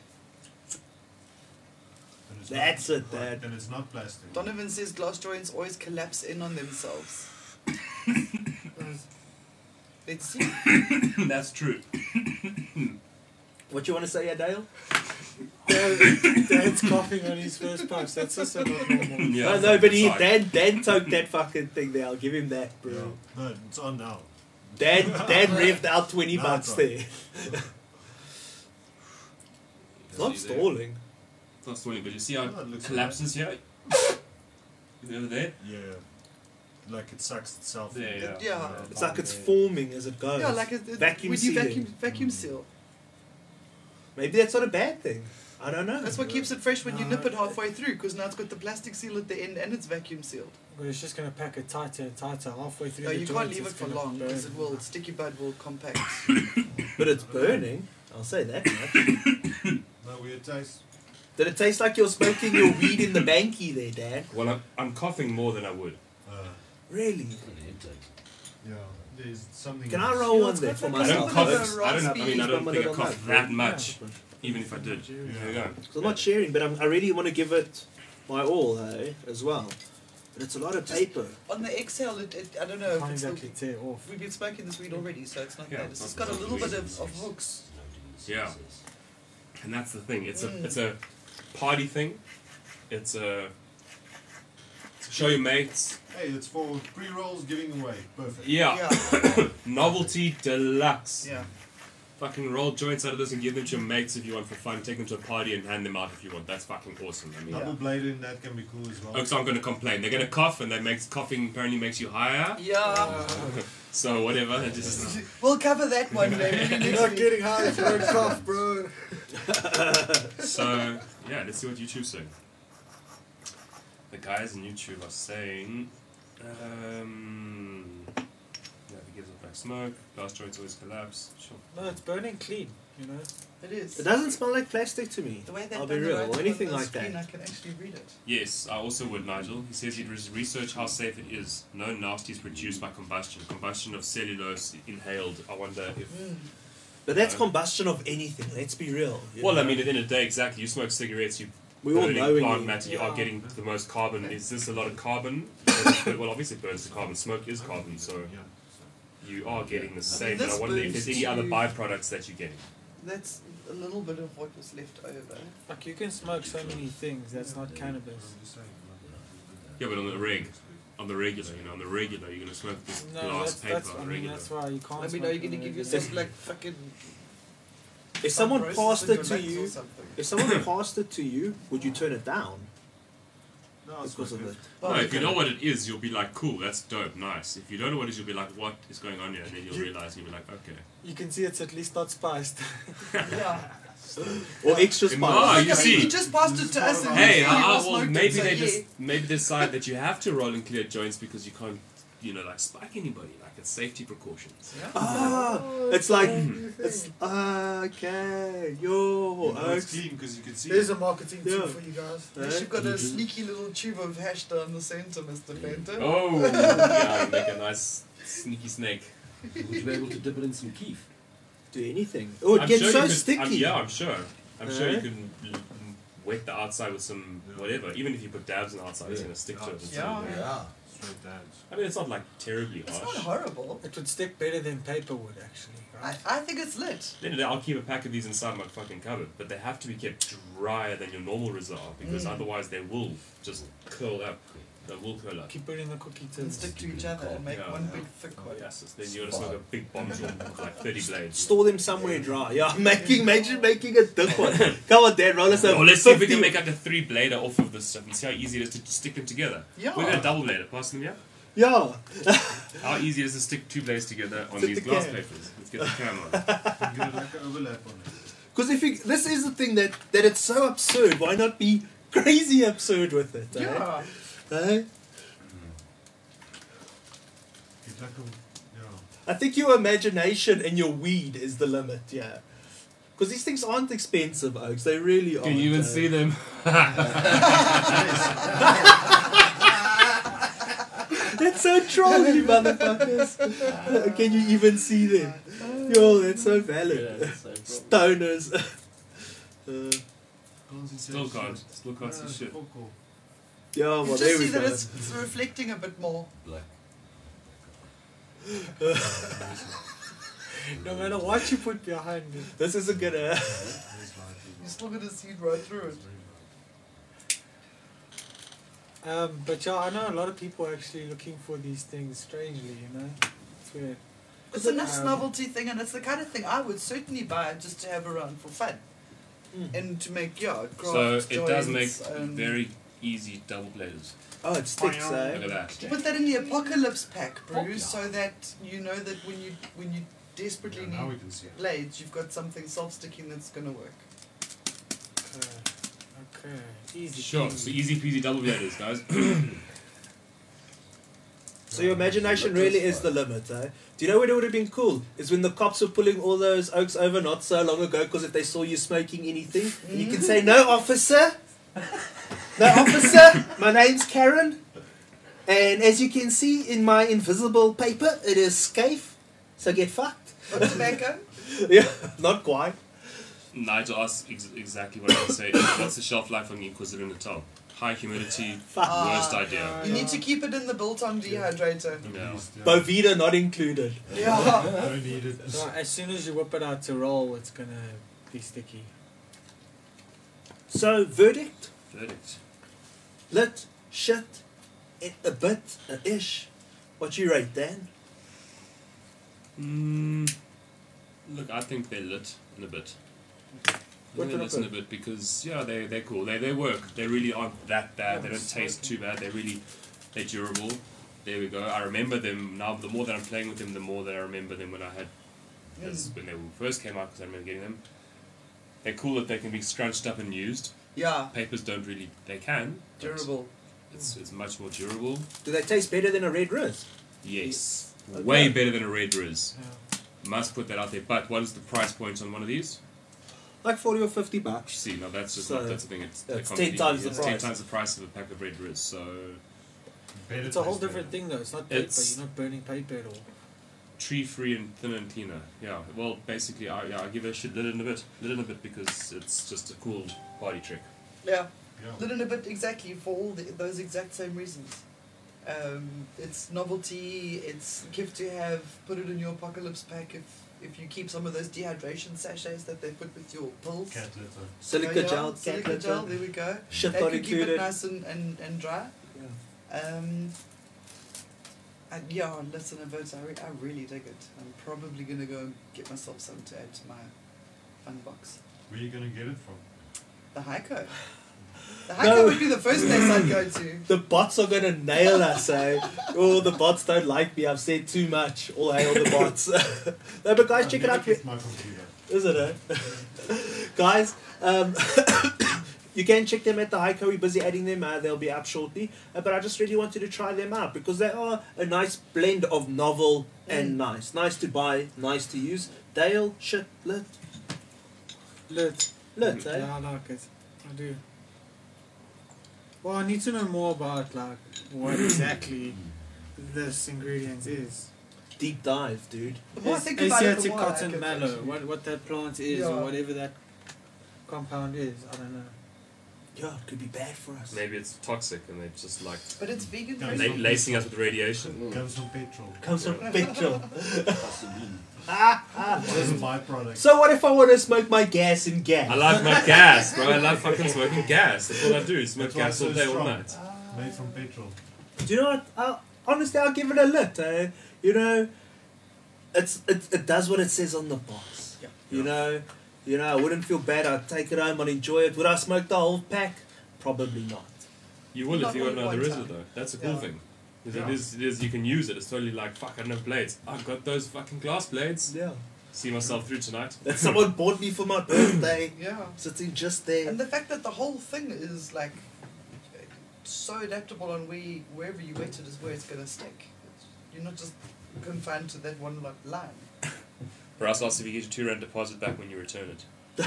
[SPEAKER 5] Then it's
[SPEAKER 2] That's
[SPEAKER 5] not,
[SPEAKER 2] it,
[SPEAKER 5] right,
[SPEAKER 2] Dad.
[SPEAKER 5] Then it's not plastic.
[SPEAKER 1] Donovan says glass joints always collapse in on themselves. Let's see.
[SPEAKER 4] That's true.
[SPEAKER 2] What you want to say, Adele?
[SPEAKER 3] Dad- Dad's coughing on his first pipes. That's also not normal.
[SPEAKER 4] Yeah,
[SPEAKER 2] no, no, but he,
[SPEAKER 4] sorry.
[SPEAKER 2] Dad, Dad took that fucking thing there. I'll give him that,
[SPEAKER 5] Yeah.
[SPEAKER 2] bro.
[SPEAKER 5] No, it's on now.
[SPEAKER 2] Dad, Dad revved out 20
[SPEAKER 5] No,
[SPEAKER 2] bucks
[SPEAKER 5] it's all right.
[SPEAKER 2] there. It's not
[SPEAKER 4] See there.
[SPEAKER 2] stalling.
[SPEAKER 4] It's not stalling, but you see how
[SPEAKER 5] Oh, it
[SPEAKER 4] it
[SPEAKER 5] looks
[SPEAKER 4] collapses here? You know there?
[SPEAKER 5] Yeah. Like it sucks itself.
[SPEAKER 4] There,
[SPEAKER 5] in.
[SPEAKER 4] yeah.
[SPEAKER 1] Yeah.
[SPEAKER 2] It's like it's
[SPEAKER 5] Yeah.
[SPEAKER 2] forming as it goes.
[SPEAKER 1] Yeah, like it, it,
[SPEAKER 2] Vacuum
[SPEAKER 1] when you
[SPEAKER 2] sealing.
[SPEAKER 1] vacuum vacuum seal.
[SPEAKER 2] Maybe that's not a bad thing. I don't know.
[SPEAKER 1] That's what keeps it fresh when you
[SPEAKER 3] No,
[SPEAKER 1] nip it
[SPEAKER 3] it-
[SPEAKER 1] halfway through, because now it's got the plastic seal at the end and it's vacuum sealed.
[SPEAKER 3] But it's just gonna pack it tighter and tighter halfway through.
[SPEAKER 1] No,
[SPEAKER 3] the
[SPEAKER 1] you can't
[SPEAKER 3] joint,
[SPEAKER 1] leave it
[SPEAKER 3] it's
[SPEAKER 1] for
[SPEAKER 3] gonna
[SPEAKER 1] long because
[SPEAKER 3] burn.
[SPEAKER 1] it will sticky bud will compact.
[SPEAKER 2] But it's burning. I'll say that much.
[SPEAKER 5] No weird taste.
[SPEAKER 2] Did it taste like you're smoking your weed in the banky there, Dad?
[SPEAKER 4] Well, I'm, I'm coughing more than I would.
[SPEAKER 5] Uh,
[SPEAKER 2] Really?
[SPEAKER 4] Mm.
[SPEAKER 5] yeah. There's something.
[SPEAKER 2] Can I
[SPEAKER 5] else.
[SPEAKER 2] roll
[SPEAKER 1] Yeah,
[SPEAKER 2] one
[SPEAKER 1] it's
[SPEAKER 2] there
[SPEAKER 1] got
[SPEAKER 2] for
[SPEAKER 1] that
[SPEAKER 4] I
[SPEAKER 1] That's
[SPEAKER 4] don't
[SPEAKER 1] not
[SPEAKER 2] myself?
[SPEAKER 4] cough.
[SPEAKER 1] a
[SPEAKER 4] I don't. I mean, I
[SPEAKER 2] raspy,
[SPEAKER 4] don't
[SPEAKER 2] but
[SPEAKER 4] think I
[SPEAKER 2] not
[SPEAKER 4] cough
[SPEAKER 2] enough.
[SPEAKER 4] that much, even if I did.
[SPEAKER 5] Yeah.
[SPEAKER 4] There you go.
[SPEAKER 2] So I'm not sharing, but I'm, I really want to give it my all, though, as well. But it's a lot of
[SPEAKER 1] Just-
[SPEAKER 2] paper.
[SPEAKER 1] On the exhale, it, it, I don't know if
[SPEAKER 3] Can't
[SPEAKER 1] it's
[SPEAKER 3] exactly
[SPEAKER 1] the,
[SPEAKER 3] tear off.
[SPEAKER 1] we've been smoking this weed already, so it's not
[SPEAKER 4] Yeah,
[SPEAKER 1] bad.
[SPEAKER 4] it's
[SPEAKER 1] It's just got
[SPEAKER 4] not-
[SPEAKER 1] a
[SPEAKER 4] it's
[SPEAKER 1] little
[SPEAKER 4] not
[SPEAKER 1] bit of, of hooks.
[SPEAKER 4] Yeah. And that's the thing. It's
[SPEAKER 1] Mm.
[SPEAKER 4] a it's a party thing. It's a show your mates.
[SPEAKER 5] Hey, it's for pre rolls giving away. Perfect.
[SPEAKER 4] Yeah.
[SPEAKER 1] yeah.
[SPEAKER 4] Novelty deluxe.
[SPEAKER 1] yeah.
[SPEAKER 4] Fucking roll joints out of this and give them to your mates if you want for fun. Take them to a party and hand them out if you want. That's fucking awesome. I mean,
[SPEAKER 5] Double bladed in that can be cool as well.
[SPEAKER 4] folks aren't going to complain. They're going to cough, and that makes coughing apparently makes you higher.
[SPEAKER 1] Yeah.
[SPEAKER 4] So whatever. It just
[SPEAKER 1] we'll cover that one day. Maybe next week.
[SPEAKER 3] high if you're cough, bro.
[SPEAKER 4] so yeah. Let's see what YouTube saying. The guys on YouTube are saying, um, yeah, it gives off black smoke. Glass joints always collapse. Sure.
[SPEAKER 3] No, it's burning clean, you know.
[SPEAKER 1] It is.
[SPEAKER 2] It doesn't smell like plastic to me.
[SPEAKER 1] The way they
[SPEAKER 2] I'll be
[SPEAKER 1] done the
[SPEAKER 2] real,
[SPEAKER 1] writing
[SPEAKER 2] or
[SPEAKER 1] on
[SPEAKER 2] anything
[SPEAKER 1] the
[SPEAKER 2] like
[SPEAKER 1] screen, I
[SPEAKER 2] that.
[SPEAKER 1] can actually read it.
[SPEAKER 4] Yes, I also would, Nigel. He says he'd res- research how safe it is. No nasties produced by combustion. Combustion of cellulose inhaled. I wonder if.
[SPEAKER 1] Mm.
[SPEAKER 2] But that's
[SPEAKER 4] No.
[SPEAKER 2] combustion of anything, let's be real. you
[SPEAKER 4] Well, I
[SPEAKER 2] know.
[SPEAKER 4] mean, at the end of the day, exactly. You smoke cigarettes, you
[SPEAKER 2] we all
[SPEAKER 4] burning
[SPEAKER 2] know
[SPEAKER 4] plant
[SPEAKER 2] it.
[SPEAKER 4] matter. You are
[SPEAKER 3] Yeah.
[SPEAKER 4] getting the most carbon. Is this a lot of carbon? well, obviously, it burns to carbon. Smoke is carbon, so
[SPEAKER 5] Yeah.
[SPEAKER 4] you are getting the same.
[SPEAKER 1] this
[SPEAKER 4] But I wonder if
[SPEAKER 1] burns
[SPEAKER 4] there's any other
[SPEAKER 1] to-
[SPEAKER 4] byproducts that you're getting.
[SPEAKER 1] That's a little bit of what was left over.
[SPEAKER 3] Like you can smoke so many things that's not cannabis.
[SPEAKER 4] Yeah, but on the reg, on the regular, you know, on the regular, you're gonna smoke this
[SPEAKER 3] No,
[SPEAKER 4] glass
[SPEAKER 3] that's,
[SPEAKER 4] paper
[SPEAKER 3] that's
[SPEAKER 4] on
[SPEAKER 3] I
[SPEAKER 4] the
[SPEAKER 3] mean
[SPEAKER 4] regular.
[SPEAKER 3] that's why you can't.
[SPEAKER 1] I mean,
[SPEAKER 3] smoke
[SPEAKER 1] are you
[SPEAKER 3] on
[SPEAKER 1] going to
[SPEAKER 3] the
[SPEAKER 1] give
[SPEAKER 3] regular.
[SPEAKER 1] yourself like fucking.
[SPEAKER 2] If someone
[SPEAKER 1] fibrosis
[SPEAKER 2] passed
[SPEAKER 1] in
[SPEAKER 2] it
[SPEAKER 1] your legs
[SPEAKER 2] to
[SPEAKER 1] or
[SPEAKER 2] you,
[SPEAKER 1] something?
[SPEAKER 2] if someone passed it to you, would you turn it down
[SPEAKER 5] No, it's
[SPEAKER 2] because
[SPEAKER 5] not
[SPEAKER 2] of it?
[SPEAKER 5] good.
[SPEAKER 4] No, if you know what it is, you'll be like, cool, that's dope, nice. If you don't know what it is, you'll be like, what is going on here? And then you'll
[SPEAKER 3] You-
[SPEAKER 4] realize, you'll be like, okay.
[SPEAKER 3] You can see it's at least not spiced.
[SPEAKER 1] Yeah.
[SPEAKER 2] Ah, Or extra
[SPEAKER 4] In
[SPEAKER 1] Oh,
[SPEAKER 4] Ah,
[SPEAKER 2] spice?
[SPEAKER 4] you see.
[SPEAKER 1] He just passed it to us. And
[SPEAKER 4] Hey,
[SPEAKER 1] we
[SPEAKER 4] ah,
[SPEAKER 1] all
[SPEAKER 4] well,
[SPEAKER 1] smoked
[SPEAKER 4] maybe
[SPEAKER 1] it, so
[SPEAKER 4] they
[SPEAKER 1] yeah.
[SPEAKER 4] just maybe they decide that you have to roll and clear joints because you can't, you know, like spike anybody. Like it's safety precautions.
[SPEAKER 2] Ah, it's like it's okay, yo,
[SPEAKER 5] You know it's
[SPEAKER 2] oaks.
[SPEAKER 5] Oh, clean because you can see.
[SPEAKER 6] There's
[SPEAKER 5] it.
[SPEAKER 6] a marketing
[SPEAKER 2] Yeah. Eh?
[SPEAKER 6] tool for you guys.
[SPEAKER 1] They should got a
[SPEAKER 4] Mhm.
[SPEAKER 1] sneaky little tube of hash down the centre, Mr. Fenton.
[SPEAKER 4] Oh, yeah, make a nice sneaky snake.
[SPEAKER 7] Would you be able to dip it in some keef?
[SPEAKER 2] Do anything. Oh, it gets
[SPEAKER 4] sure
[SPEAKER 2] so
[SPEAKER 4] you could,
[SPEAKER 2] sticky.
[SPEAKER 4] I'm, yeah, I'm sure. I'm sure you
[SPEAKER 2] Eh?
[SPEAKER 4] can l- l- wet the outside with some whatever. Even if you put dabs on the outside, it's
[SPEAKER 7] Yeah.
[SPEAKER 4] gonna stick to it. and
[SPEAKER 1] Yeah.
[SPEAKER 4] stuff.
[SPEAKER 7] Yeah.
[SPEAKER 5] Straight dads.
[SPEAKER 4] I mean, it's not like terribly
[SPEAKER 1] It's not
[SPEAKER 4] harsh.
[SPEAKER 1] horrible.
[SPEAKER 3] it would stick better than paper would actually.
[SPEAKER 1] I,
[SPEAKER 3] Right?
[SPEAKER 1] I think it's lit.
[SPEAKER 4] Then I'll keep a pack of these inside my fucking cupboard, but they have to be kept drier than your normal reserve because
[SPEAKER 1] Mm.
[SPEAKER 4] otherwise they will just curl up. They will curl up.
[SPEAKER 3] Keep it in the cookie tin.
[SPEAKER 1] And stick to each other and make
[SPEAKER 4] Yeah,
[SPEAKER 1] one
[SPEAKER 4] yeah.
[SPEAKER 1] big thick
[SPEAKER 4] Oh,
[SPEAKER 1] one.
[SPEAKER 4] yes, it's- then you're gonna smoke a big bombshell with like 30 blades.
[SPEAKER 2] Store them somewhere dry. Yeah, I'm making imagine making a dick one. Come on, Dad, roll us up.
[SPEAKER 4] Oh, let's see if we can make like a three blader off of this stuff and see how easy it is to just stick them together.
[SPEAKER 1] Yeah.
[SPEAKER 4] We're gonna double blade it, pass them, yeah?
[SPEAKER 2] Yeah,
[SPEAKER 4] How easy it is to stick two blades together on
[SPEAKER 2] Sit
[SPEAKER 4] these
[SPEAKER 2] the
[SPEAKER 4] glass
[SPEAKER 2] cam.
[SPEAKER 4] papers? Let's get the camera.
[SPEAKER 5] You can get like an overlap on it.
[SPEAKER 2] because if you, this is the thing that that it's so absurd. Why not be crazy absurd with it? eh?
[SPEAKER 1] Yeah.
[SPEAKER 2] Eh?
[SPEAKER 5] Get like a.
[SPEAKER 2] I think your imagination and your weed is the limit. Yeah, because these things aren't expensive, oaks. They really are.
[SPEAKER 4] them?
[SPEAKER 2] That's so troll, you motherfuckers. Can you even see them? Yo, that's so valid. Stoners. uh,
[SPEAKER 5] Yeah.
[SPEAKER 4] Still can't. Still can't see shit.
[SPEAKER 2] yeah, well,
[SPEAKER 1] You
[SPEAKER 2] there
[SPEAKER 1] just
[SPEAKER 2] we
[SPEAKER 1] see
[SPEAKER 2] go.
[SPEAKER 1] that it's, it's reflecting a bit more.
[SPEAKER 3] No matter what you put behind it.
[SPEAKER 2] This isn't gonna.
[SPEAKER 1] You're still going to see it right through it.
[SPEAKER 3] Um, but yeah, I know a lot of people are actually looking for these things strangely, you know? It's weird.
[SPEAKER 1] It's a nice
[SPEAKER 3] Um,
[SPEAKER 1] novelty thing, and it's the kind of thing I would certainly buy just to have around for fun.
[SPEAKER 2] Hmm.
[SPEAKER 1] and to make yeah. Craft
[SPEAKER 4] So it does make
[SPEAKER 1] joints um, and-
[SPEAKER 4] very easy double bladers.
[SPEAKER 2] Oh, it sticks,
[SPEAKER 4] Look
[SPEAKER 2] eh?
[SPEAKER 4] at that.
[SPEAKER 1] Put that in the apocalypse pack, Bruce, so that you know that when you when you desperately
[SPEAKER 5] now we
[SPEAKER 1] need
[SPEAKER 5] can see it.
[SPEAKER 1] blades, you've got something self-sticking that's gonna work.
[SPEAKER 3] Uh, Okay. Easy.
[SPEAKER 4] Sure, so easy peasy double bladers, guys.
[SPEAKER 2] So your imagination really is the limit, eh? Do you know what it would have been cool? Is when the cops were pulling all those oaks over not so long ago because if they saw you smoking anything, and you can say, No, officer! No, officer! My name's Karen. And as you can see in my invisible paper, it is scafe. So get fucked.
[SPEAKER 1] But tobacco,
[SPEAKER 2] Yeah, not quite.
[SPEAKER 4] Nigel asks ex- exactly what I would say. What's the shelf life on the Inquisitor Natal? High humidity,
[SPEAKER 2] Fuck.
[SPEAKER 4] worst idea.
[SPEAKER 1] Ah, you need to keep it in the biltong dehydrator.
[SPEAKER 4] Yeah.
[SPEAKER 2] Bovita not included.
[SPEAKER 1] Yeah.
[SPEAKER 5] I need it.
[SPEAKER 3] So as soon as you whip it out to roll, it's gonna be sticky.
[SPEAKER 2] So verdict?
[SPEAKER 4] Verdict.
[SPEAKER 2] Lit, shit, it, a bit, a ish. What you rate, Dan?
[SPEAKER 4] Mm, look, I think they're lit in a bit. I
[SPEAKER 2] What
[SPEAKER 4] think they're
[SPEAKER 2] kind
[SPEAKER 4] lit
[SPEAKER 2] of
[SPEAKER 4] in a
[SPEAKER 2] bit?
[SPEAKER 4] bit because yeah, they they're cool. They they work. They really aren't that bad. They
[SPEAKER 3] Yeah,
[SPEAKER 4] don't
[SPEAKER 3] it's
[SPEAKER 4] taste
[SPEAKER 3] smoking.
[SPEAKER 4] too bad. They're really they're durable. There we go. I remember them now. The more that I'm playing with them, the more that I remember them when I had as
[SPEAKER 2] Mm.
[SPEAKER 4] when they first came out because I remember getting them. They're cool that they can be scrunched up and used.
[SPEAKER 1] Yeah.
[SPEAKER 4] Papers don't really. They can. but
[SPEAKER 1] Durable.
[SPEAKER 4] It's it's much more durable.
[SPEAKER 2] Do they taste better than a red rose?
[SPEAKER 4] Yes.
[SPEAKER 2] Okay.
[SPEAKER 4] Way better than a red riz.
[SPEAKER 3] Yeah.
[SPEAKER 4] Must put that out there. But what is the price point on one of these?
[SPEAKER 2] Like 40 or 50 bucks.
[SPEAKER 4] See, now that's just
[SPEAKER 2] So,
[SPEAKER 4] not, that's the thing. It's,
[SPEAKER 2] that's
[SPEAKER 4] a
[SPEAKER 2] 10 times the
[SPEAKER 4] it's
[SPEAKER 2] price.
[SPEAKER 4] Ten times the price of a pack of red wrists. So
[SPEAKER 5] Better
[SPEAKER 3] It's a whole
[SPEAKER 5] taste than-
[SPEAKER 3] different thing though. It's not paper.
[SPEAKER 4] It's-
[SPEAKER 3] You're not burning paper at all.
[SPEAKER 4] tree free and thin and cleaner. Yeah. Well, basically, I yeah I give a shit little in a bit, little in a bit because it's just a cool party trick.
[SPEAKER 1] Yeah.
[SPEAKER 5] Yeah.
[SPEAKER 1] Little bit exactly for all the, those exact same reasons. Um, it's novelty. It's gift to have. Put it in your apocalypse pack if if you keep some of those dehydration sachets that they put with your pills.
[SPEAKER 5] Cat litter.
[SPEAKER 2] Silica
[SPEAKER 1] Yeah, yeah,
[SPEAKER 2] gel, cat
[SPEAKER 1] Silica gel. There
[SPEAKER 2] litter.
[SPEAKER 1] we go.
[SPEAKER 2] Shit
[SPEAKER 1] They
[SPEAKER 2] not
[SPEAKER 1] could keep it
[SPEAKER 2] included.
[SPEAKER 1] nice and, and, and dry. Um, and yeah, listen, Avert, I, re- I really dig it. I'm probably going to go and get myself some to add to my fun box.
[SPEAKER 5] Where are you going to get it from?
[SPEAKER 1] The Heiko. The Heiko
[SPEAKER 2] No.
[SPEAKER 1] would be the first place I'd go to.
[SPEAKER 2] The bots are gonna nail us, eh? Oh, the bots don't like me. I've said too much. All hail the bots. no, but guys,
[SPEAKER 5] I
[SPEAKER 2] check it
[SPEAKER 5] never
[SPEAKER 2] out.
[SPEAKER 5] get my computer.
[SPEAKER 2] Is it, eh? Guys, um, you can check them at the Heiko. We're busy adding them. Uh, they'll be up shortly. Uh, but I just really wanted to try them out because they are a nice blend of novel
[SPEAKER 1] Mm.
[SPEAKER 2] and nice. Nice to buy, nice to use. Dale, shit, lit,
[SPEAKER 3] Lit.
[SPEAKER 2] lit, eh?
[SPEAKER 1] Mm.
[SPEAKER 3] Yeah, I like it. I do. Well, I need to know more about like what exactly this ingredients is.
[SPEAKER 2] Deep dive, dude.
[SPEAKER 1] The more I
[SPEAKER 3] As-
[SPEAKER 1] think about it, the
[SPEAKER 3] Asiatic
[SPEAKER 1] more I like
[SPEAKER 3] cotton
[SPEAKER 1] it,
[SPEAKER 3] mallow,
[SPEAKER 1] actually.
[SPEAKER 3] what, what that plant is
[SPEAKER 1] Yeah.
[SPEAKER 3] or whatever that compound is, I don't know.
[SPEAKER 2] Yeah, it could be bad for us.
[SPEAKER 4] Maybe it's toxic and they just like
[SPEAKER 1] But it's vegan
[SPEAKER 5] Yeah,
[SPEAKER 1] friendly.
[SPEAKER 4] la- lacing us with radiation.
[SPEAKER 5] Comes from petrol.
[SPEAKER 2] Comes from petrol.
[SPEAKER 7] Possibly.
[SPEAKER 5] What is a byproduct?
[SPEAKER 2] So what if I want to smoke my gas in gas?
[SPEAKER 4] I love my gas, bro. I love fucking smoking gas. That's all I do. is Smoke
[SPEAKER 5] That's why
[SPEAKER 4] gas
[SPEAKER 5] it's so
[SPEAKER 4] all day, all
[SPEAKER 5] strong. Ah.
[SPEAKER 4] night.
[SPEAKER 5] Made from petrol.
[SPEAKER 2] Do you know what? i honestly, I'll give it a lit. Eh? You know, it's it, it does what it says on the box.
[SPEAKER 1] Yeah.
[SPEAKER 2] You know, you know, I wouldn't feel bad. I'd take it home. I'd enjoy it. Would I smoke the whole pack? Probably not.
[SPEAKER 4] You will
[SPEAKER 1] Not
[SPEAKER 4] if you got
[SPEAKER 1] all at
[SPEAKER 4] another
[SPEAKER 1] one
[SPEAKER 4] razor
[SPEAKER 1] time.
[SPEAKER 4] though. That's a cool
[SPEAKER 1] Yeah.
[SPEAKER 4] thing. 'Cause It
[SPEAKER 5] Yeah.
[SPEAKER 4] is, it is, you can use it. It's totally like, fuck, I don't have blades. I've got those fucking glass blades.
[SPEAKER 2] Yeah.
[SPEAKER 4] See myself through tonight.
[SPEAKER 2] That someone bought me for my birthday,
[SPEAKER 1] Yeah.
[SPEAKER 2] sitting just there.
[SPEAKER 1] And the fact that the whole thing is like so adaptable on where wherever you wet it is where it's gonna stick. It's, you're not just confined to that one li- line.
[SPEAKER 4] Brass asks if you get your two rand deposit back when you return it.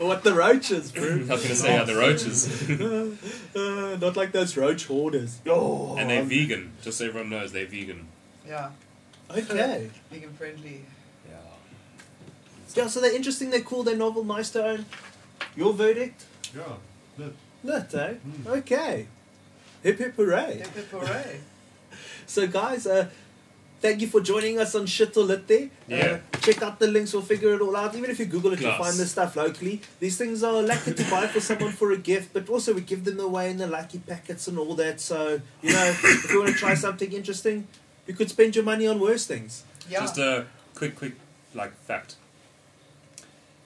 [SPEAKER 2] What the roaches,
[SPEAKER 4] I
[SPEAKER 2] bro?
[SPEAKER 4] was gonna say how the roaches.
[SPEAKER 2] Uh, not like those roach hoarders. Oh,
[SPEAKER 4] and they're
[SPEAKER 2] I'm-
[SPEAKER 4] vegan. Just so everyone knows they're vegan.
[SPEAKER 1] Yeah,
[SPEAKER 2] Okay.
[SPEAKER 1] vegan friendly.
[SPEAKER 4] Yeah.
[SPEAKER 2] Yeah, so they're interesting, they're cool, they're novel, nice to own. Your verdict?
[SPEAKER 5] Yeah. Lit.
[SPEAKER 2] Lit, eh?
[SPEAKER 5] Mm.
[SPEAKER 2] Okay. Hip hip hooray.
[SPEAKER 1] Hip hip hooray!
[SPEAKER 2] So, guys, uh, thank you for joining us on Shit or Lit there.
[SPEAKER 4] Yeah.
[SPEAKER 2] Uh, check out the links, we'll figure it all out. Even if you Google it, you'll
[SPEAKER 4] Class.
[SPEAKER 2] find this stuff locally. These things are lucky to buy for someone for a gift, but also we give them away in the lucky packets and all that. So, you know, if you want to try something interesting, you could spend your money on worse things.
[SPEAKER 1] Yeah,
[SPEAKER 4] Just a quick, quick, like fact.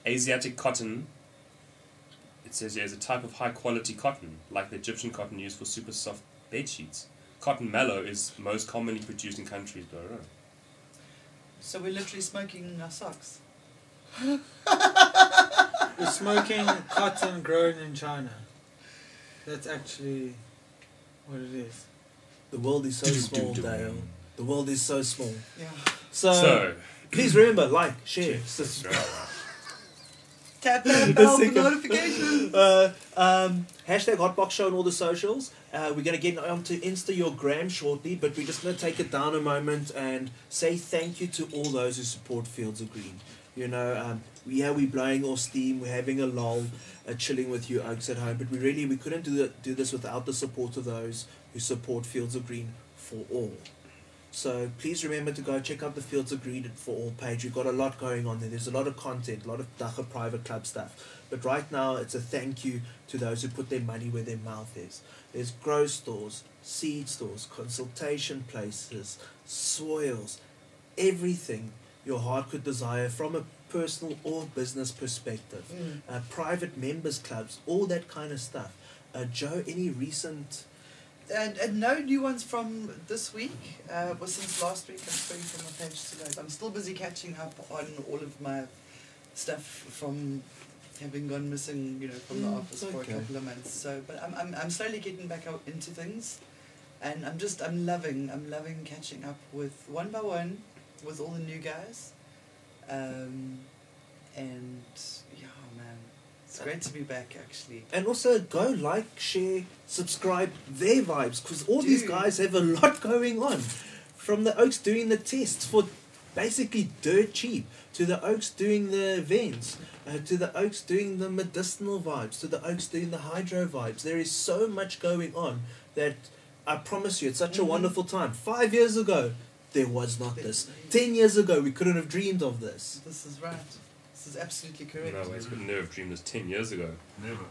[SPEAKER 4] Asiatic cotton It says here is a type of high quality cotton, like the Egyptian cotton used for super soft bed sheets. Cotton mallow is most commonly produced in countries. Blah, blah, blah.
[SPEAKER 1] So we're literally smoking our socks.
[SPEAKER 3] We're smoking cotton grown in China. That's actually what it is.
[SPEAKER 2] The world is so
[SPEAKER 4] Doo-doo,
[SPEAKER 2] small,
[SPEAKER 4] doo-doo.
[SPEAKER 2] Dale. The world is so small.
[SPEAKER 1] Yeah.
[SPEAKER 2] So,
[SPEAKER 4] so,
[SPEAKER 2] please remember, like, share, subscribe.
[SPEAKER 1] Tap that
[SPEAKER 2] The
[SPEAKER 1] bell for
[SPEAKER 2] second-
[SPEAKER 1] notifications.
[SPEAKER 2] Uh, um, hashtag Hotbox Show on all the socials. Uh, we're going to get onto Insta your gram shortly, but we're just going to take it down a moment and say thank you to all those who support Fields of Green. You know, um, yeah, we're blowing off steam, we're having a lull, uh, chilling with you oaks at home, but we really we couldn't do, the, do this without the support of those who support Fields of Green for all. So please remember to go check out the Fields of Green for All page. We've got a lot going on there. There's a lot of content, a lot of Dacha private club stuff. But right now, it's a thank you to those who put their money where their mouth is. There's grow stores, seed stores, consultation places, soils, everything your heart could desire from a personal or business perspective.
[SPEAKER 1] Mm.
[SPEAKER 2] Uh, private members clubs, all that kind of stuff. Uh, Joe, any recent?
[SPEAKER 1] And, and no new ones from this week. Uh, well, since last week, I'm sorry for my page to those. I'm still busy catching up on all of my stuff from having gone missing, you know, from the
[SPEAKER 2] Mm,
[SPEAKER 1] office
[SPEAKER 2] it's
[SPEAKER 1] for a
[SPEAKER 2] okay.
[SPEAKER 1] couple of months. So, but I'm, I'm, I'm slowly getting back out into things, and I'm just I'm loving I'm loving catching up with one by one with all the new guys, um, and yeah, man,
[SPEAKER 2] Uh,
[SPEAKER 1] it's great to be back actually.
[SPEAKER 2] And also go like, share, subscribe their vibes because all these
[SPEAKER 1] Dude.
[SPEAKER 2] guys have a lot going on. From the Oaks doing the tests for basically dirt cheap, to the Oaks doing the events, uh, to the Oaks doing the medicinal vibes, to the Oaks doing the hydro vibes. There is so much going on that I promise you, it's such a
[SPEAKER 1] Mhm.
[SPEAKER 2] wonderful time. Five years ago, there was not
[SPEAKER 1] There-
[SPEAKER 2] this. Ten years ago, we couldn't have dreamed of this.
[SPEAKER 1] This is right. This is absolutely correct.
[SPEAKER 4] no, I could never have dreamed this 10 years ago.
[SPEAKER 5] Never.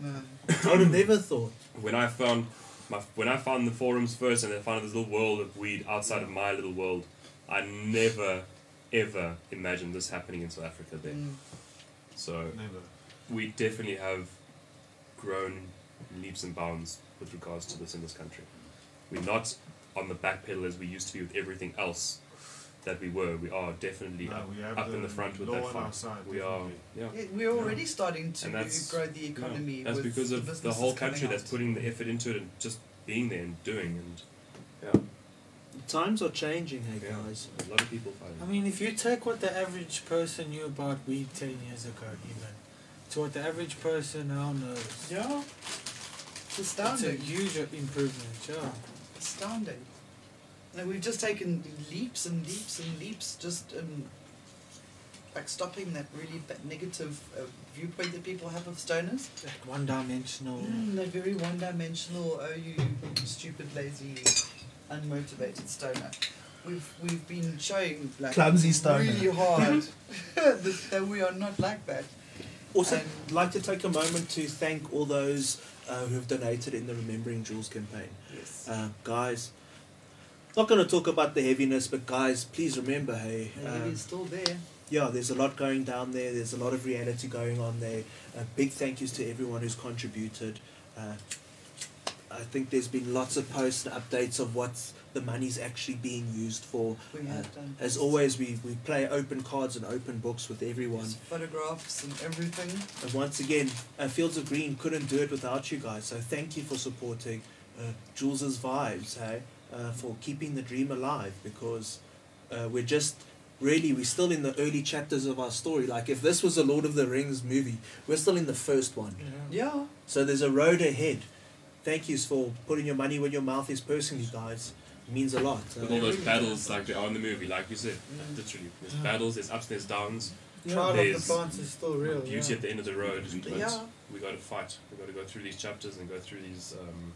[SPEAKER 1] No.
[SPEAKER 2] I would have never thought.
[SPEAKER 4] when I found my when I found the forums first and I found this little world of weed outside of my little world, I never ever imagined this happening in South Africa then.
[SPEAKER 1] Mm.
[SPEAKER 4] So
[SPEAKER 5] Never.
[SPEAKER 4] we definitely have grown leaps and bounds with regards to this in this country. We're not on the back pedal as we used to be with everything else that we were. We are definitely
[SPEAKER 5] No,
[SPEAKER 4] up,
[SPEAKER 5] we have
[SPEAKER 4] up
[SPEAKER 5] the
[SPEAKER 4] in the front with
[SPEAKER 5] law
[SPEAKER 4] that
[SPEAKER 5] on
[SPEAKER 4] fight.
[SPEAKER 5] our side,
[SPEAKER 4] we are
[SPEAKER 5] definitely.
[SPEAKER 4] yeah.
[SPEAKER 1] Yeah, We're already starting to
[SPEAKER 4] And that's-
[SPEAKER 1] grow the economy.
[SPEAKER 4] That's
[SPEAKER 1] with
[SPEAKER 4] because
[SPEAKER 1] the
[SPEAKER 4] of the
[SPEAKER 1] businesses
[SPEAKER 4] whole
[SPEAKER 1] coming
[SPEAKER 4] country
[SPEAKER 1] out.
[SPEAKER 4] that's putting the effort into it and just being there and doing and
[SPEAKER 2] Times are changing, hey
[SPEAKER 4] Yeah.
[SPEAKER 2] guys.
[SPEAKER 4] a lot of people fighting.
[SPEAKER 3] I mean, if you take what the average person knew about weed 10 years ago, even, to what the average person now knows,
[SPEAKER 1] Yeah. It's
[SPEAKER 3] it's a
[SPEAKER 1] astounding.
[SPEAKER 3] huge improvement, yeah.
[SPEAKER 1] astounding. Like we've just taken leaps and leaps and leaps, just um, like stopping that really ba- negative uh, viewpoint that people have of stoners.
[SPEAKER 3] Like one dimensional.
[SPEAKER 1] Mm, they're very one dimensional, oh you stupid, lazy, unmotivated stoner. We've, we've been showing like
[SPEAKER 2] Clumsy stoner.
[SPEAKER 1] really hard that, that we are not like that.
[SPEAKER 2] Also,
[SPEAKER 1] And-
[SPEAKER 2] I'd like to take a moment to thank all those uh, who have donated in the Remembering Jules campaign.
[SPEAKER 1] Yes.
[SPEAKER 2] Uh, guys, not going to talk about the heaviness, but guys, please remember, hey,
[SPEAKER 1] And it
[SPEAKER 2] um,
[SPEAKER 1] is still there.
[SPEAKER 2] yeah, there's a lot going down there. There's a lot of reality going on there. Uh, big thank yous to everyone who's contributed. Uh, I think there's been lots of posts and updates of what the money's actually being used for.
[SPEAKER 1] We
[SPEAKER 2] Uh,
[SPEAKER 1] have done.
[SPEAKER 2] as always, we, we play open cards and open books with everyone.
[SPEAKER 1] There's photographs and everything.
[SPEAKER 2] And once again, uh, Fields of Green couldn't do it without you guys. So thank you for supporting uh, Jules's vibes, hey, uh, for keeping the dream alive. Because uh, we're just really we're still in the early chapters of our story. Like if this was a Lord of the Rings movie, we're still in the first one.
[SPEAKER 1] Yeah.
[SPEAKER 2] So there's a road ahead. Thank yous for putting your money where your mouth is. Personally, guys, it means a lot.
[SPEAKER 4] With all
[SPEAKER 2] Uh,
[SPEAKER 4] those battles like they are in the movie, like you said,
[SPEAKER 1] Mm.
[SPEAKER 4] literally. There's
[SPEAKER 3] Yeah.
[SPEAKER 4] battles, there's ups, there's downs.
[SPEAKER 3] Trial of the
[SPEAKER 4] There's
[SPEAKER 3] plants is still real.
[SPEAKER 4] Beauty
[SPEAKER 3] Oh, yeah.
[SPEAKER 4] at the end of the road. But
[SPEAKER 1] Yeah.
[SPEAKER 4] we got to fight. We got to go through these chapters and go through these. Um,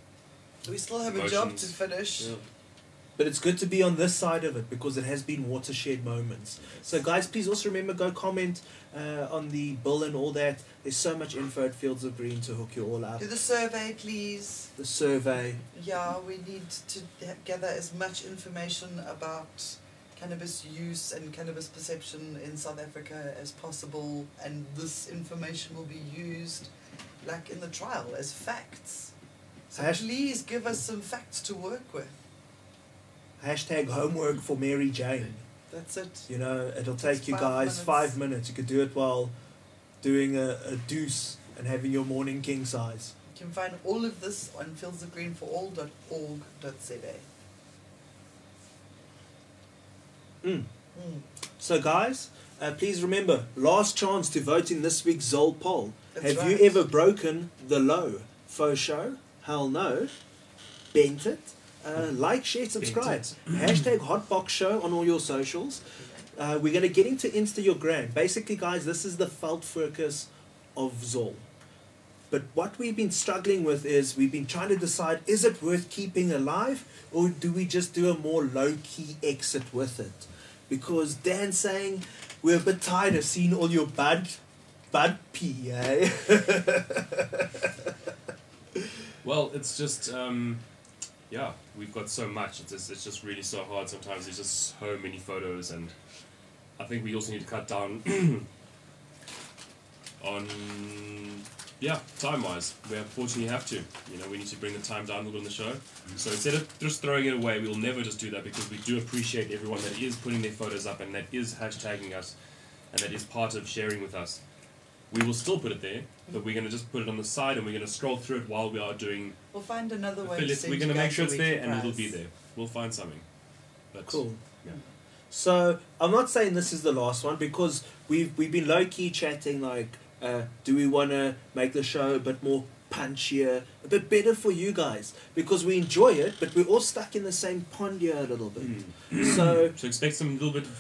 [SPEAKER 1] We still have a job to
[SPEAKER 4] Emotions.
[SPEAKER 1] finish.
[SPEAKER 2] but it's good to be on this side of it because it has been watershed moments. So, guys, please also remember go comment uh, on the bill and all that. There's so much info at Fields of Green to hook you all up.
[SPEAKER 1] Do the survey, please.
[SPEAKER 2] The survey,
[SPEAKER 1] Yeah, we need to ha- gather as much information about cannabis use and cannabis perception in South Africa as possible, and this information will be used like in the trial as facts. So
[SPEAKER 2] Hash-
[SPEAKER 1] please give us some facts to work with.
[SPEAKER 2] Hashtag homework for Mary Jane.
[SPEAKER 1] That's it.
[SPEAKER 2] You know, it'll take
[SPEAKER 1] It's
[SPEAKER 2] you
[SPEAKER 1] five
[SPEAKER 2] guys
[SPEAKER 1] minutes.
[SPEAKER 2] five minutes. You could do it while doing a, a deuce and having your morning king size.
[SPEAKER 1] You can find all of this on fieldsofgreenforall.org.za.
[SPEAKER 2] Mm.
[SPEAKER 1] Mm.
[SPEAKER 2] So, guys, uh, please remember last chance to vote in this week's Zol poll.
[SPEAKER 1] That's
[SPEAKER 2] Have
[SPEAKER 1] right.
[SPEAKER 2] you ever broken the low? Faux show? Hell no. Bent it? Uh, like, share, subscribe. Hashtag Hotbox Show on all your socials. Uh, we're going to get into Instagram. Basically, guys, this is the felt focus of Zol. But what we've been struggling with is we've been trying to decide is it worth keeping alive or do we just do a more low key exit with it? Because Dan's saying we're a bit tired of seeing all your bad, bad pee, eh?
[SPEAKER 4] Well, it's just um, yeah, we've got so much. It's just, it's just really so hard sometimes. There's just so many photos, and I think we also need to cut down on yeah time wise. We unfortunately have to. You know, we need to bring the time down a little in the show. So instead of just throwing it away, we'll never just do that because we do appreciate everyone that is putting their photos up and that is hashtagging us, and that is part of sharing with us. We will still put it there, but we're going to just put it on the side and we're going to scroll through it while we are doing
[SPEAKER 1] We'll find another way to
[SPEAKER 4] Phyllis,
[SPEAKER 1] send
[SPEAKER 4] we're
[SPEAKER 1] going to
[SPEAKER 4] make sure it's there and it'll be there. We'll find something. But
[SPEAKER 2] Cool.
[SPEAKER 4] Yeah.
[SPEAKER 2] So I'm not saying this is the last one because we've we've been low key chatting like, uh, do we want to make the show a bit more punchier, a bit better for you guys because we enjoy it, but we're all stuck in the same pond here a little bit. So
[SPEAKER 4] Hmm. So expect some little bit of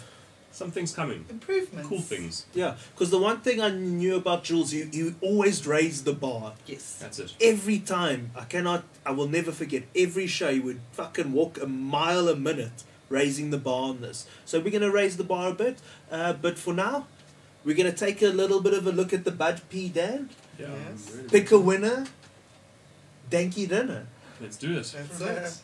[SPEAKER 4] some things coming.
[SPEAKER 1] Improvements.
[SPEAKER 4] Cool things.
[SPEAKER 2] yeah, because the one thing I knew about Jules, you you always raised the bar.
[SPEAKER 1] Yes.
[SPEAKER 4] That's it.
[SPEAKER 2] Every time I cannot, I will never forget. Every show you would fucking walk a mile a minute, raising the bar on this. So we're gonna raise the bar a bit, uh, but for now, we're gonna take a little bit of a look at the Bud P Dan.
[SPEAKER 4] Yeah.
[SPEAKER 1] Yes.
[SPEAKER 4] really.
[SPEAKER 2] Pick a winner, danky dinner.
[SPEAKER 4] Let's do this.
[SPEAKER 1] That's it.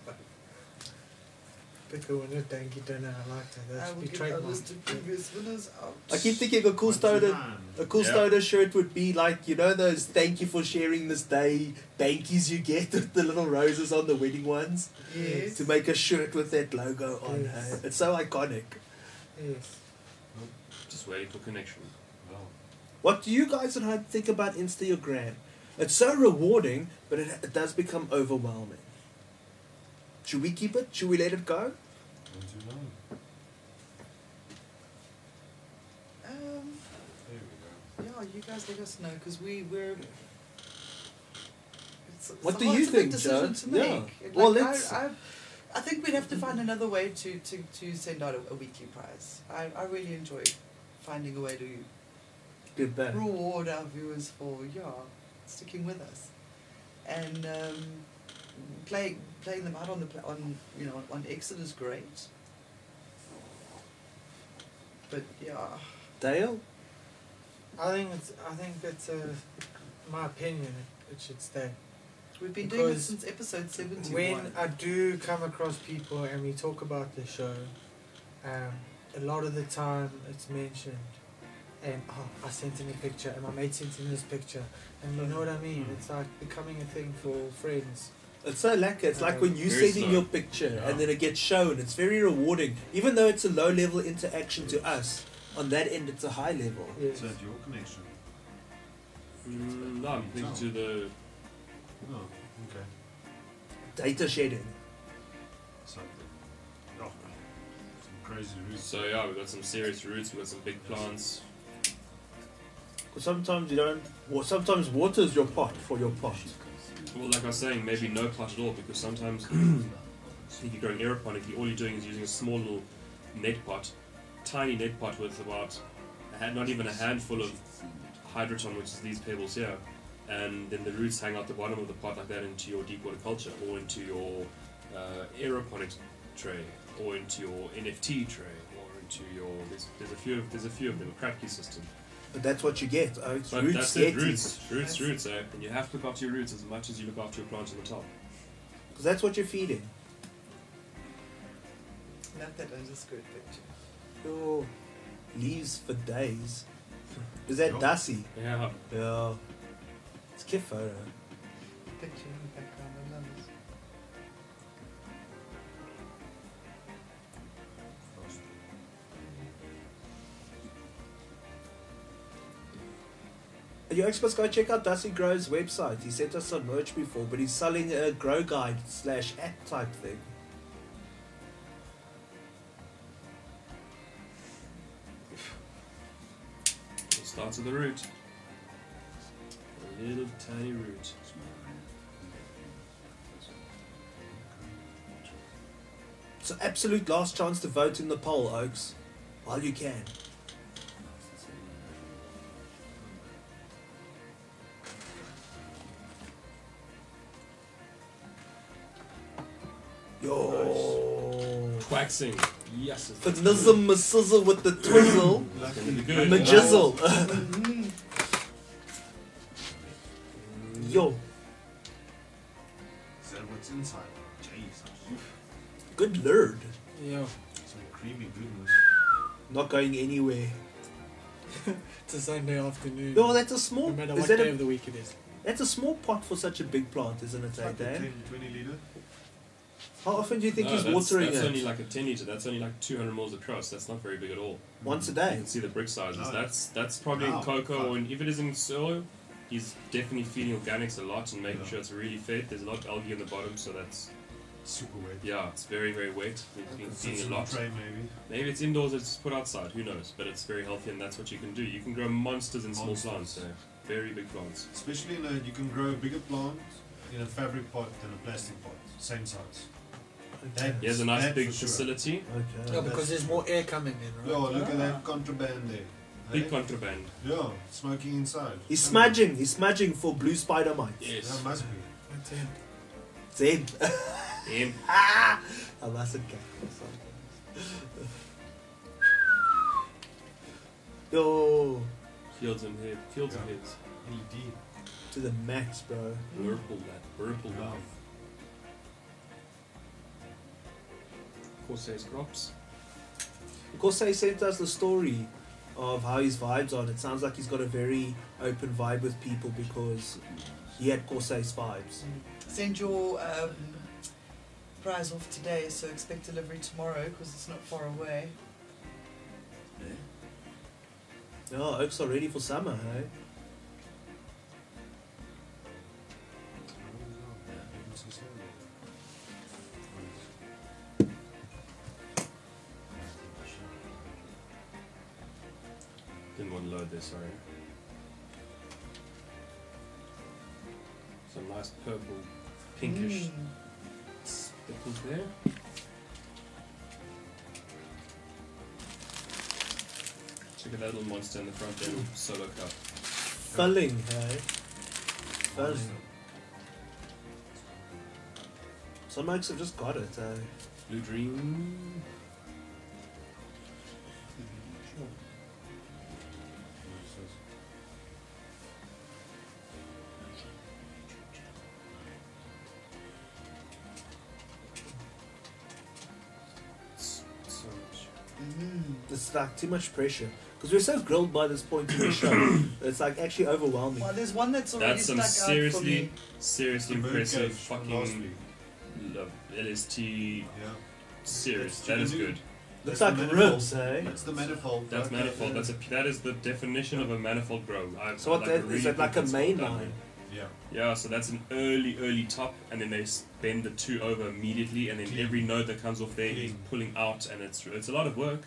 [SPEAKER 3] Pick a winner, danky dinner. I like that. That
[SPEAKER 1] I
[SPEAKER 3] should
[SPEAKER 1] will
[SPEAKER 3] be
[SPEAKER 1] give a
[SPEAKER 3] trademarked.
[SPEAKER 1] list of previous winners out.
[SPEAKER 2] I keep thinking a cool uh, stoner, a cool
[SPEAKER 4] Yeah.
[SPEAKER 2] stoner shirt would be like you know those thank you for sharing this day bankies you get with the little roses on the wedding ones
[SPEAKER 1] Yes.
[SPEAKER 2] to make a shirt with that logo on.
[SPEAKER 3] Yes.
[SPEAKER 2] eh? It's so iconic.
[SPEAKER 3] Yes.
[SPEAKER 4] Just waiting for connection.
[SPEAKER 2] What do you guys at home think about Instagram? It's so rewarding, but it, it does become overwhelming. Should we keep it? Should we let it go?
[SPEAKER 1] Um, yeah, you guys let us know because we we're. It's, it's
[SPEAKER 2] What
[SPEAKER 1] a
[SPEAKER 2] do
[SPEAKER 1] hard-
[SPEAKER 2] you
[SPEAKER 1] it's a big
[SPEAKER 2] think,
[SPEAKER 1] decision
[SPEAKER 2] Joe?
[SPEAKER 1] To make.
[SPEAKER 2] Yeah.
[SPEAKER 1] Like,
[SPEAKER 2] Well, let's-
[SPEAKER 1] I, I, I think we'd have to find another way to, to, to send out a, a weekly prize. I, I really enjoy finding a way to
[SPEAKER 2] Good back.
[SPEAKER 1] reward our viewers for yeah sticking with us and um, playing playing them out on the pla- on you know on Exit is great. But yeah,
[SPEAKER 2] Dale?
[SPEAKER 3] I think it's. I think it's. Uh, my opinion. It, it should stay.
[SPEAKER 1] we've been doing this
[SPEAKER 3] Because
[SPEAKER 1] since episode seventy
[SPEAKER 3] When
[SPEAKER 1] one.
[SPEAKER 3] I do come across people and we talk about the show, um, a lot of the time it's mentioned, and oh, I sent in a picture, and my mate sent in this picture, and you know what I mean. It's like becoming a thing for friends.
[SPEAKER 2] It's so lacquer. It's like when you
[SPEAKER 4] Very
[SPEAKER 2] send in
[SPEAKER 4] slow.
[SPEAKER 2] your picture and then it gets shown. It's very rewarding. Even though it's a low level interaction to us, on that end it's a high level.
[SPEAKER 3] Yes.
[SPEAKER 5] Is that your connection?
[SPEAKER 4] Mm, no, I'm thinking to the
[SPEAKER 5] No. Okay.
[SPEAKER 2] Data shedding.
[SPEAKER 5] Something. Oh, some crazy roots.
[SPEAKER 4] so yeah, we've got some serious roots, we've got some big plants.
[SPEAKER 2] Because sometimes you don't. Or sometimes water's your pot for your pot.
[SPEAKER 4] Well like I was saying, maybe no plot at all because sometimes if you're growing aeroponically, all you're doing is using a small little net pot, tiny net pot with about a hand- not even a handful of hydroton, which is these pebbles here, and then the roots hang out the bottom of the pot like that into your deep water culture or into your uh, aeroponics tray or into your NFT tray or into your there's, there's a few of, there's a few of them a Kratky system.
[SPEAKER 2] But that's what you get. Oh, it's
[SPEAKER 4] But
[SPEAKER 2] roots.
[SPEAKER 4] that's it,
[SPEAKER 2] getting-
[SPEAKER 4] roots, roots,
[SPEAKER 1] That's-
[SPEAKER 4] roots. Eh? And you have to look after your roots as much as you look after your plants on the top.
[SPEAKER 2] 'Cause that's what you're feeding.
[SPEAKER 1] Not that I just good picture.
[SPEAKER 2] Your leaves for days. Is that
[SPEAKER 5] Yeah.
[SPEAKER 2] Dasi?
[SPEAKER 4] Yeah,
[SPEAKER 2] Yeah. It's a cute photo.
[SPEAKER 1] Picture in the background, I love it.
[SPEAKER 2] Your experts go check out Dusty Grove's website. He sent us some merch before, but he's selling a grow guide slash app type thing.
[SPEAKER 4] It starts with a root. A little tiny root.
[SPEAKER 2] So absolute last chance to vote in the poll, Oaks. While you can. Yo.
[SPEAKER 4] Waxing. Yes. it's-
[SPEAKER 2] Fizzle, mizzle with the twizzle,
[SPEAKER 4] It's gonna be
[SPEAKER 2] the
[SPEAKER 4] good.
[SPEAKER 2] majizzle. Yo,
[SPEAKER 5] Is that what's inside? Jeez.
[SPEAKER 2] good lord.
[SPEAKER 3] Yo,
[SPEAKER 5] Some creamy goodness.
[SPEAKER 2] Not going anywhere.
[SPEAKER 3] it's a Sunday afternoon.
[SPEAKER 2] Yo, that's a
[SPEAKER 3] no
[SPEAKER 2] small.
[SPEAKER 3] matter
[SPEAKER 2] Is
[SPEAKER 3] what
[SPEAKER 2] that
[SPEAKER 3] day
[SPEAKER 2] a,
[SPEAKER 3] of the week it is.
[SPEAKER 2] that's a small pot for such a big plant, isn't it,
[SPEAKER 5] Like
[SPEAKER 2] like
[SPEAKER 5] a
[SPEAKER 2] that?
[SPEAKER 5] 10, 20 liter.
[SPEAKER 2] How often do you think
[SPEAKER 4] No,
[SPEAKER 2] he's
[SPEAKER 4] that's,
[SPEAKER 2] watering
[SPEAKER 4] that's
[SPEAKER 2] it?
[SPEAKER 4] only like a 10 litre. That's only like 200 mils across. That's not very big at all.
[SPEAKER 2] Once a
[SPEAKER 4] You
[SPEAKER 2] day.
[SPEAKER 4] can see the brick sizes.
[SPEAKER 5] No.
[SPEAKER 4] That's that's probably in
[SPEAKER 5] Wow.
[SPEAKER 4] cocoa, or in, if it is in solo, he's definitely feeding organics a lot and making
[SPEAKER 5] Yeah.
[SPEAKER 4] sure it's really fed. There's a lot of algae in the bottom, so that's
[SPEAKER 5] Super wet.
[SPEAKER 4] yeah, it's very very wet. He's been
[SPEAKER 5] It's
[SPEAKER 4] feeding
[SPEAKER 5] in
[SPEAKER 4] a
[SPEAKER 5] a
[SPEAKER 4] lot.
[SPEAKER 5] tray maybe.
[SPEAKER 4] Maybe it's indoors. It's put outside. Who knows? But it's very healthy, and that's what you can do. You can grow monsters in small plants. So
[SPEAKER 5] Monsters.
[SPEAKER 4] very big plants.
[SPEAKER 5] Especially in a, you can grow a bigger plant in a fabric pot than a plastic pot. Same size.
[SPEAKER 2] Okay.
[SPEAKER 4] He has a nice
[SPEAKER 5] That
[SPEAKER 4] big
[SPEAKER 5] for sure.
[SPEAKER 4] facility.
[SPEAKER 2] Okay.
[SPEAKER 3] No, Oh, because there's more air coming in, right?
[SPEAKER 5] Yo, look at
[SPEAKER 1] Ah.
[SPEAKER 5] that contraband there.
[SPEAKER 4] Big
[SPEAKER 5] Hey?
[SPEAKER 4] contraband.
[SPEAKER 5] Yeah, smoking inside.
[SPEAKER 2] He's
[SPEAKER 5] Come on.
[SPEAKER 2] smudging. He's smudging for blue spider mites.
[SPEAKER 5] That
[SPEAKER 4] Yes.
[SPEAKER 5] must be.
[SPEAKER 3] That's it.
[SPEAKER 2] Zen.
[SPEAKER 4] Em-
[SPEAKER 2] ah, I mustn't get this one. Yo,
[SPEAKER 4] Fields and head. Fields and
[SPEAKER 5] Yeah.
[SPEAKER 4] heads.
[SPEAKER 5] LED.
[SPEAKER 2] to the max, bro.
[SPEAKER 4] Whirlpool that. Whirlpool
[SPEAKER 5] Yeah.
[SPEAKER 4] that. Corsair's crops.
[SPEAKER 2] Because they sent us the story of how his vibes on. It sounds like he's got a very open vibe with people because he had Corsair's vibes.
[SPEAKER 1] Send your um, prize off today, so expect delivery tomorrow because it's not far away.
[SPEAKER 2] Oh, Oaks are ready for summer, hey?
[SPEAKER 4] Didn't want to load this, sorry. Some nice purple, pinkish
[SPEAKER 1] Mm.
[SPEAKER 4] speckles there. Check out that little monster in the front there, solo cup.
[SPEAKER 2] Filling, hey? Filling. Some Oaks have just got it, hey?
[SPEAKER 4] Blue dream. S- So much.
[SPEAKER 1] Mm.
[SPEAKER 2] It's like too much pressure. Because we're so grilled by this point in the show. it's like actually overwhelming.
[SPEAKER 1] Well, there's one that's already
[SPEAKER 4] That's some
[SPEAKER 1] stuck out for
[SPEAKER 4] seriously-
[SPEAKER 1] me.
[SPEAKER 4] Seriously
[SPEAKER 5] The bird
[SPEAKER 4] impressive
[SPEAKER 5] cage from last
[SPEAKER 4] fucking
[SPEAKER 5] week.
[SPEAKER 4] love LST
[SPEAKER 5] Yeah.
[SPEAKER 4] series.
[SPEAKER 5] That's
[SPEAKER 4] That is
[SPEAKER 5] chicken
[SPEAKER 4] good.
[SPEAKER 2] Looks
[SPEAKER 5] That's the
[SPEAKER 2] like
[SPEAKER 5] manifold.
[SPEAKER 2] ribs, eh?
[SPEAKER 5] That's the manifold.
[SPEAKER 4] That's
[SPEAKER 5] Okay.
[SPEAKER 4] manifold. That's a that is the definition of a manifold grow. I,
[SPEAKER 2] So what
[SPEAKER 4] like,
[SPEAKER 2] that,
[SPEAKER 4] really
[SPEAKER 2] is that like a
[SPEAKER 4] think that's well
[SPEAKER 2] main
[SPEAKER 4] done
[SPEAKER 2] line?
[SPEAKER 5] Yeah.
[SPEAKER 4] there. Yeah. So that's an early, early top, and then they s- bend the two over immediately, and then
[SPEAKER 5] Clean.
[SPEAKER 4] every node that comes off there is
[SPEAKER 5] Clean.
[SPEAKER 4] pulling out, and it's it's a lot of work,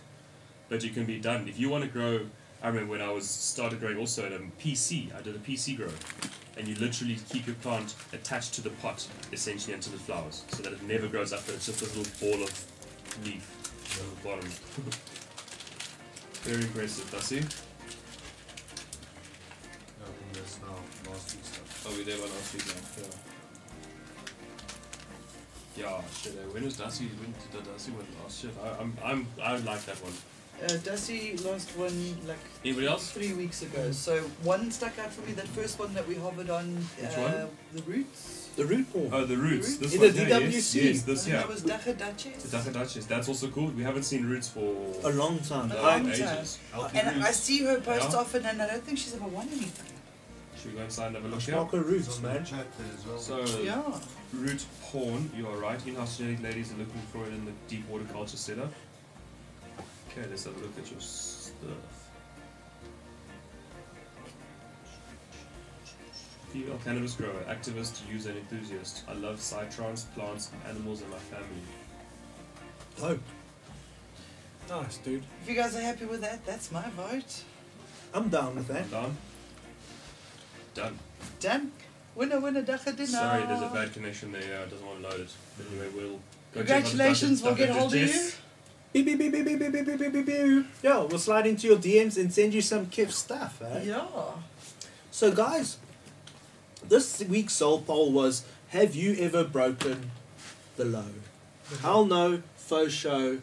[SPEAKER 4] but it can be done if you want to grow. I remember when I was started growing also at a PC. I did a PC grow, and you literally keep your plant attached to the pot essentially until it flowers, so that it never grows up, but it's just this little ball of leaf on the bottom. Very impressive, Dusty.
[SPEAKER 5] Yeah, I think that's now last week's stuff.
[SPEAKER 4] Oh, we did one last week now. Yeah. Yeah, shit. Uh, when was Dusty? When did Dusty win last? Shit, I, I'm, I'm, I like that one.
[SPEAKER 1] Uh, Dusty last one like
[SPEAKER 4] Anybody else?
[SPEAKER 1] three weeks ago.
[SPEAKER 4] Mm.
[SPEAKER 1] So one stuck out for me. That first one that we hovered on.
[SPEAKER 4] Which
[SPEAKER 1] uh,
[SPEAKER 4] one?
[SPEAKER 1] The roots.
[SPEAKER 2] The root ball.
[SPEAKER 4] Oh, the Roots.
[SPEAKER 1] Roots?
[SPEAKER 4] This
[SPEAKER 2] In
[SPEAKER 4] one.
[SPEAKER 2] the
[SPEAKER 4] yeah, yes,
[SPEAKER 1] I
[SPEAKER 2] DWC.
[SPEAKER 4] yes, this
[SPEAKER 1] think
[SPEAKER 4] yeah.
[SPEAKER 1] That was Dacha Daches.
[SPEAKER 4] The Dutch Duchess. That's also cool. We haven't seen Roots for
[SPEAKER 2] Oh. a long time.
[SPEAKER 1] A
[SPEAKER 4] uh,
[SPEAKER 1] long time.
[SPEAKER 4] ages.
[SPEAKER 5] Healthy
[SPEAKER 1] And I
[SPEAKER 5] roots.
[SPEAKER 1] see her post
[SPEAKER 4] Yeah.
[SPEAKER 1] often, and I don't think she's ever won anything.
[SPEAKER 4] Should we go inside and have a look here?
[SPEAKER 2] Smoker
[SPEAKER 5] It's
[SPEAKER 2] roots,
[SPEAKER 5] on the
[SPEAKER 2] man.
[SPEAKER 5] chat there as well.
[SPEAKER 4] So,
[SPEAKER 1] Yeah.
[SPEAKER 4] root porn, you are right. In-house genetic ladies are looking for it in the deep water culture setup. Okay, let's have a look at your stuff. Female cannabis grower, activist, user, and enthusiast. I love psytrance, plants, animals, and my family.
[SPEAKER 2] Dope. Nice, dude.
[SPEAKER 1] If you guys are happy with that, that's my vote.
[SPEAKER 2] I'm down with that.
[SPEAKER 4] I'm done. Done.
[SPEAKER 1] Done. Winner, winner, dacha dinner.
[SPEAKER 4] Sorry, there's a bad connection there. uh, It doesn't want to load it. Anyway, we'll. go check on
[SPEAKER 1] Congratulations,
[SPEAKER 4] the
[SPEAKER 1] we'll get hold of you.
[SPEAKER 4] digest.
[SPEAKER 2] Beep, beep, beep, beep, beep, beep, beep, beep, beep, beep, beep. Yo, we'll slide into your DMs and send you some kiff stuff, eh?
[SPEAKER 1] Yeah.
[SPEAKER 2] So, guys, this week's soul poll was Have you ever broken the low? Hell no, faux show,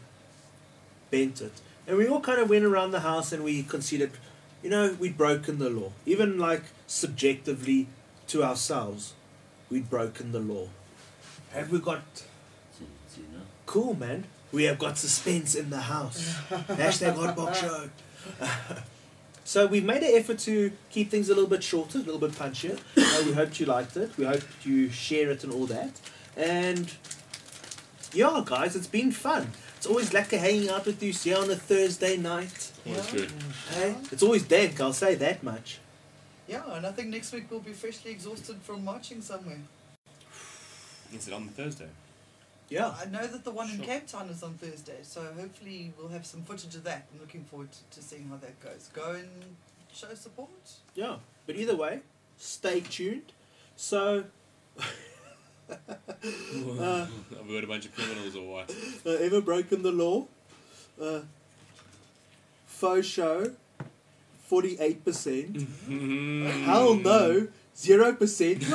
[SPEAKER 2] bent it. And we all kind of went around the house and we considered, you know, we'd broken the law. Even like subjectively to ourselves, we'd broken the law. Have we got
[SPEAKER 7] See, see now.
[SPEAKER 2] cool, man? We have got suspense in the house. Hashtag Hotbox Show. so we've made an effort to keep things a little bit shorter, a little bit punchier. Uh, we hope you liked it. We hope you share it and all that. And yeah, guys, it's been fun. It's always like hanging out with you here on a Thursday night.
[SPEAKER 4] Always
[SPEAKER 1] Yeah.
[SPEAKER 4] good.
[SPEAKER 2] eh? It's always dank, I'll say that much.
[SPEAKER 1] Yeah, and I think next week we'll be freshly exhausted from marching somewhere.
[SPEAKER 4] Is it on Thursday?
[SPEAKER 2] Yeah.
[SPEAKER 1] I know that the one in
[SPEAKER 4] Sure.
[SPEAKER 1] Cape Town is on Thursday, so hopefully we'll have some footage of that. I'm looking forward to, to seeing how that goes. Go and show support.
[SPEAKER 2] Yeah, but either way, stay tuned. So,
[SPEAKER 4] Have we got a bunch of criminals or what?
[SPEAKER 2] uh, ever broken the law? Uh, faux show, 48%. Hell no, zero percent.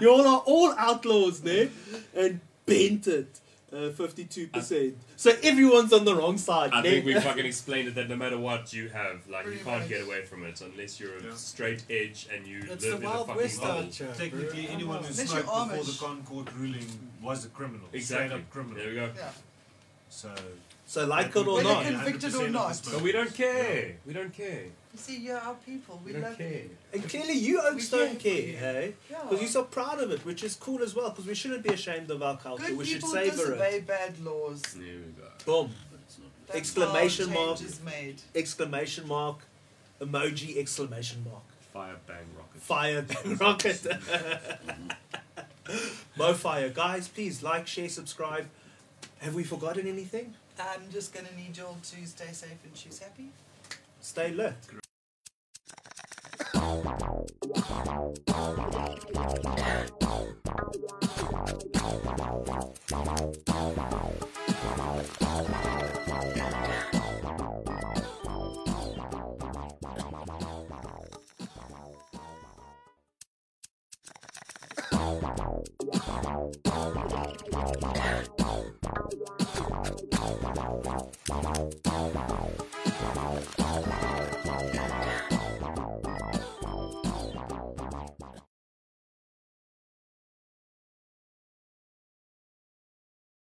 [SPEAKER 2] You all are all outlaws, ne? And bent it, fifty-two percent. So everyone's on the wrong side.
[SPEAKER 4] I
[SPEAKER 2] ne?
[SPEAKER 4] think we fucking explained it that no matter what you have, like you
[SPEAKER 1] Pretty
[SPEAKER 4] can't
[SPEAKER 1] much.
[SPEAKER 4] get away from it unless you're a
[SPEAKER 5] Yeah.
[SPEAKER 4] straight edge and you
[SPEAKER 3] It's
[SPEAKER 4] live
[SPEAKER 3] the
[SPEAKER 4] in a
[SPEAKER 3] Wild
[SPEAKER 4] fucking
[SPEAKER 3] West
[SPEAKER 4] bubble.
[SPEAKER 3] culture.
[SPEAKER 5] Technically, anyone who
[SPEAKER 1] Unless
[SPEAKER 5] smoked
[SPEAKER 1] you're
[SPEAKER 5] before the
[SPEAKER 1] Amish.
[SPEAKER 5] Concord ruling was a criminal. Straight
[SPEAKER 4] Exactly.
[SPEAKER 5] up criminal.
[SPEAKER 4] There we go.
[SPEAKER 1] Yeah.
[SPEAKER 5] So,
[SPEAKER 2] So like it or
[SPEAKER 1] Whether
[SPEAKER 2] not,
[SPEAKER 1] can- convicted or not.
[SPEAKER 4] But we don't care. We don't care.
[SPEAKER 1] You see, yeah, our people,
[SPEAKER 4] We,
[SPEAKER 1] we,
[SPEAKER 4] don't
[SPEAKER 1] love
[SPEAKER 4] care.
[SPEAKER 1] you.
[SPEAKER 2] and clearly you oaks
[SPEAKER 1] We
[SPEAKER 2] don't
[SPEAKER 1] care.
[SPEAKER 2] care, hey?
[SPEAKER 1] Yeah.
[SPEAKER 2] Because you're so proud of it, which is cool as well. Because we shouldn't be ashamed of our culture.
[SPEAKER 1] Good
[SPEAKER 2] we should
[SPEAKER 1] people
[SPEAKER 2] savor
[SPEAKER 1] disobey
[SPEAKER 2] it.
[SPEAKER 1] bad laws.
[SPEAKER 4] There we go.
[SPEAKER 2] Boom!
[SPEAKER 7] But it's not.
[SPEAKER 1] That's
[SPEAKER 2] Exclamation
[SPEAKER 1] how
[SPEAKER 2] mark.
[SPEAKER 1] change is made.
[SPEAKER 2] Exclamation mark, emoji! Exclamation mark.
[SPEAKER 4] Fire bang rocket.
[SPEAKER 2] Fire rocket. Mo fire, guys! Please like, share, subscribe. Have we forgotten anything?
[SPEAKER 1] I'm just going to need you all to stay safe and choose happy.
[SPEAKER 2] Stay lit.